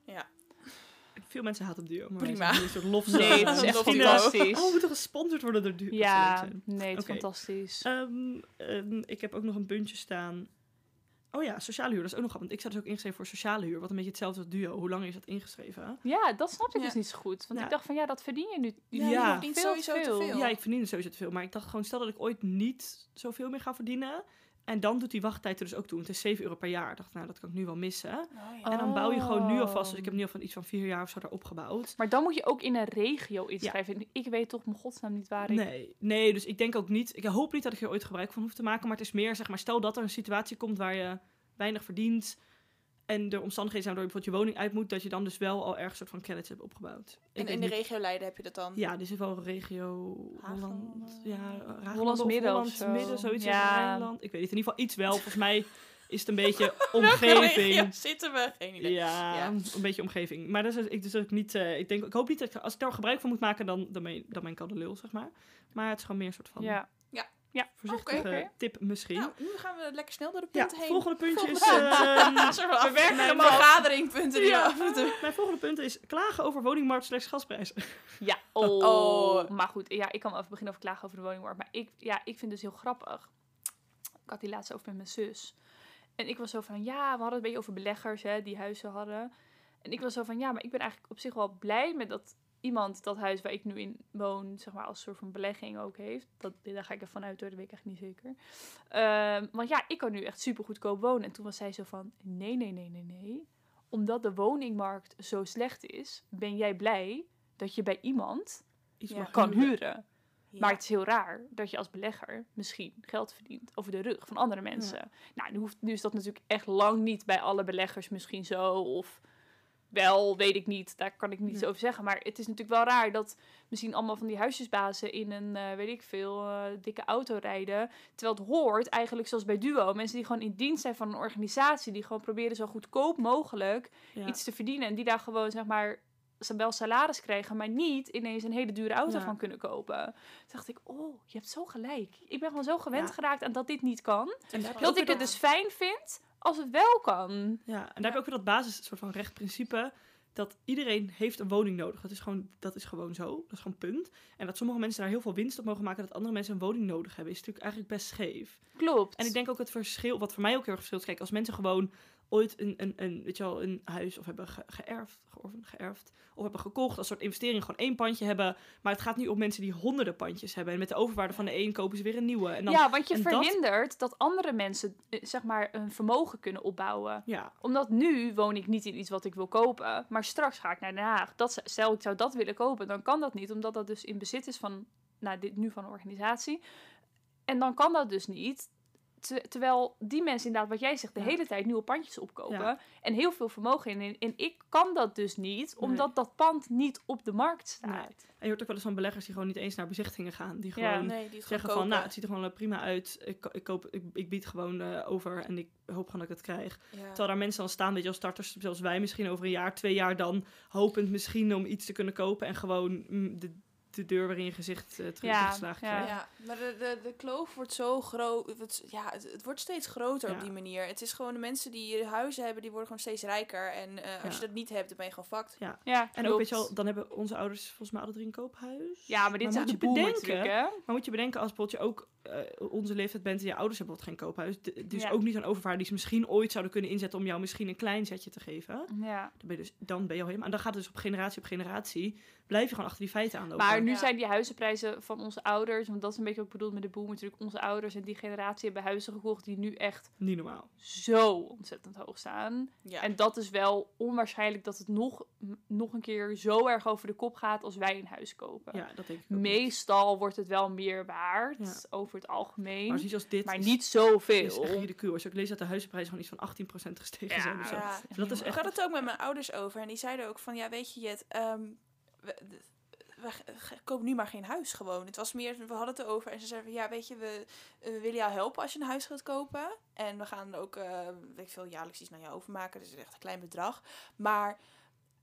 [SPEAKER 1] Veel mensen haten duo, maar wij
[SPEAKER 3] Prima.
[SPEAKER 1] zijn hier Een soort lofzang.
[SPEAKER 2] Nee,
[SPEAKER 3] dat
[SPEAKER 2] het is
[SPEAKER 3] is
[SPEAKER 2] echt
[SPEAKER 3] nog
[SPEAKER 1] Misschien, eh,
[SPEAKER 2] fantastisch.
[SPEAKER 1] Oh, we moeten gesponsord worden door duo.
[SPEAKER 2] ja, nee, het is
[SPEAKER 1] Oké.
[SPEAKER 2] fantastisch.
[SPEAKER 1] Ehm, ehm, ik heb ook nog een puntje staan. Oh ja, sociale huur, dat is ook nog grappig. Want ik zat dus ook ingeschreven voor sociale huur, wat een beetje hetzelfde als duo. Hoe lang is dat ingeschreven?
[SPEAKER 2] ja, dat snap ik
[SPEAKER 3] Ja.
[SPEAKER 2] dus niet zo goed. Want
[SPEAKER 1] Ja.
[SPEAKER 2] ik dacht van, ja, dat verdien je nu.
[SPEAKER 1] Ja,
[SPEAKER 2] nu
[SPEAKER 1] je
[SPEAKER 2] nog
[SPEAKER 3] verdient sowieso te veel.
[SPEAKER 1] Ja, ik verdiende sowieso te veel. Maar ik dacht gewoon, stel dat ik ooit niet zoveel meer ga verdienen. En dan doet die wachttijd er dus ook toe. want Het is 7 euro per jaar. Ik dacht, nou, dat kan ik nu wel missen.
[SPEAKER 3] Oh,
[SPEAKER 1] En dan bouw je gewoon nu alvast. Dus ik heb nu al van iets van vier jaar of zo daarop gebouwd.
[SPEAKER 2] Maar dan moet je ook in een regio iets
[SPEAKER 1] Ja.
[SPEAKER 2] schrijven. En ik weet toch mijn godsnaam niet waar ik...
[SPEAKER 1] Nee, nee, dus ik denk ook niet. Ik hoop niet dat ik er ooit gebruik van hoef te maken. Maar het is meer, zeg maar, stel dat er een situatie komt waar je weinig verdient. En er omstandigheden zijn waardoor je bijvoorbeeld je woning uit moet. Dat je dan dus wel al ergens soort van credits hebt opgebouwd. Ik
[SPEAKER 3] En
[SPEAKER 1] weet
[SPEAKER 3] in de
[SPEAKER 1] niet-
[SPEAKER 3] regio Leiden heb je dat dan.
[SPEAKER 1] Ja, dus is wel een regio
[SPEAKER 3] Haaglanden.
[SPEAKER 1] Holland. Ja, Raagland
[SPEAKER 2] Hollands
[SPEAKER 1] of
[SPEAKER 2] Midden of
[SPEAKER 1] Holland
[SPEAKER 2] zo.
[SPEAKER 1] Midden, zoiets
[SPEAKER 2] Ja.
[SPEAKER 1] als Rijnland. Ik weet het in ieder geval iets wel. Volgens mij is het een beetje
[SPEAKER 3] Welke regio
[SPEAKER 1] omgeving.
[SPEAKER 3] zitten we? Geen idee.
[SPEAKER 1] Ja,
[SPEAKER 3] Ja.
[SPEAKER 1] een beetje omgeving. Maar dat is ik dus ook niet. eh, ik, denk, ik hoop niet dat ik, als ik daar gebruik van moet maken, dan, dan, ben, dan ben ik al de lul, zeg maar. Maar het is gewoon meer een soort van
[SPEAKER 2] Ja.
[SPEAKER 3] Ja.
[SPEAKER 2] Ja.
[SPEAKER 1] Voorzichtige
[SPEAKER 2] Oké.
[SPEAKER 1] tip misschien.
[SPEAKER 3] Nou, nu gaan we lekker snel door de
[SPEAKER 1] ja,
[SPEAKER 3] punten heen.
[SPEAKER 1] volgende puntje is...
[SPEAKER 3] Een
[SPEAKER 1] ehm,
[SPEAKER 3] soort
[SPEAKER 1] we
[SPEAKER 3] van
[SPEAKER 1] werken
[SPEAKER 3] afgewerkte
[SPEAKER 1] hem af.
[SPEAKER 3] vergaderingpunten die we
[SPEAKER 1] Ja.
[SPEAKER 3] af en toe-
[SPEAKER 1] mijn volgende punt is klagen over woningmarkt slechts gasprijzen.
[SPEAKER 2] Ja, oh.
[SPEAKER 3] Oh.
[SPEAKER 2] Maar goed, ja, ik kan wel even beginnen over klagen over de woningmarkt. Maar ik, ja, ik vind het dus heel grappig. Ik had die laatst over met mijn zus. En ik was zo van, ja, we hadden het een beetje over beleggers, hè, die huizen hadden. En ik was zo van, ja, maar ik ben eigenlijk op zich wel blij met dat iemand dat huis waar ik nu in woon, zeg maar, als soort van belegging ook heeft. Dat, daar ga ik ervan uit, hoor, dat weet ik echt niet zeker. Ehm, want ja, ik kan nu echt super goedkoop wonen. En toen was zij zo van, nee, nee, nee, nee, nee. Omdat de woningmarkt zo slecht is, ben jij blij dat je bij iemand
[SPEAKER 1] Iets
[SPEAKER 3] Ja.
[SPEAKER 1] mag
[SPEAKER 2] kan
[SPEAKER 1] huren.
[SPEAKER 2] huren. Maar het is heel raar dat je als belegger misschien geld verdient over de rug van andere mensen. Nou, nu, hoeft, nu is dat natuurlijk echt lang niet bij alle beleggers misschien zo. Of wel, weet ik niet. Daar kan ik niets
[SPEAKER 1] Nee.
[SPEAKER 2] over zeggen. Maar het is natuurlijk wel raar dat misschien allemaal van die huisjesbazen in een, eh, weet ik veel, eh, dikke auto rijden. Terwijl het hoort eigenlijk, zoals bij Duo, mensen die gewoon in dienst zijn van een organisatie. Die gewoon proberen zo goedkoop mogelijk
[SPEAKER 1] Ja.
[SPEAKER 2] iets te verdienen. En die daar gewoon, zeg maar, ze wel salaris krijgen, maar niet ineens een hele dure auto
[SPEAKER 1] Ja.
[SPEAKER 2] van kunnen kopen. Toen dacht ik, oh, je hebt zo gelijk. Ik ben gewoon zo gewend
[SPEAKER 1] Ja.
[SPEAKER 2] geraakt aan dat dit niet
[SPEAKER 1] En
[SPEAKER 2] kan.
[SPEAKER 1] daar heb je
[SPEAKER 2] Dat
[SPEAKER 1] ook
[SPEAKER 2] ik
[SPEAKER 1] weer
[SPEAKER 2] het dus fijn vind als het wel kan.
[SPEAKER 1] Ja, en daar heb je ook weer dat basis soort van rechtprincipe. Dat iedereen heeft een woning nodig. Dat is, gewoon, dat is gewoon zo. Dat is gewoon punt. En dat sommige mensen daar heel veel winst op mogen maken. Dat andere mensen een woning nodig hebben. Is natuurlijk eigenlijk best scheef.
[SPEAKER 2] Klopt.
[SPEAKER 1] En ik denk ook het verschil. Wat voor mij ook heel erg verschilt. is, Kijk, als mensen gewoon ooit een, een, een, weet je wel, een huis of hebben ge- geërfd, georven, geërfd. Of hebben gekocht. Als soort investering gewoon één pandje hebben. Maar het gaat nu om mensen die honderden pandjes hebben. En met de overwaarde van de een kopen ze weer een nieuwe. En dan, ja.
[SPEAKER 2] ja, want je
[SPEAKER 1] en dat-
[SPEAKER 2] verhindert dat... andere mensen, eh, zeg maar, een vermogen kunnen opbouwen. Omdat nu woon ik niet in iets wat ik wil kopen, maar straks ga ik naar Den Haag. Dat, zou- stel, ik zou dat willen kopen, dan kan dat niet, omdat dat dus in bezit is van, nou, dit nu van een organisatie. En dan kan dat dus niet. Te- terwijl die mensen inderdaad, wat jij zegt, de
[SPEAKER 1] Ja.
[SPEAKER 2] hele tijd nieuwe pandjes opkopen
[SPEAKER 1] Ja.
[SPEAKER 2] en heel veel vermogen in. En ik kan dat dus niet,
[SPEAKER 1] Nee.
[SPEAKER 2] omdat dat pand niet op de markt
[SPEAKER 1] Nee.
[SPEAKER 2] staat.
[SPEAKER 1] En je hoort ook wel eens van beleggers die gewoon niet eens naar bezichtingen gaan. Die
[SPEAKER 2] Ja.
[SPEAKER 1] gewoon
[SPEAKER 3] Nee, die het
[SPEAKER 1] zeggen
[SPEAKER 3] gewoon
[SPEAKER 1] van, nou, het
[SPEAKER 3] kopen.
[SPEAKER 1] ziet er gewoon eh, prima uit. Ik, ko- ik, koop, ik, ik bied gewoon eh, over en ik hoop gewoon dat ik het krijg.
[SPEAKER 3] Ja.
[SPEAKER 1] Terwijl daar mensen dan staan, weet je, als starters, zoals wij misschien over een jaar, twee jaar dan, hopend misschien om iets te kunnen kopen en gewoon mm, de, de deur weer in je gezicht eh, terug
[SPEAKER 2] Ja,
[SPEAKER 1] teruggeslagen
[SPEAKER 2] ja.
[SPEAKER 1] krijgt.
[SPEAKER 3] Ja, maar de, de, de kloof wordt zo groot. Het, ja, het, het wordt steeds groter op
[SPEAKER 1] Ja.
[SPEAKER 3] die manier. Het is gewoon de mensen die huizen hebben, die worden gewoon steeds rijker. En eh, als
[SPEAKER 1] Ja.
[SPEAKER 3] je dat niet hebt, dan ben je gewoon fucked.
[SPEAKER 2] Ja,
[SPEAKER 1] En ook,
[SPEAKER 2] klopt.
[SPEAKER 1] weet je wel, dan hebben onze ouders volgens mij alle drie een koophuis.
[SPEAKER 2] Ja, maar dit
[SPEAKER 1] Maar
[SPEAKER 2] is
[SPEAKER 1] moet
[SPEAKER 2] echt de
[SPEAKER 1] je
[SPEAKER 2] boemer
[SPEAKER 1] bedenken-
[SPEAKER 2] natuurlijk, hè?
[SPEAKER 1] Maar moet je bedenken, als bijvoorbeeld je ook eh, onze leeftijd bent en je ouders hebben bijvoorbeeld geen koophuis, d- dus
[SPEAKER 2] Ja.
[SPEAKER 1] ook niet aan overvaarde die ze misschien ooit zouden kunnen inzetten om jou misschien een klein zetje te geven.
[SPEAKER 2] Ja.
[SPEAKER 1] Dan ben je, dus, dan ben je al helemaal. En dan gaat het dus op generatie op generatie. Blijf je gewoon achter die feiten aanlopen.
[SPEAKER 2] Maar nu
[SPEAKER 3] Ja.
[SPEAKER 2] zijn die huizenprijzen van onze ouders, want dat is een beetje ook bedoeld met de boom natuurlijk. Onze ouders en die generatie hebben huizen gekocht die nu echt
[SPEAKER 1] Niet normaal.
[SPEAKER 2] zo ontzettend hoog staan.
[SPEAKER 3] Ja.
[SPEAKER 2] En dat is wel onwaarschijnlijk dat het nog, m- nog een keer zo erg over de kop gaat als wij een huis kopen.
[SPEAKER 1] Ja, dat denk ik. ook.
[SPEAKER 2] Meestal wordt het wel meer waard
[SPEAKER 1] Ja.
[SPEAKER 2] over het algemeen,
[SPEAKER 1] Maar
[SPEAKER 2] maar,
[SPEAKER 1] zoiets als dit is-
[SPEAKER 2] niet
[SPEAKER 1] is echt
[SPEAKER 2] zoveel.
[SPEAKER 1] ridicuul. Als je ook leest dat de huizenprijzen gewoon iets van 18% gestegen
[SPEAKER 2] Ja.
[SPEAKER 1] zijn. of zo.
[SPEAKER 3] Ja.
[SPEAKER 1] Dus dat is
[SPEAKER 3] Ik
[SPEAKER 1] echt...
[SPEAKER 3] had het ook met mijn ouders over. En die zeiden ook van, ja, weet je, Jet, ehm, we, de- we g- g- koop nu maar geen huis gewoon. Het was meer, we hadden het erover. En ze zeiden van, ja, weet je, we, eh, we willen jou helpen als je een huis gaat kopen. En we gaan ook, eh, weet ik veel, jaarlijks iets naar jou overmaken. Dus het is echt een klein bedrag. Maar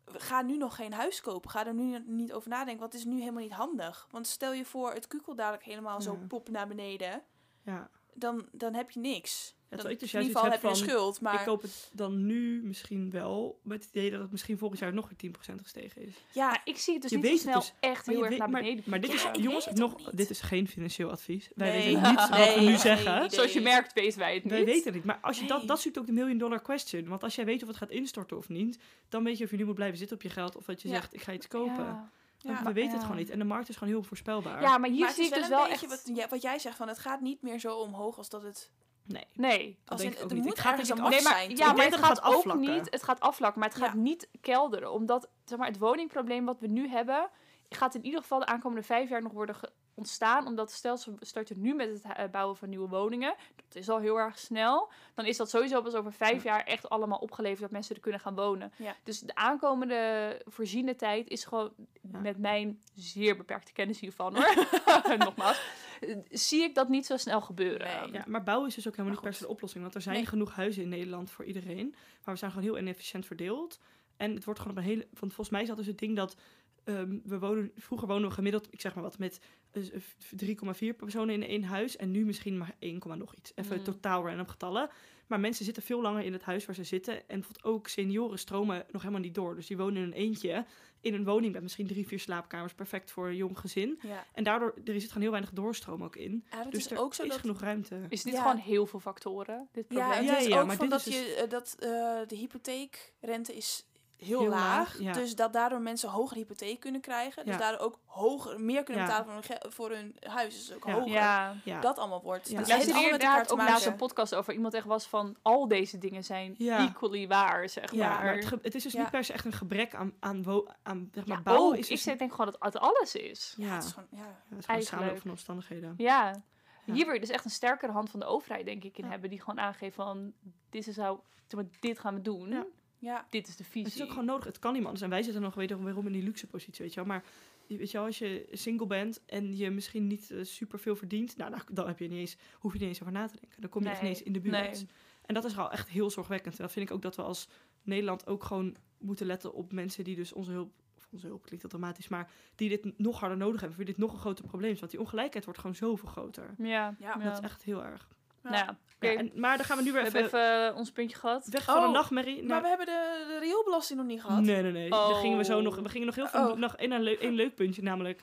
[SPEAKER 3] we- ga nu nog geen huis kopen. Ga er nu niet over nadenken, want het is nu helemaal niet handig. Want stel je voor, het kukel dadelijk helemaal zo
[SPEAKER 1] Ja.
[SPEAKER 3] pop naar beneden.
[SPEAKER 1] Ja.
[SPEAKER 3] Dan, dan heb je niks.
[SPEAKER 1] terwijl
[SPEAKER 3] Dan-
[SPEAKER 1] ik dus
[SPEAKER 3] in
[SPEAKER 1] juist
[SPEAKER 3] ieder geval
[SPEAKER 1] iets
[SPEAKER 3] heb je
[SPEAKER 1] heb
[SPEAKER 3] een schuld, maar...
[SPEAKER 1] Ik koop het dan nu misschien wel. Met het idee dat het misschien volgend jaar nog weer 10% gestegen is.
[SPEAKER 3] ja,
[SPEAKER 2] Maar ik zie het dus
[SPEAKER 1] Je
[SPEAKER 2] niet zo
[SPEAKER 1] weet het
[SPEAKER 2] snel
[SPEAKER 1] dus,
[SPEAKER 2] echt heel
[SPEAKER 1] je
[SPEAKER 2] erg
[SPEAKER 1] weet-
[SPEAKER 2] naar
[SPEAKER 1] maar-
[SPEAKER 2] beneden.
[SPEAKER 1] Maar, dit
[SPEAKER 3] Ja, ik
[SPEAKER 1] is, jongens,
[SPEAKER 3] weet het
[SPEAKER 1] nog,
[SPEAKER 3] ook niet.
[SPEAKER 1] dit is geen financieel advies. Wij
[SPEAKER 3] Nee.
[SPEAKER 1] weten niet wat we
[SPEAKER 3] Nee,
[SPEAKER 1] nu
[SPEAKER 3] nee,
[SPEAKER 1] zeggen.
[SPEAKER 3] nee.
[SPEAKER 2] Zoals je
[SPEAKER 3] idee.
[SPEAKER 2] merkt, weten wij het niet.
[SPEAKER 1] Wij weten het niet. Maar als je dat,
[SPEAKER 3] Nee.
[SPEAKER 1] dat zoekt ook de million dollar question. Want als jij weet of het gaat instorten of niet, dan weet je of je nu moet blijven zitten op je geld. Of dat je
[SPEAKER 3] Ja.
[SPEAKER 1] zegt, ik ga iets kopen.
[SPEAKER 2] Ja.
[SPEAKER 1] Want
[SPEAKER 3] ja.
[SPEAKER 1] we weten
[SPEAKER 2] ja.
[SPEAKER 1] het gewoon niet. En de markt is gewoon heel voorspelbaar.
[SPEAKER 2] Ja, maar hier
[SPEAKER 3] maar het
[SPEAKER 2] zie
[SPEAKER 3] is
[SPEAKER 2] ik
[SPEAKER 3] wel
[SPEAKER 2] dus
[SPEAKER 3] een
[SPEAKER 2] wel
[SPEAKER 3] beetje
[SPEAKER 2] echt...
[SPEAKER 3] wat, ja, wat jij zegt, van het gaat niet meer zo omhoog als dat het...
[SPEAKER 1] Nee,
[SPEAKER 2] Nee.
[SPEAKER 1] dat
[SPEAKER 3] Als
[SPEAKER 1] denk
[SPEAKER 3] in,
[SPEAKER 1] ik ook
[SPEAKER 3] er
[SPEAKER 1] niet.
[SPEAKER 3] moet
[SPEAKER 1] Het gaat
[SPEAKER 3] ergens
[SPEAKER 1] denk ik
[SPEAKER 3] een
[SPEAKER 1] af-
[SPEAKER 2] Nee,
[SPEAKER 3] af
[SPEAKER 2] maar,
[SPEAKER 3] zijn,
[SPEAKER 2] ja,
[SPEAKER 3] toch?
[SPEAKER 2] maar
[SPEAKER 1] Ik denk
[SPEAKER 2] het
[SPEAKER 1] dat
[SPEAKER 2] gaat
[SPEAKER 1] het gaat
[SPEAKER 2] ook
[SPEAKER 1] afvlakken.
[SPEAKER 2] niet. Het gaat afvlakken, maar het gaat
[SPEAKER 3] Ja.
[SPEAKER 2] niet kelderen. Omdat zeg maar, het woningprobleem wat we nu hebben, gaat in ieder geval de aankomende vijf jaar nog worden ge- ontstaan. Omdat stel, ze starten nu met het eh, bouwen van nieuwe woningen. Dat is al heel erg snel. Dan is dat sowieso pas over vijf jaar echt allemaal opgeleverd dat mensen er kunnen gaan wonen.
[SPEAKER 3] Ja.
[SPEAKER 2] Dus de aankomende voorziene tijd is gewoon
[SPEAKER 1] Ja.
[SPEAKER 2] met mijn zeer beperkte kennis hiervan hoor. Nogmaals. eh, Zie ik dat niet zo snel gebeuren.
[SPEAKER 3] Nee.
[SPEAKER 1] Ja, maar bouwen is dus ook helemaal
[SPEAKER 2] Maar
[SPEAKER 1] niet per se de oplossing. Want er zijn
[SPEAKER 3] Nee.
[SPEAKER 1] genoeg huizen in Nederland voor iedereen. Maar we zijn gewoon heel inefficiënt verdeeld. En het wordt gewoon op een hele... Want volgens mij is dat dus het ding dat ehm, we wonen, vroeger woonden we gemiddeld, ik zeg maar wat, met eh, v- 3,4 personen in één huis. En nu misschien maar 1, nog iets. Even
[SPEAKER 2] Mm.
[SPEAKER 1] totaal random getallen. Maar mensen zitten veel langer in het huis waar ze zitten. En bijvoorbeeld ook senioren stromen nog helemaal niet door. Dus die wonen in een eentje in een woning met misschien drie, vier slaapkamers. Perfect voor een jong gezin.
[SPEAKER 3] Ja.
[SPEAKER 1] En daardoor, er zit gewoon heel weinig doorstroom ook in.
[SPEAKER 3] Ja, dat
[SPEAKER 1] dus
[SPEAKER 3] is
[SPEAKER 1] er
[SPEAKER 3] ook zo
[SPEAKER 1] is
[SPEAKER 3] dat...
[SPEAKER 1] genoeg ruimte.
[SPEAKER 2] Is dit
[SPEAKER 3] Ja.
[SPEAKER 2] gewoon heel veel factoren? Dit
[SPEAKER 3] Ja,
[SPEAKER 2] probleem?
[SPEAKER 3] het
[SPEAKER 1] Ja,
[SPEAKER 3] is
[SPEAKER 1] ja,
[SPEAKER 3] ook
[SPEAKER 1] maar
[SPEAKER 3] van
[SPEAKER 1] dit
[SPEAKER 3] dat,
[SPEAKER 1] is dus-
[SPEAKER 3] je, eh, dat eh, de hypotheekrente is heel,
[SPEAKER 1] Heel
[SPEAKER 3] laag.
[SPEAKER 1] laag, ja.
[SPEAKER 3] Dus dat daardoor mensen hogere hypotheek kunnen krijgen. Dus
[SPEAKER 1] Ja.
[SPEAKER 3] daardoor ook hoger, meer kunnen
[SPEAKER 1] Ja.
[SPEAKER 3] betalen voor hun, ge- voor hun huis. Dus ook
[SPEAKER 1] Ja.
[SPEAKER 3] hoger.
[SPEAKER 2] Ja.
[SPEAKER 1] Ja.
[SPEAKER 3] Dat allemaal wordt.
[SPEAKER 1] Ja.
[SPEAKER 3] Dus het heeft
[SPEAKER 2] Luister
[SPEAKER 3] allemaal
[SPEAKER 2] hier
[SPEAKER 3] met elkaar
[SPEAKER 2] inderdaad
[SPEAKER 3] te
[SPEAKER 2] ook laatst een
[SPEAKER 3] maken.
[SPEAKER 2] podcast over iemand echt was van al deze dingen zijn
[SPEAKER 1] Ja.
[SPEAKER 2] equally waar, zeg
[SPEAKER 1] Ja,
[SPEAKER 2] maar.
[SPEAKER 1] maar het, ge- het is dus
[SPEAKER 3] Ja.
[SPEAKER 1] niet per se echt een gebrek aan, aan, wo- aan zeg maar,
[SPEAKER 2] Ja,
[SPEAKER 1] bouw.
[SPEAKER 2] ook.
[SPEAKER 1] is
[SPEAKER 2] ik
[SPEAKER 1] dus
[SPEAKER 2] zeg denk gewoon dat het alles is.
[SPEAKER 1] Ja,
[SPEAKER 3] Ja,
[SPEAKER 1] ja,
[SPEAKER 3] het is
[SPEAKER 1] het
[SPEAKER 3] gewoon, ja.
[SPEAKER 1] is gewoon een
[SPEAKER 2] Eigenlijk.
[SPEAKER 1] samenloop van omstandigheden.
[SPEAKER 2] Ja.
[SPEAKER 1] Ja.
[SPEAKER 2] Hier wil je dus echt een sterkere hand van de overheid, denk ik, in
[SPEAKER 1] Ja.
[SPEAKER 2] hebben. Die gewoon aangeeft van, dit, is how, zeg maar, dit gaan we doen.
[SPEAKER 1] Ja.
[SPEAKER 3] Ja.
[SPEAKER 2] Dit is de visie.
[SPEAKER 1] Het is ook gewoon nodig. Het kan niet anders. En wij zitten nog wederom wederom in die luxe positie, weet je wel. Maar je- weet je wel, als je single bent en je misschien niet super superveel verdient, nou, dan- dan heb je niet eens, hoef je niet eens over na te denken. Dan kom je echt
[SPEAKER 2] Nee,
[SPEAKER 1] niet eens in de buurt.
[SPEAKER 2] Nee.
[SPEAKER 1] En dat is al echt heel zorgwekkend. En dat vind ik ook dat we als Nederland ook gewoon moeten letten op mensen die dus onze hulp, of onze hulp klinkt automatisch, maar die dit n- nog harder nodig hebben. Voor dit nog een groter probleem is. Want die ongelijkheid wordt gewoon zoveel groter.
[SPEAKER 2] Ja.
[SPEAKER 3] Ja,
[SPEAKER 1] Dat is echt heel erg.
[SPEAKER 2] Nou ja, oké.
[SPEAKER 1] Ja, en, maar dan gaan we nu weer
[SPEAKER 2] we
[SPEAKER 1] even,
[SPEAKER 2] hebben even eh, ons puntje gehad.
[SPEAKER 1] weg van
[SPEAKER 3] Oh,
[SPEAKER 1] een nachtmerrie.
[SPEAKER 3] Maar
[SPEAKER 1] naar-
[SPEAKER 3] we hebben de, de rioolbelasting nog niet gehad.
[SPEAKER 1] Nee, nee, nee.
[SPEAKER 2] Oh.
[SPEAKER 1] Dan gingen we zo nog. We gingen nog heel veel.
[SPEAKER 3] Oh.
[SPEAKER 1] Nog één, leuk- één leuk puntje, namelijk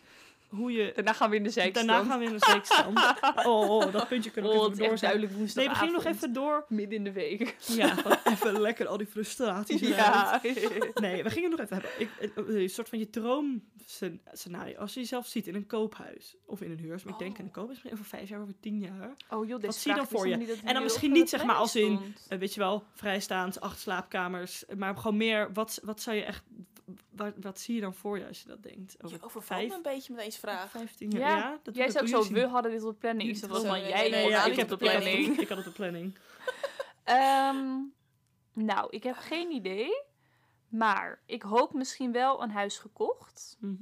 [SPEAKER 1] hoe je.
[SPEAKER 2] Daarna gaan we in de zijkant.
[SPEAKER 1] Daarna gaan we in een steekstand. Oh, oh, dat puntje kunnen we kunnen we
[SPEAKER 2] oh, het is echt
[SPEAKER 1] doorzetten.
[SPEAKER 2] duidelijk woensdag.
[SPEAKER 1] Nee, we gingen nog even door.
[SPEAKER 2] midden in de week.
[SPEAKER 1] Ja, gewoon even lekker al die frustraties. eruit.
[SPEAKER 2] Ja.
[SPEAKER 1] Nee, we gingen nog even hebben. Ik, ik- een soort van je droomscenario. Als je jezelf ziet in een koophuis of in een huurs. Maar ik denk in een
[SPEAKER 3] Oh.
[SPEAKER 1] koophuis, misschien over vijf jaar, over tien jaar.
[SPEAKER 2] Oh joh,
[SPEAKER 1] Wat
[SPEAKER 2] deze
[SPEAKER 1] zie je
[SPEAKER 2] vraag
[SPEAKER 1] dan
[SPEAKER 2] wist ik
[SPEAKER 1] voor je?
[SPEAKER 2] niet dat die
[SPEAKER 1] En dan
[SPEAKER 2] hier
[SPEAKER 1] misschien
[SPEAKER 2] op de
[SPEAKER 1] niet, zeg maar, als in-
[SPEAKER 2] planning stond.
[SPEAKER 1] Eh, weet je wel, vrijstaand, acht slaapkamers. eh, Maar gewoon meer, wat, wat zou je echt... Wat, wat zie je dan voor je als je dat denkt?
[SPEAKER 3] Je
[SPEAKER 1] Over
[SPEAKER 3] overvalt
[SPEAKER 1] vijf,
[SPEAKER 3] me een beetje met deze vraag.
[SPEAKER 1] 15 jaar.
[SPEAKER 2] Ja,
[SPEAKER 1] Ja, dat
[SPEAKER 2] Jij
[SPEAKER 1] dat
[SPEAKER 2] zei ook
[SPEAKER 1] doe je
[SPEAKER 2] zo,
[SPEAKER 1] dus
[SPEAKER 2] we
[SPEAKER 1] niet.
[SPEAKER 2] hadden dit op de planning. Ik
[SPEAKER 1] Niet
[SPEAKER 2] zeg
[SPEAKER 1] op
[SPEAKER 2] was
[SPEAKER 1] de
[SPEAKER 2] van,
[SPEAKER 3] planning.
[SPEAKER 2] jij
[SPEAKER 3] Nee,
[SPEAKER 1] Nee,
[SPEAKER 2] had
[SPEAKER 1] ja,
[SPEAKER 3] had
[SPEAKER 1] ik
[SPEAKER 2] dit
[SPEAKER 1] heb
[SPEAKER 2] op
[SPEAKER 1] het
[SPEAKER 2] de planning.
[SPEAKER 1] Ik had het op de planning.
[SPEAKER 2] Ehm, nou, ik heb geen idee. Maar ik hoop misschien wel een huis gekocht.
[SPEAKER 1] Mhm.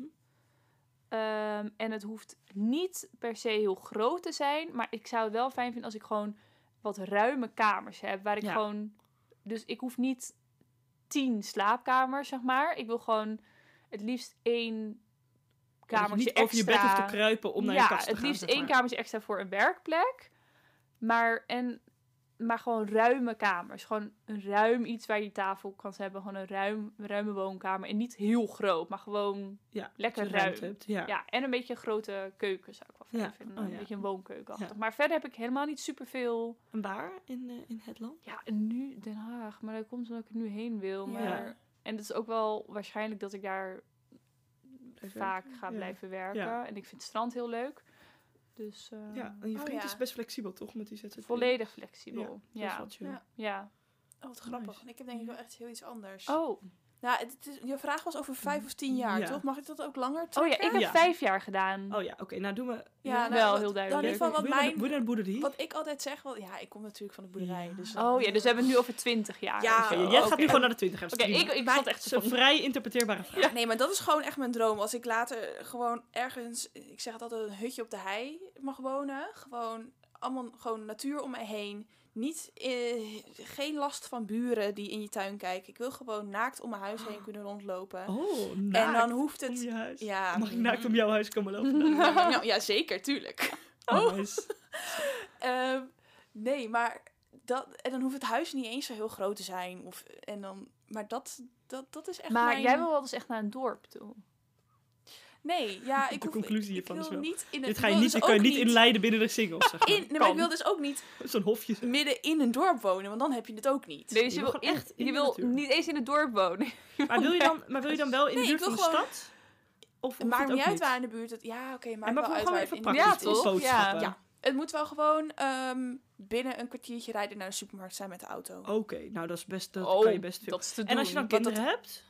[SPEAKER 2] Ehm, en het hoeft niet per se heel groot te zijn. Maar ik zou het wel fijn vinden als ik gewoon wat ruime kamers heb. Waar ik
[SPEAKER 1] Ja.
[SPEAKER 2] gewoon. Dus ik hoef niet tien slaapkamers, zeg maar. Ik wil gewoon het liefst één
[SPEAKER 1] Ja, dat je
[SPEAKER 2] kamertje
[SPEAKER 1] niet over je bed hoeft
[SPEAKER 2] extra
[SPEAKER 1] te kruipen om naar
[SPEAKER 2] ja,
[SPEAKER 1] je kast te gaan.
[SPEAKER 2] het liefst
[SPEAKER 1] zeg
[SPEAKER 2] één
[SPEAKER 1] maar.
[SPEAKER 2] kamertje extra voor een werkplek. Maar, en, maar gewoon ruime kamers. Gewoon een ruim iets waar je tafel kan hebben. Gewoon een ruim, ruime woonkamer. En niet heel groot, maar gewoon...
[SPEAKER 1] Ja,
[SPEAKER 2] lekker
[SPEAKER 1] als je ruimte
[SPEAKER 2] ruim.
[SPEAKER 1] hebt. Ja.
[SPEAKER 2] Ja, en een beetje een grote keuken zou ik wel fijn
[SPEAKER 1] Ja,
[SPEAKER 2] vinden.
[SPEAKER 1] oh
[SPEAKER 2] een
[SPEAKER 1] ja.
[SPEAKER 2] beetje een woonkeuken.
[SPEAKER 1] Ja.
[SPEAKER 2] Maar verder heb ik helemaal niet superveel...
[SPEAKER 1] En waar in, eh, in het land?
[SPEAKER 2] Ja, en nu Den Haag. Maar dat komt omdat ik er nu heen wil.
[SPEAKER 3] Ja.
[SPEAKER 2] Maar... En het is ook wel waarschijnlijk dat ik daar vaak ga
[SPEAKER 1] Ja.
[SPEAKER 2] blijven werken.
[SPEAKER 1] Ja.
[SPEAKER 2] En ik vind het strand heel leuk. Dus... eh,
[SPEAKER 1] Ja, en je
[SPEAKER 3] Oh,
[SPEAKER 1] vriend
[SPEAKER 3] ja.
[SPEAKER 1] is best flexibel toch met die ZZP?
[SPEAKER 2] Volledig flexibel.
[SPEAKER 1] Dat is
[SPEAKER 2] Ja.
[SPEAKER 1] wel chill.
[SPEAKER 3] Ja.
[SPEAKER 2] ja.
[SPEAKER 3] Oh, wat grappig. Ik heb denk ik wel echt heel iets anders.
[SPEAKER 2] Oh,
[SPEAKER 3] Nou, het, het is- je vraag was over vijf of tien jaar,
[SPEAKER 1] Ja.
[SPEAKER 3] toch? Mag ik dat ook langer
[SPEAKER 2] oh ja,
[SPEAKER 3] trekken?
[SPEAKER 2] ik heb
[SPEAKER 1] Ja.
[SPEAKER 2] vijf jaar gedaan.
[SPEAKER 1] Oh ja, oké. nou doen we...
[SPEAKER 3] Ja, nou,
[SPEAKER 2] Wel heel
[SPEAKER 3] wat- Nou, in
[SPEAKER 2] duidelijk.
[SPEAKER 3] ieder geval wat
[SPEAKER 1] Wil je naar de-
[SPEAKER 3] mijn...
[SPEAKER 1] wil je naar de boerderie?
[SPEAKER 3] Wat ik altijd zeg, want ja, ik kom natuurlijk van de boerderij.
[SPEAKER 1] Ja.
[SPEAKER 3] Dus
[SPEAKER 2] Oh ja, dus we hebben het nu over twintig jaar.
[SPEAKER 3] Ja,
[SPEAKER 2] of zo.
[SPEAKER 1] Oké, jij
[SPEAKER 2] Oké.
[SPEAKER 1] gaat nu gewoon naar de 20
[SPEAKER 2] Oké, ik, ik vond echt zo
[SPEAKER 1] Zo'n
[SPEAKER 2] van...
[SPEAKER 1] vrij interpreteerbare vraag.
[SPEAKER 3] Nee, maar dat is gewoon echt mijn droom. Als ik later gewoon ergens, ik zeg het altijd, een hutje op de hei mag wonen. Gewoon allemaal gewoon natuur om me heen. Niet, eh, geen last van buren die in je tuin kijken. Ik wil gewoon naakt om mijn huis
[SPEAKER 2] Ah.
[SPEAKER 3] heen kunnen rondlopen.
[SPEAKER 1] Oh,
[SPEAKER 3] en dan hoeft
[SPEAKER 1] om
[SPEAKER 3] het...
[SPEAKER 1] je huis.
[SPEAKER 3] Ja,
[SPEAKER 1] Mag ik naakt om jouw huis komen lopen?
[SPEAKER 3] nou, ja, zeker, tuurlijk.
[SPEAKER 1] Oh, nice.
[SPEAKER 3] Ehm, nee, maar dat, en dan hoeft het huis niet eens zo heel groot te zijn. Of, en dan, maar dat, dat, dat is echt
[SPEAKER 2] Maar
[SPEAKER 3] mijn...
[SPEAKER 2] jij wil wel eens echt naar een dorp toe.
[SPEAKER 3] Nee, ja, ik
[SPEAKER 1] De
[SPEAKER 3] hoef-
[SPEAKER 1] conclusie
[SPEAKER 3] ik
[SPEAKER 1] hiervan is
[SPEAKER 3] wil
[SPEAKER 1] wel-
[SPEAKER 3] niet in het...
[SPEAKER 1] Dit ga je
[SPEAKER 3] wil
[SPEAKER 1] niet,
[SPEAKER 3] dus
[SPEAKER 1] dit kan je
[SPEAKER 3] ook
[SPEAKER 1] niet inleiden binnen de singles, zeg maar.
[SPEAKER 3] in, nee, maar ik
[SPEAKER 2] Kan.
[SPEAKER 3] wil dus ook niet
[SPEAKER 1] Zo'n hofje. zeg.
[SPEAKER 3] midden in een dorp wonen, want dan heb je het ook niet.
[SPEAKER 2] Nee, dus
[SPEAKER 1] Je
[SPEAKER 2] je
[SPEAKER 1] wil
[SPEAKER 2] wil,
[SPEAKER 1] gewoon
[SPEAKER 2] echt,
[SPEAKER 1] echt in
[SPEAKER 2] je
[SPEAKER 1] de
[SPEAKER 2] wil
[SPEAKER 1] natuur.
[SPEAKER 2] niet eens in het dorp wonen.
[SPEAKER 1] Maar wil je dan, maar wil je dan wel in de
[SPEAKER 3] Nee,
[SPEAKER 1] buurt
[SPEAKER 3] ik wil
[SPEAKER 1] van de
[SPEAKER 3] gewoon-
[SPEAKER 1] stad? Of
[SPEAKER 3] Het
[SPEAKER 1] hoeft
[SPEAKER 3] maakt
[SPEAKER 1] het ook
[SPEAKER 3] niet uit
[SPEAKER 1] niet?
[SPEAKER 3] waar in de buurt het... Ja, oké, maar
[SPEAKER 1] En maar
[SPEAKER 3] wel uit
[SPEAKER 1] gewoon
[SPEAKER 3] waar
[SPEAKER 1] even
[SPEAKER 3] in de
[SPEAKER 1] praktisch
[SPEAKER 2] Ja,
[SPEAKER 3] buurt
[SPEAKER 1] iets
[SPEAKER 2] toch?
[SPEAKER 3] is.
[SPEAKER 1] boodschappen.
[SPEAKER 2] Ja.
[SPEAKER 3] Het moet wel gewoon ehm, binnen een kwartiertje rijden naar de supermarkt zijn met de auto.
[SPEAKER 1] Oké, nou dat is best, dat
[SPEAKER 2] oh,
[SPEAKER 1] kan je best veel.
[SPEAKER 2] dat is te doen.
[SPEAKER 1] En als je dan
[SPEAKER 3] Want
[SPEAKER 1] kinderen hebt,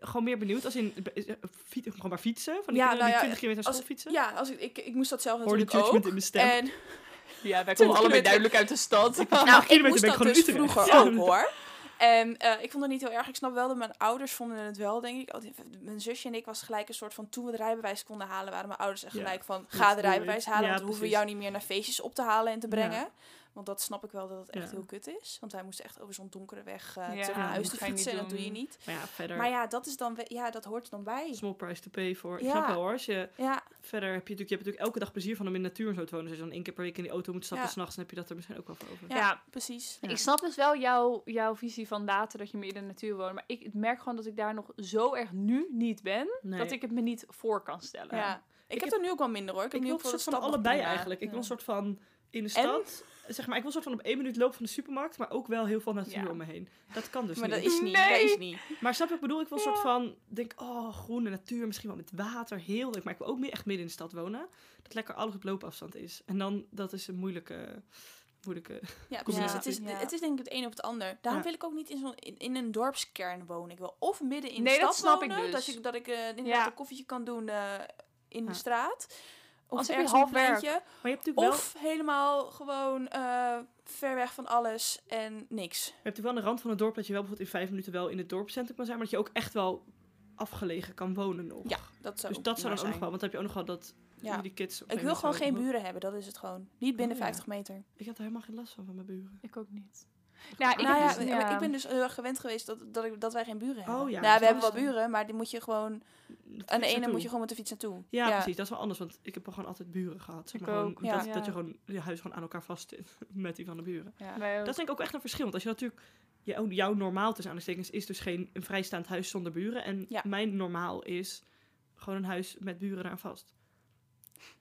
[SPEAKER 1] gewoon meer benieuwd, als in eh, eh, fiet- gewoon maar fietsen, van die
[SPEAKER 3] Ja,
[SPEAKER 1] kinderen
[SPEAKER 3] nou ja,
[SPEAKER 1] die 20 kilometer naar
[SPEAKER 3] als-
[SPEAKER 1] school fietsen.
[SPEAKER 3] Ja, als ik, ik, ik moest dat zelf
[SPEAKER 1] Hoor die
[SPEAKER 3] natuurlijk ook.
[SPEAKER 1] judgment in mijn stem.
[SPEAKER 3] En
[SPEAKER 2] Ja, wij
[SPEAKER 3] Twintig
[SPEAKER 2] komen allebei
[SPEAKER 3] kilometer.
[SPEAKER 2] duidelijk uit de stad.
[SPEAKER 3] Nou, ik
[SPEAKER 1] kilometer
[SPEAKER 3] moest
[SPEAKER 1] ben ik
[SPEAKER 3] dat
[SPEAKER 1] gewoon
[SPEAKER 3] dus
[SPEAKER 1] in Utrecht.
[SPEAKER 3] vroeger
[SPEAKER 1] Ja.
[SPEAKER 3] ook hoor. En eh, ik vond het niet heel erg. Ik snap wel dat mijn ouders vonden het wel, denk ik. Altijd- Mijn zusje en ik was gelijk een soort van... Toen we het rijbewijs konden halen, waren mijn ouders echt
[SPEAKER 1] Ja.
[SPEAKER 3] gelijk van...
[SPEAKER 1] Let's
[SPEAKER 3] Ga
[SPEAKER 1] do
[SPEAKER 3] de rijbewijs
[SPEAKER 1] it.
[SPEAKER 3] halen,
[SPEAKER 1] Ja,
[SPEAKER 3] want dan hoeven we
[SPEAKER 1] precies.
[SPEAKER 3] jou niet meer naar feestjes op te halen en te brengen. Want dat snap ik wel dat het echt
[SPEAKER 1] Ja.
[SPEAKER 3] heel kut is. Want wij moesten echt over zo'n donkere weg eh
[SPEAKER 2] Ja,
[SPEAKER 3] terug naar
[SPEAKER 1] dat
[SPEAKER 3] huis te
[SPEAKER 2] ga je niet
[SPEAKER 3] fietsen. En dat
[SPEAKER 2] doen.
[SPEAKER 3] doe je niet.
[SPEAKER 1] Maar ja, verder.
[SPEAKER 3] Maar ja, dat, is dan, we- ja, dat hoort er dan bij.
[SPEAKER 1] Small price to pay voor. Ik
[SPEAKER 3] Ja.
[SPEAKER 1] snap wel hoor. Als je,
[SPEAKER 3] Ja,
[SPEAKER 1] verder heb je, natuurlijk, je hebt natuurlijk elke dag plezier van om in de natuur en zo te wonen. Dus als je dan één keer per week in die auto moet stappen
[SPEAKER 3] Ja.
[SPEAKER 1] s s'nachts, dan heb je dat er misschien ook wel voor over.
[SPEAKER 3] ja,
[SPEAKER 2] Ja.
[SPEAKER 3] precies.
[SPEAKER 1] Ja.
[SPEAKER 2] Ik snap dus wel jouw, jouw visie van later dat je meer in de natuur woont. Maar ik merk gewoon dat ik daar nog zo erg nu niet ben.
[SPEAKER 1] Nee.
[SPEAKER 2] Dat ik het me niet voor kan stellen.
[SPEAKER 3] Ja. Ik, heb er nu ook wel minder hoor. Ik,
[SPEAKER 1] Ik
[SPEAKER 3] heb nu
[SPEAKER 1] wil
[SPEAKER 3] ook
[SPEAKER 1] een
[SPEAKER 3] wel
[SPEAKER 1] soort
[SPEAKER 3] de
[SPEAKER 1] van
[SPEAKER 3] stad nog
[SPEAKER 1] allebei
[SPEAKER 3] prima.
[SPEAKER 1] eigenlijk. Ik wil een
[SPEAKER 2] Ja.
[SPEAKER 1] soort van in de stad. Zeg maar, ik wil een soort van op één minuut lopen van de supermarkt, maar ook wel heel veel natuur
[SPEAKER 2] Ja.
[SPEAKER 1] om me heen. Dat kan dus
[SPEAKER 3] maar dat
[SPEAKER 1] niet.
[SPEAKER 3] is niet. Dat
[SPEAKER 2] Nee.
[SPEAKER 3] is niet.
[SPEAKER 1] Maar snap je wat ik bedoel? Ik wil een soort van, denk, oh, groene natuur, misschien wel met water, heel leuk. Maar ik wil ook meer echt midden in de stad wonen. Dat lekker alles op loopafstand is. En dan, dat is een moeilijke, moeilijke...
[SPEAKER 3] Ja,
[SPEAKER 1] Kom je
[SPEAKER 3] precies.
[SPEAKER 1] er
[SPEAKER 3] Het is,
[SPEAKER 2] naartoe? Ja.
[SPEAKER 3] het is denk ik het een op het ander. Daarom
[SPEAKER 1] Ja.
[SPEAKER 3] wil ik ook niet in, zo'n, in, in een dorpskern wonen. Ik wil of midden in
[SPEAKER 2] Nee,
[SPEAKER 3] de
[SPEAKER 2] dat
[SPEAKER 3] stad
[SPEAKER 2] snap ik
[SPEAKER 3] wonen.
[SPEAKER 2] dus.
[SPEAKER 3] Dat ik, dat ik eh, inderdaad
[SPEAKER 2] Ja.
[SPEAKER 3] een koffietje kan doen eh, in
[SPEAKER 1] Ja.
[SPEAKER 3] de straat. Of
[SPEAKER 2] Als heb je
[SPEAKER 3] ergens op een
[SPEAKER 2] half werk.
[SPEAKER 3] pleintje.
[SPEAKER 1] Maar je hebt natuurlijk wel,
[SPEAKER 3] Of helemaal gewoon eh, ver weg van alles en niks.
[SPEAKER 1] je hebt natuurlijk wel aan de rand van het dorp dat je wel bijvoorbeeld in vijf minuten wel in het dorpcentrum kan zijn. Maar dat je ook echt wel afgelegen kan wonen nog.
[SPEAKER 3] Ja, dat zou
[SPEAKER 1] dus dat zou dan ook
[SPEAKER 3] prima
[SPEAKER 1] nog wel,
[SPEAKER 3] zijn.
[SPEAKER 1] want dan heb je ook nog wel dat
[SPEAKER 3] Ja.
[SPEAKER 1] jullie kids... op een
[SPEAKER 3] Ik wil
[SPEAKER 1] gegeven
[SPEAKER 3] gewoon
[SPEAKER 1] moment
[SPEAKER 3] geen
[SPEAKER 1] zo-
[SPEAKER 3] buren hebben, dat is het gewoon. Niet binnen
[SPEAKER 1] Oh, ja.
[SPEAKER 3] 50 meter.
[SPEAKER 1] Ik heb er helemaal geen last van, van mijn buren.
[SPEAKER 2] Ik ook niet. Nou, ik,
[SPEAKER 3] nou
[SPEAKER 2] heb
[SPEAKER 3] ja,
[SPEAKER 2] dus-
[SPEAKER 3] maar
[SPEAKER 2] ja.
[SPEAKER 3] ik ben dus heel erg gewend geweest dat, dat, ik, dat wij geen buren hebben.
[SPEAKER 1] Oh ja,
[SPEAKER 3] Nou,
[SPEAKER 1] dus
[SPEAKER 3] we hebben
[SPEAKER 1] dat
[SPEAKER 3] wel
[SPEAKER 1] is dan-
[SPEAKER 3] buren, maar die moet je gewoon...
[SPEAKER 1] Dat
[SPEAKER 3] Aan
[SPEAKER 1] fiets
[SPEAKER 3] de ene moet
[SPEAKER 1] naartoe.
[SPEAKER 3] je gewoon met de fiets naartoe.
[SPEAKER 1] Ja, precies. Dat is wel anders, want ik heb wel gewoon altijd buren gehad. Zeg
[SPEAKER 2] Ik
[SPEAKER 1] maar gewoon,
[SPEAKER 2] ook,
[SPEAKER 3] ja.
[SPEAKER 1] dat, dat je
[SPEAKER 2] Ja.
[SPEAKER 1] gewoon je huis gewoon aan elkaar vast zit met die van de buren.
[SPEAKER 3] Ja.
[SPEAKER 2] Wij ook.
[SPEAKER 1] Dat is denk ik ook echt een verschil. Want als je natuurlijk... jou- jouw normaal tussen aanstekens is dus geen een vrijstaand huis zonder buren. En
[SPEAKER 3] Ja.
[SPEAKER 1] mijn normaal is gewoon een huis met buren eraan vast.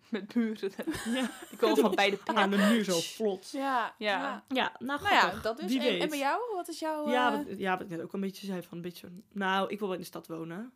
[SPEAKER 2] met buren.
[SPEAKER 1] Ja,
[SPEAKER 2] Die komen van bij de
[SPEAKER 1] aan
[SPEAKER 2] paard.
[SPEAKER 1] de muur zo vlot.
[SPEAKER 3] Ja,
[SPEAKER 2] Ja.
[SPEAKER 1] Ja, nou
[SPEAKER 3] Nou
[SPEAKER 1] grappig.
[SPEAKER 3] ja, dat dus.
[SPEAKER 1] Wie
[SPEAKER 3] En,
[SPEAKER 1] weet.
[SPEAKER 3] en bij jou? Wat is jouw...
[SPEAKER 1] Ja,
[SPEAKER 3] eh,
[SPEAKER 1] wat, ja, wat ik net ook een beetje zei van een beetje... zo'n- Nou, ik wil wel in de stad wonen.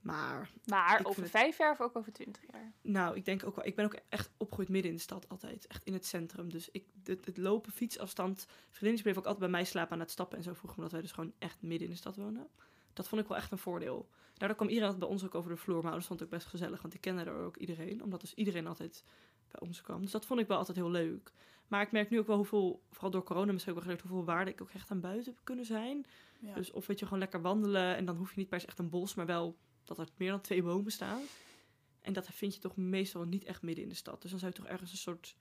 [SPEAKER 1] Maar,
[SPEAKER 2] Maar
[SPEAKER 1] Ik
[SPEAKER 2] over
[SPEAKER 1] vind-
[SPEAKER 2] vijf jaar of ook over twintig jaar?
[SPEAKER 1] nou, ik denk ook wel... Ik ben ook echt opgegroeid midden in de stad altijd. Echt in het centrum. Dus ik, het, het lopen, fietsafstand... Vriendinnen bleef ook altijd bij mij slapen aan het stappen en zo vroeg. Omdat wij dus gewoon echt midden in de stad wonen. Dat vond ik wel echt een voordeel. Daardoor kwam iedereen altijd bij ons ook over de vloer. Maar dat vond ik best gezellig, want ik kende daar ook iedereen. Omdat dus iedereen altijd bij ons kwam. Dus dat vond ik wel altijd heel leuk. Maar ik merk nu ook wel hoeveel, vooral door corona misschien ook wel geleerd... hoeveel waarde ik ook echt aan buiten heb kunnen zijn.
[SPEAKER 3] ja.
[SPEAKER 1] Dus of weet je, gewoon lekker wandelen. En dan hoef je niet per se echt een bos, maar wel dat er meer dan twee bomen staan. En dat vind je toch meestal niet echt midden in de stad. Dus dan zou je toch ergens een soort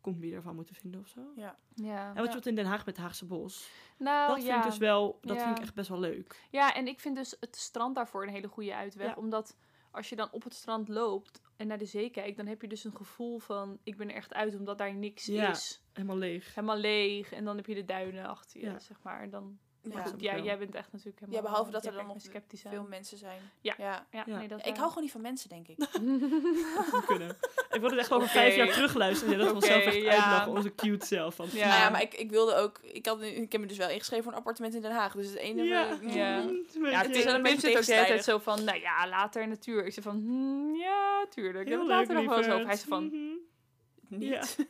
[SPEAKER 1] combi ervan moeten vinden of zo.
[SPEAKER 2] Ja.
[SPEAKER 1] En wat je
[SPEAKER 3] Ja.
[SPEAKER 1] doet in Den Haag met het Haagse bos.
[SPEAKER 2] Nou,
[SPEAKER 1] dat vind
[SPEAKER 2] ja.
[SPEAKER 1] ik dus wel, dat
[SPEAKER 2] Ja.
[SPEAKER 1] vind ik echt best wel leuk.
[SPEAKER 2] Ja, en ik vind dus het strand daarvoor een hele goede uitweg.
[SPEAKER 1] Ja.
[SPEAKER 2] Omdat als je dan op het strand loopt en naar de zee kijkt, dan heb je dus een gevoel van ik ben er echt uit omdat daar niks
[SPEAKER 1] Ja.
[SPEAKER 2] is.
[SPEAKER 1] Helemaal leeg.
[SPEAKER 2] Helemaal leeg. En dan heb je de duinen achter je,
[SPEAKER 1] Ja.
[SPEAKER 2] zeg maar. En Dan,
[SPEAKER 3] Ja.
[SPEAKER 1] dat-
[SPEAKER 2] ja,
[SPEAKER 1] wel.
[SPEAKER 2] jij bent echt natuurlijk helemaal...
[SPEAKER 3] Ja, behalve dat
[SPEAKER 2] jij
[SPEAKER 3] er dan
[SPEAKER 2] kijkt
[SPEAKER 3] nog
[SPEAKER 2] me sceptisch aan.
[SPEAKER 3] Veel mensen zijn.
[SPEAKER 2] Ja.
[SPEAKER 3] ja. eh,
[SPEAKER 2] Ja,
[SPEAKER 1] Ja.
[SPEAKER 2] Nee, dat
[SPEAKER 3] Ik
[SPEAKER 2] wel.
[SPEAKER 3] hou gewoon niet van mensen, denk ik.
[SPEAKER 1] Dat moet kunnen. Ik wilde echt gewoon over vijf
[SPEAKER 2] Oké.
[SPEAKER 1] jaar terugluisteren. Ja, dat we
[SPEAKER 2] Oké,
[SPEAKER 1] onszelf echt
[SPEAKER 2] ja.
[SPEAKER 1] uitlachen, onze cute zelf. Want
[SPEAKER 2] Ja.
[SPEAKER 3] Nou ja, maar ik, ik wilde ook... Ik, had, nu- ik heb me dus wel ingeschreven voor een appartement in Den Haag. Dus het enige...
[SPEAKER 1] Ja.
[SPEAKER 2] Ja.
[SPEAKER 1] Ja,
[SPEAKER 2] Ja,
[SPEAKER 1] het is
[SPEAKER 2] Tim
[SPEAKER 3] wel een beetje
[SPEAKER 2] zit ook de hele tijd
[SPEAKER 3] tegenstrijdig.
[SPEAKER 2] zo van, nou ja, later natuur. Ik zeg van, hmm, ja, tuurlijk.
[SPEAKER 1] heel
[SPEAKER 2] Heel
[SPEAKER 1] leuk,
[SPEAKER 2] later nog wel eens over. Hij
[SPEAKER 1] lieverd.
[SPEAKER 2] is van,
[SPEAKER 1] Mhm.
[SPEAKER 3] Niet.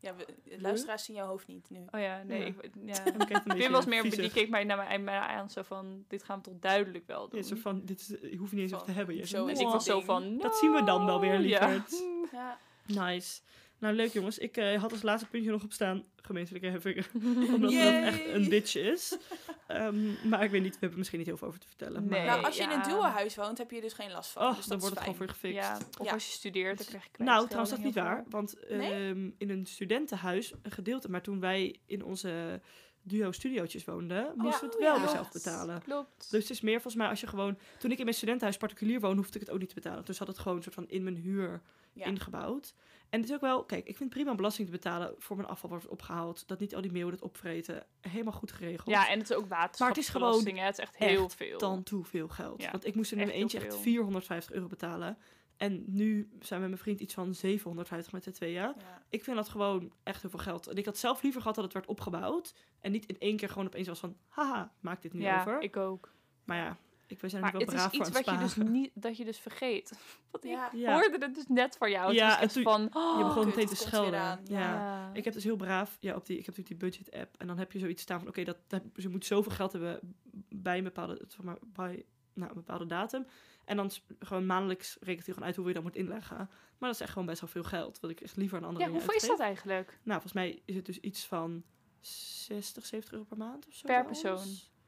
[SPEAKER 3] Ja, we, de luisteraars zien jouw hoofd niet nu.
[SPEAKER 2] oh ja, nee,
[SPEAKER 1] Ja.
[SPEAKER 2] ik, ja.
[SPEAKER 1] En kijkt een
[SPEAKER 2] Pim
[SPEAKER 1] beetje
[SPEAKER 2] was meer,
[SPEAKER 1] viezig.
[SPEAKER 2] die keek mij naar mij, mij aan, zo van, dit gaan we toch duidelijk wel
[SPEAKER 1] Ja,
[SPEAKER 2] doen.
[SPEAKER 1] zo van, dit is, eh, je hoeft niet eens echt te
[SPEAKER 3] Van,
[SPEAKER 1] hebben. Je
[SPEAKER 3] zo
[SPEAKER 1] zegt,
[SPEAKER 3] is
[SPEAKER 2] dus
[SPEAKER 3] het
[SPEAKER 2] ik
[SPEAKER 1] "Mwah."
[SPEAKER 2] was zo
[SPEAKER 3] ding.
[SPEAKER 2] van,
[SPEAKER 1] Dat zien we dan wel weer,
[SPEAKER 2] nou,
[SPEAKER 1] lieverd.
[SPEAKER 3] Ja.
[SPEAKER 1] Nice. Nou, leuk jongens. Ik eh, had als laatste puntje nog op staan gemeenselijke heffingen. Omdat dat
[SPEAKER 3] Yay.
[SPEAKER 1] echt een bitch is. Ehm, maar ik weet niet, we hebben er misschien niet heel veel over te vertellen.
[SPEAKER 2] Nee.
[SPEAKER 1] Maar,
[SPEAKER 3] Nou, als je in
[SPEAKER 2] ja.
[SPEAKER 3] een duwenhuis woont, heb je dus geen last van.
[SPEAKER 1] oh,
[SPEAKER 3] dus
[SPEAKER 1] dan
[SPEAKER 3] dat
[SPEAKER 1] wordt
[SPEAKER 3] is
[SPEAKER 1] het
[SPEAKER 3] fijn.
[SPEAKER 1] gewoon weer
[SPEAKER 2] Ja.
[SPEAKER 1] gefixt.
[SPEAKER 2] Ja, of
[SPEAKER 3] Ja.
[SPEAKER 2] als je studeert, dan krijg je
[SPEAKER 1] Nou,
[SPEAKER 2] kwijtschelding
[SPEAKER 1] trouwens, dat is niet
[SPEAKER 2] heel
[SPEAKER 1] waar.
[SPEAKER 2] veel.
[SPEAKER 1] Want
[SPEAKER 3] Nee?
[SPEAKER 1] ehm, in een studentenhuis, een gedeelte, maar toen wij in onze duo-studiootjes woonden, moesten we het
[SPEAKER 3] ja. oh
[SPEAKER 1] wel
[SPEAKER 3] Ja.
[SPEAKER 1] weer zelf betalen.
[SPEAKER 2] Klopt.
[SPEAKER 1] Dus het is meer volgens mij als je gewoon... Toen ik in mijn studentenhuis particulier woon, hoefde ik het ook niet te betalen. Dus had het gewoon een soort van in mijn huur
[SPEAKER 3] Ja.
[SPEAKER 1] ingebouwd. En het is ook wel... Kijk, ik vind het prima om belasting te betalen voor mijn afval wordt opgehaald. Dat niet al die meeuwen het opvreten. Helemaal goed geregeld.
[SPEAKER 2] ja, en het is ook waterschapsbelasting, hè. Het is echt
[SPEAKER 1] echt
[SPEAKER 2] heel veel.
[SPEAKER 1] Dan toe veel geld.
[SPEAKER 2] Ja,
[SPEAKER 1] Want ik moest in mijn
[SPEAKER 2] echt heel
[SPEAKER 1] eentje echt
[SPEAKER 2] veel.
[SPEAKER 1] 450 euro betalen. En nu zijn we met mijn vriend iets van 750 met de tweeën.
[SPEAKER 3] Ja.
[SPEAKER 1] Ik vind dat gewoon echt heel veel geld. En ik had zelf liever gehad dat het werd opgebouwd. En niet in één keer gewoon opeens was van... Haha, maak dit nu
[SPEAKER 2] ja,
[SPEAKER 1] over.
[SPEAKER 2] ik ook.
[SPEAKER 1] Maar ja, ik, wij zijn er
[SPEAKER 2] Maar
[SPEAKER 1] wel
[SPEAKER 2] het
[SPEAKER 1] braaf
[SPEAKER 2] is
[SPEAKER 1] voor aan
[SPEAKER 2] iets
[SPEAKER 1] het
[SPEAKER 2] wat je,
[SPEAKER 1] sparen.
[SPEAKER 2] dus niet, dat je dus vergeet. Wat ik
[SPEAKER 3] Ja.
[SPEAKER 1] Ja.
[SPEAKER 2] hoorde het dus net van jou.
[SPEAKER 1] Ja,
[SPEAKER 2] Ja,
[SPEAKER 1] en
[SPEAKER 2] het
[SPEAKER 1] toen-
[SPEAKER 2] was echt van...
[SPEAKER 1] je
[SPEAKER 2] oh,
[SPEAKER 1] begon
[SPEAKER 3] kut,
[SPEAKER 1] meteen te
[SPEAKER 3] het komt weer
[SPEAKER 1] schelden. Ja.
[SPEAKER 3] aan. Ja.
[SPEAKER 1] Ik heb dus heel braaf, ja, op die, ik heb natuurlijk die budget-app. En dan heb je zoiets staan van, oké, dat, dat, ze moet zoveel geld hebben bij een bepaalde, zeg maar, bij, nou, een bepaalde datum. En dan sp- gewoon maandelijks rekent hij gewoon uit hoeveel je dat moet inleggen. Maar dat is echt gewoon best wel veel geld. Wat ik echt liever aan andere
[SPEAKER 2] ja,
[SPEAKER 1] dingen
[SPEAKER 2] hoeveel is dat
[SPEAKER 1] uitgeef.
[SPEAKER 2] eigenlijk?
[SPEAKER 1] Nou, volgens mij is het dus iets van 60, 70 euro per maand of zo.
[SPEAKER 2] Per
[SPEAKER 1] bij ons.
[SPEAKER 2] persoon,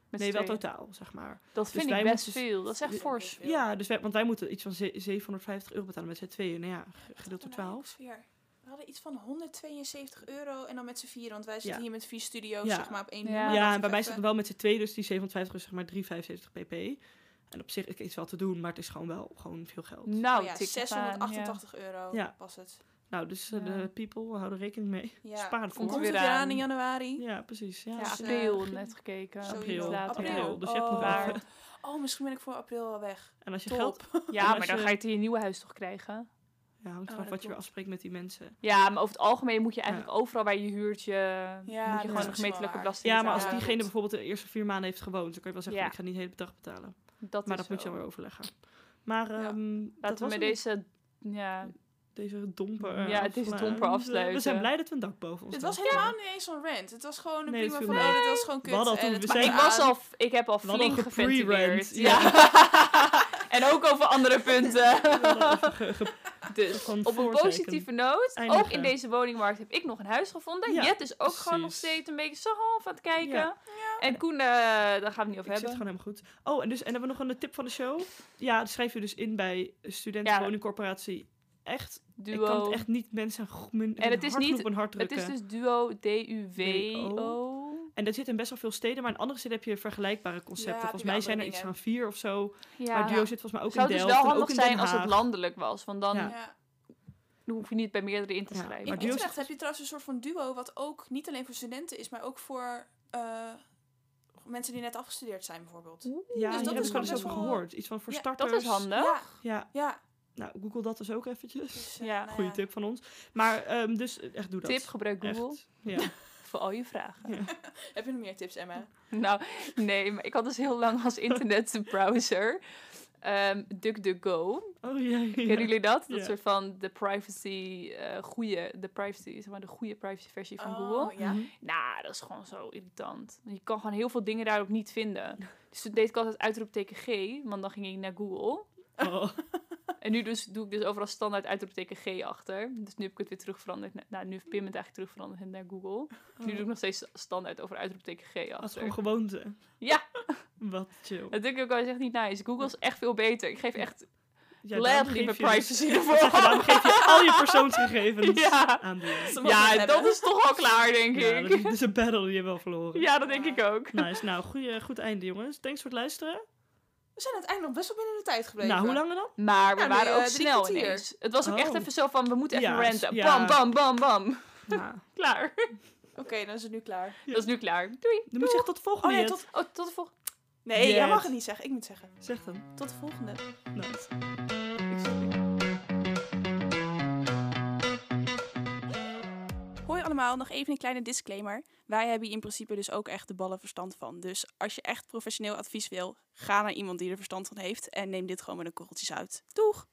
[SPEAKER 2] Met
[SPEAKER 1] nee,
[SPEAKER 2] z'n
[SPEAKER 1] wel
[SPEAKER 2] tweeën?
[SPEAKER 1] totaal, zeg maar.
[SPEAKER 2] Dat vind
[SPEAKER 1] wij
[SPEAKER 2] ik best
[SPEAKER 1] moeten dus-
[SPEAKER 2] veel. Dat is echt
[SPEAKER 1] Ja.
[SPEAKER 2] fors.
[SPEAKER 3] Veel.
[SPEAKER 1] Ja, dus wij, want wij moeten iets van ze- 750 euro betalen met z'n tweeën. Nou ja, g- gedeeld door
[SPEAKER 3] Wat een
[SPEAKER 1] 12.
[SPEAKER 3] sfeer. hadden iets van 172 euro en dan met z'n vier, want wij zitten
[SPEAKER 1] Ja.
[SPEAKER 3] hier met vier studio's,
[SPEAKER 1] Ja.
[SPEAKER 3] zeg maar, op één
[SPEAKER 2] Ja.
[SPEAKER 3] nummer.
[SPEAKER 2] maar
[SPEAKER 1] ja,
[SPEAKER 3] Laten
[SPEAKER 1] en
[SPEAKER 3] we
[SPEAKER 1] bij mij
[SPEAKER 3] even-
[SPEAKER 1] zit het wel met z'n twee, dus die 57 is zeg maar 375 pp. En op zich is wel te doen, maar het is gewoon wel gewoon veel geld.
[SPEAKER 2] Nou,
[SPEAKER 3] oh ja,
[SPEAKER 2] tik erop aan, ja.
[SPEAKER 3] 688 euro
[SPEAKER 1] Ja.
[SPEAKER 3] was het.
[SPEAKER 1] Nou, dus eh,
[SPEAKER 2] Ja.
[SPEAKER 1] de people, hou er rekening mee.
[SPEAKER 3] Ja.
[SPEAKER 1] Spaar het
[SPEAKER 3] Komt,
[SPEAKER 1] voor.
[SPEAKER 2] weer
[SPEAKER 3] het weer aan
[SPEAKER 2] aan.
[SPEAKER 3] in januari?
[SPEAKER 1] Ja, precies. Ja,
[SPEAKER 2] Ja,
[SPEAKER 3] Dus, eh,
[SPEAKER 2] april net gekeken.
[SPEAKER 3] Sowieso.
[SPEAKER 2] Iets
[SPEAKER 1] april.
[SPEAKER 2] later.
[SPEAKER 1] april.
[SPEAKER 3] April.
[SPEAKER 1] Dus je hebt nog
[SPEAKER 2] Oh.
[SPEAKER 1] wel.
[SPEAKER 3] Oh, misschien ben ik voor april al weg.
[SPEAKER 1] En als je
[SPEAKER 3] Top.
[SPEAKER 1] geld...
[SPEAKER 2] Ja, maar
[SPEAKER 1] Als
[SPEAKER 2] dan
[SPEAKER 1] je-
[SPEAKER 2] ga je het in je nieuwe huis toch krijgen?
[SPEAKER 1] Ja, hangt
[SPEAKER 3] Oh,
[SPEAKER 1] vanaf
[SPEAKER 3] dat
[SPEAKER 1] wat je weer
[SPEAKER 3] klopt.
[SPEAKER 1] afspreekt met die mensen.
[SPEAKER 2] Ja, maar over het algemeen moet je eigenlijk overal waar je huurt je, moet
[SPEAKER 3] dat
[SPEAKER 2] je
[SPEAKER 3] is
[SPEAKER 2] gewoon
[SPEAKER 3] wel
[SPEAKER 2] een gemeentelijke
[SPEAKER 3] waar.
[SPEAKER 2] belasting
[SPEAKER 1] Ja, maar als
[SPEAKER 3] Ja,
[SPEAKER 2] betalen.
[SPEAKER 1] diegene
[SPEAKER 3] goed.
[SPEAKER 1] bijvoorbeeld de eerste vier maanden heeft gewoond... dan kan je wel zeggen,
[SPEAKER 2] Ja.
[SPEAKER 1] ik ga niet het hele bedrag betalen.
[SPEAKER 2] Dat
[SPEAKER 1] maar
[SPEAKER 2] is
[SPEAKER 1] dat moet je
[SPEAKER 2] zo.
[SPEAKER 1] dan weer overleggen. Maar
[SPEAKER 3] Ja.
[SPEAKER 1] ehm, dat
[SPEAKER 2] Laten we
[SPEAKER 1] was
[SPEAKER 2] met
[SPEAKER 1] hem.
[SPEAKER 2] deze... Ja,
[SPEAKER 1] deze domper eh,
[SPEAKER 2] Ja, deze
[SPEAKER 1] afsluiten.
[SPEAKER 2] domper afsluiten.
[SPEAKER 1] We zijn blij dat we een dak boven ons
[SPEAKER 3] Het was
[SPEAKER 1] dak hebben.
[SPEAKER 3] helemaal niet eens zo'n rant. Het was gewoon een
[SPEAKER 1] Nee,
[SPEAKER 3] prima
[SPEAKER 1] het
[SPEAKER 3] van
[SPEAKER 1] viel
[SPEAKER 3] nee,
[SPEAKER 1] mee.
[SPEAKER 3] dat was gewoon
[SPEAKER 1] We
[SPEAKER 3] kut.
[SPEAKER 1] hadden het
[SPEAKER 3] en
[SPEAKER 1] toen
[SPEAKER 3] het
[SPEAKER 1] gezegd.
[SPEAKER 2] ik
[SPEAKER 1] Ja.
[SPEAKER 3] pakte
[SPEAKER 2] was
[SPEAKER 3] aan.
[SPEAKER 2] al, ik heb al
[SPEAKER 1] We hadden
[SPEAKER 2] flink
[SPEAKER 1] al gepre-rant,
[SPEAKER 2] geventileerd. Ja.
[SPEAKER 1] ja.
[SPEAKER 2] en ook over andere punten.
[SPEAKER 1] Ge- ge-
[SPEAKER 2] Dus
[SPEAKER 1] Gewoon
[SPEAKER 2] op een
[SPEAKER 1] voorzeiken.
[SPEAKER 2] positieve noot, ook
[SPEAKER 1] Eindigen.
[SPEAKER 2] in deze woningmarkt heb ik nog een huis gevonden.
[SPEAKER 1] Ja,
[SPEAKER 2] Jet is ook gewoon nog
[SPEAKER 1] precies.
[SPEAKER 2] steeds een beetje zo half aan het kijken.
[SPEAKER 1] Ja.
[SPEAKER 2] En Koen, eh, daar gaan we het niet
[SPEAKER 1] Ik
[SPEAKER 2] over
[SPEAKER 1] zit
[SPEAKER 2] hebben.
[SPEAKER 1] gewoon helemaal goed. Oh, en, dus, en hebben we nog een tip van de show? Ja, dat schrijf je dus in bij Studentenwoningcorporatie. Echt, ik
[SPEAKER 2] Duo.
[SPEAKER 1] kan het echt niet mensen een gro- hun
[SPEAKER 2] En het is
[SPEAKER 1] hart
[SPEAKER 2] niet-
[SPEAKER 1] op een hart
[SPEAKER 2] Het
[SPEAKER 1] drukken.
[SPEAKER 2] is dus duo D-U-W-O.
[SPEAKER 1] En er zitten best wel veel steden, maar in andere steden heb je vergelijkbare concepten.
[SPEAKER 3] Ja, heb
[SPEAKER 1] volgens
[SPEAKER 3] je wel
[SPEAKER 1] mij zijn er
[SPEAKER 3] andere
[SPEAKER 1] iets
[SPEAKER 3] dingen.
[SPEAKER 1] van vier of zo.
[SPEAKER 2] Ja.
[SPEAKER 1] Maar Duo zit volgens mij ook
[SPEAKER 2] Zou
[SPEAKER 1] in
[SPEAKER 2] het dus
[SPEAKER 1] Delft
[SPEAKER 2] wel
[SPEAKER 1] en ook
[SPEAKER 2] handig
[SPEAKER 1] in
[SPEAKER 2] zijn
[SPEAKER 1] Den
[SPEAKER 2] als het
[SPEAKER 1] Haag.
[SPEAKER 2] landelijk was, want dan
[SPEAKER 1] Ja.
[SPEAKER 3] Ja.
[SPEAKER 2] hoef je niet bij meerdere in te
[SPEAKER 1] Ja,
[SPEAKER 2] schrijven.
[SPEAKER 1] maar
[SPEAKER 3] In
[SPEAKER 1] duo is-
[SPEAKER 3] Utrecht heb je trouwens een soort van duo, wat ook niet alleen voor studenten is, maar ook voor eh, mensen die net afgestudeerd zijn bijvoorbeeld.
[SPEAKER 1] Ja,
[SPEAKER 3] Dus
[SPEAKER 1] hier
[SPEAKER 3] dat
[SPEAKER 1] heb
[SPEAKER 3] is
[SPEAKER 1] ik wel eens
[SPEAKER 3] best
[SPEAKER 1] over
[SPEAKER 3] wel-
[SPEAKER 1] gehoord. Iets van voor
[SPEAKER 3] Ja, dat
[SPEAKER 1] starters.
[SPEAKER 2] dat is handig.
[SPEAKER 3] Ja,
[SPEAKER 1] Ja,
[SPEAKER 3] ja.
[SPEAKER 1] nou, Google dat dus ook eventjes.
[SPEAKER 3] Dus, eh,
[SPEAKER 2] Ja.
[SPEAKER 3] nou
[SPEAKER 1] Goeie
[SPEAKER 3] ja.
[SPEAKER 1] tip van ons. Maar ehm, dus echt doe dat.
[SPEAKER 2] Tip, gebruik Google
[SPEAKER 1] Echt. Ja.
[SPEAKER 2] voor al je vragen.
[SPEAKER 3] Heb je nog meer tips, Emma?
[SPEAKER 2] Nou, nee, maar ik had dus heel lang als internetbrowser ehm DuckDuckGo.
[SPEAKER 1] Oh ja, ja.
[SPEAKER 2] Kennen jullie dat? Dat
[SPEAKER 1] Ja.
[SPEAKER 2] soort van de privacy, eh goede, de privacy, zeg maar de goede privacy versie van Google.
[SPEAKER 3] Oh, ja.
[SPEAKER 1] Mhm.
[SPEAKER 2] Nou, dat is gewoon zo irritant. Je kan gewoon heel veel dingen daarop niet vinden. Dus toen deed ik altijd uitroepteken G, want dan ging ik naar Google.
[SPEAKER 1] Oh,
[SPEAKER 2] En nu dus, doe ik dus overal standaard uitroepteken G achter. Dus nu heb ik het weer terug veranderd. naar- Nou, nu heeft Pim het eigenlijk terug veranderd naar Google. Nu doe ik nog steeds standaard over uitroepteken G
[SPEAKER 1] als
[SPEAKER 2] achter.
[SPEAKER 1] Oh. gewoon gewoonte.
[SPEAKER 2] Ja.
[SPEAKER 1] Wat chill.
[SPEAKER 2] Dat denk ik ook wel, is echt niet nice. Google is echt veel beter. Ik geef echt
[SPEAKER 1] Ja, daarom
[SPEAKER 2] gladly
[SPEAKER 1] geef
[SPEAKER 2] mijn
[SPEAKER 1] je dus-
[SPEAKER 2] privacy
[SPEAKER 1] Ik zeg, daarom
[SPEAKER 2] ervoor.
[SPEAKER 1] geef je al je persoonsgegevens
[SPEAKER 2] Ja.
[SPEAKER 1] aan die. Ja,
[SPEAKER 3] Ze mogen het
[SPEAKER 2] Ja, dat
[SPEAKER 3] hebben.
[SPEAKER 2] is toch al klaar, denk
[SPEAKER 1] dat
[SPEAKER 2] ik.
[SPEAKER 1] is, dat is een battle die je wel verloren.
[SPEAKER 2] Ja, dat denk ik ook.
[SPEAKER 1] Nice. Nou, goeie, goed einde, jongens. Thanks voor het luisteren.
[SPEAKER 3] We zijn uiteindelijk nog best wel binnen de tijd gebleven.
[SPEAKER 1] Nou, hoe lang dan?
[SPEAKER 2] Maar we
[SPEAKER 3] Ja, nu,
[SPEAKER 2] waren ook
[SPEAKER 3] eh, drie
[SPEAKER 2] snel
[SPEAKER 3] kwartier.
[SPEAKER 2] ineens. Het was ook echt
[SPEAKER 1] Oh.
[SPEAKER 2] even zo van, we moeten even
[SPEAKER 1] Ja,
[SPEAKER 2] ranten.
[SPEAKER 1] ja.
[SPEAKER 2] Bam, bam, bam, bam.
[SPEAKER 1] Ja.
[SPEAKER 2] Klaar.
[SPEAKER 3] Oké, dan is het nu klaar.
[SPEAKER 1] Ja.
[SPEAKER 2] Dat is nu klaar. Doei.
[SPEAKER 1] Dan moet je zeggen tot de
[SPEAKER 3] Oh
[SPEAKER 1] volgende.
[SPEAKER 3] nee,
[SPEAKER 1] keer.
[SPEAKER 3] tot,
[SPEAKER 2] Oh, tot de volgende.
[SPEAKER 3] nee jij
[SPEAKER 1] Jet.
[SPEAKER 3] mag het niet zeggen. Ik moet zeggen.
[SPEAKER 1] Zeg dan.
[SPEAKER 3] Tot de volgende.
[SPEAKER 1] Nice.
[SPEAKER 3] Hoi allemaal, nog even een kleine disclaimer. Wij hebben hier in principe dus ook echt de ballen verstand van. Dus als je echt professioneel advies wil, ga naar iemand die er verstand van heeft en neem dit gewoon met een korreltjes uit. Doeg!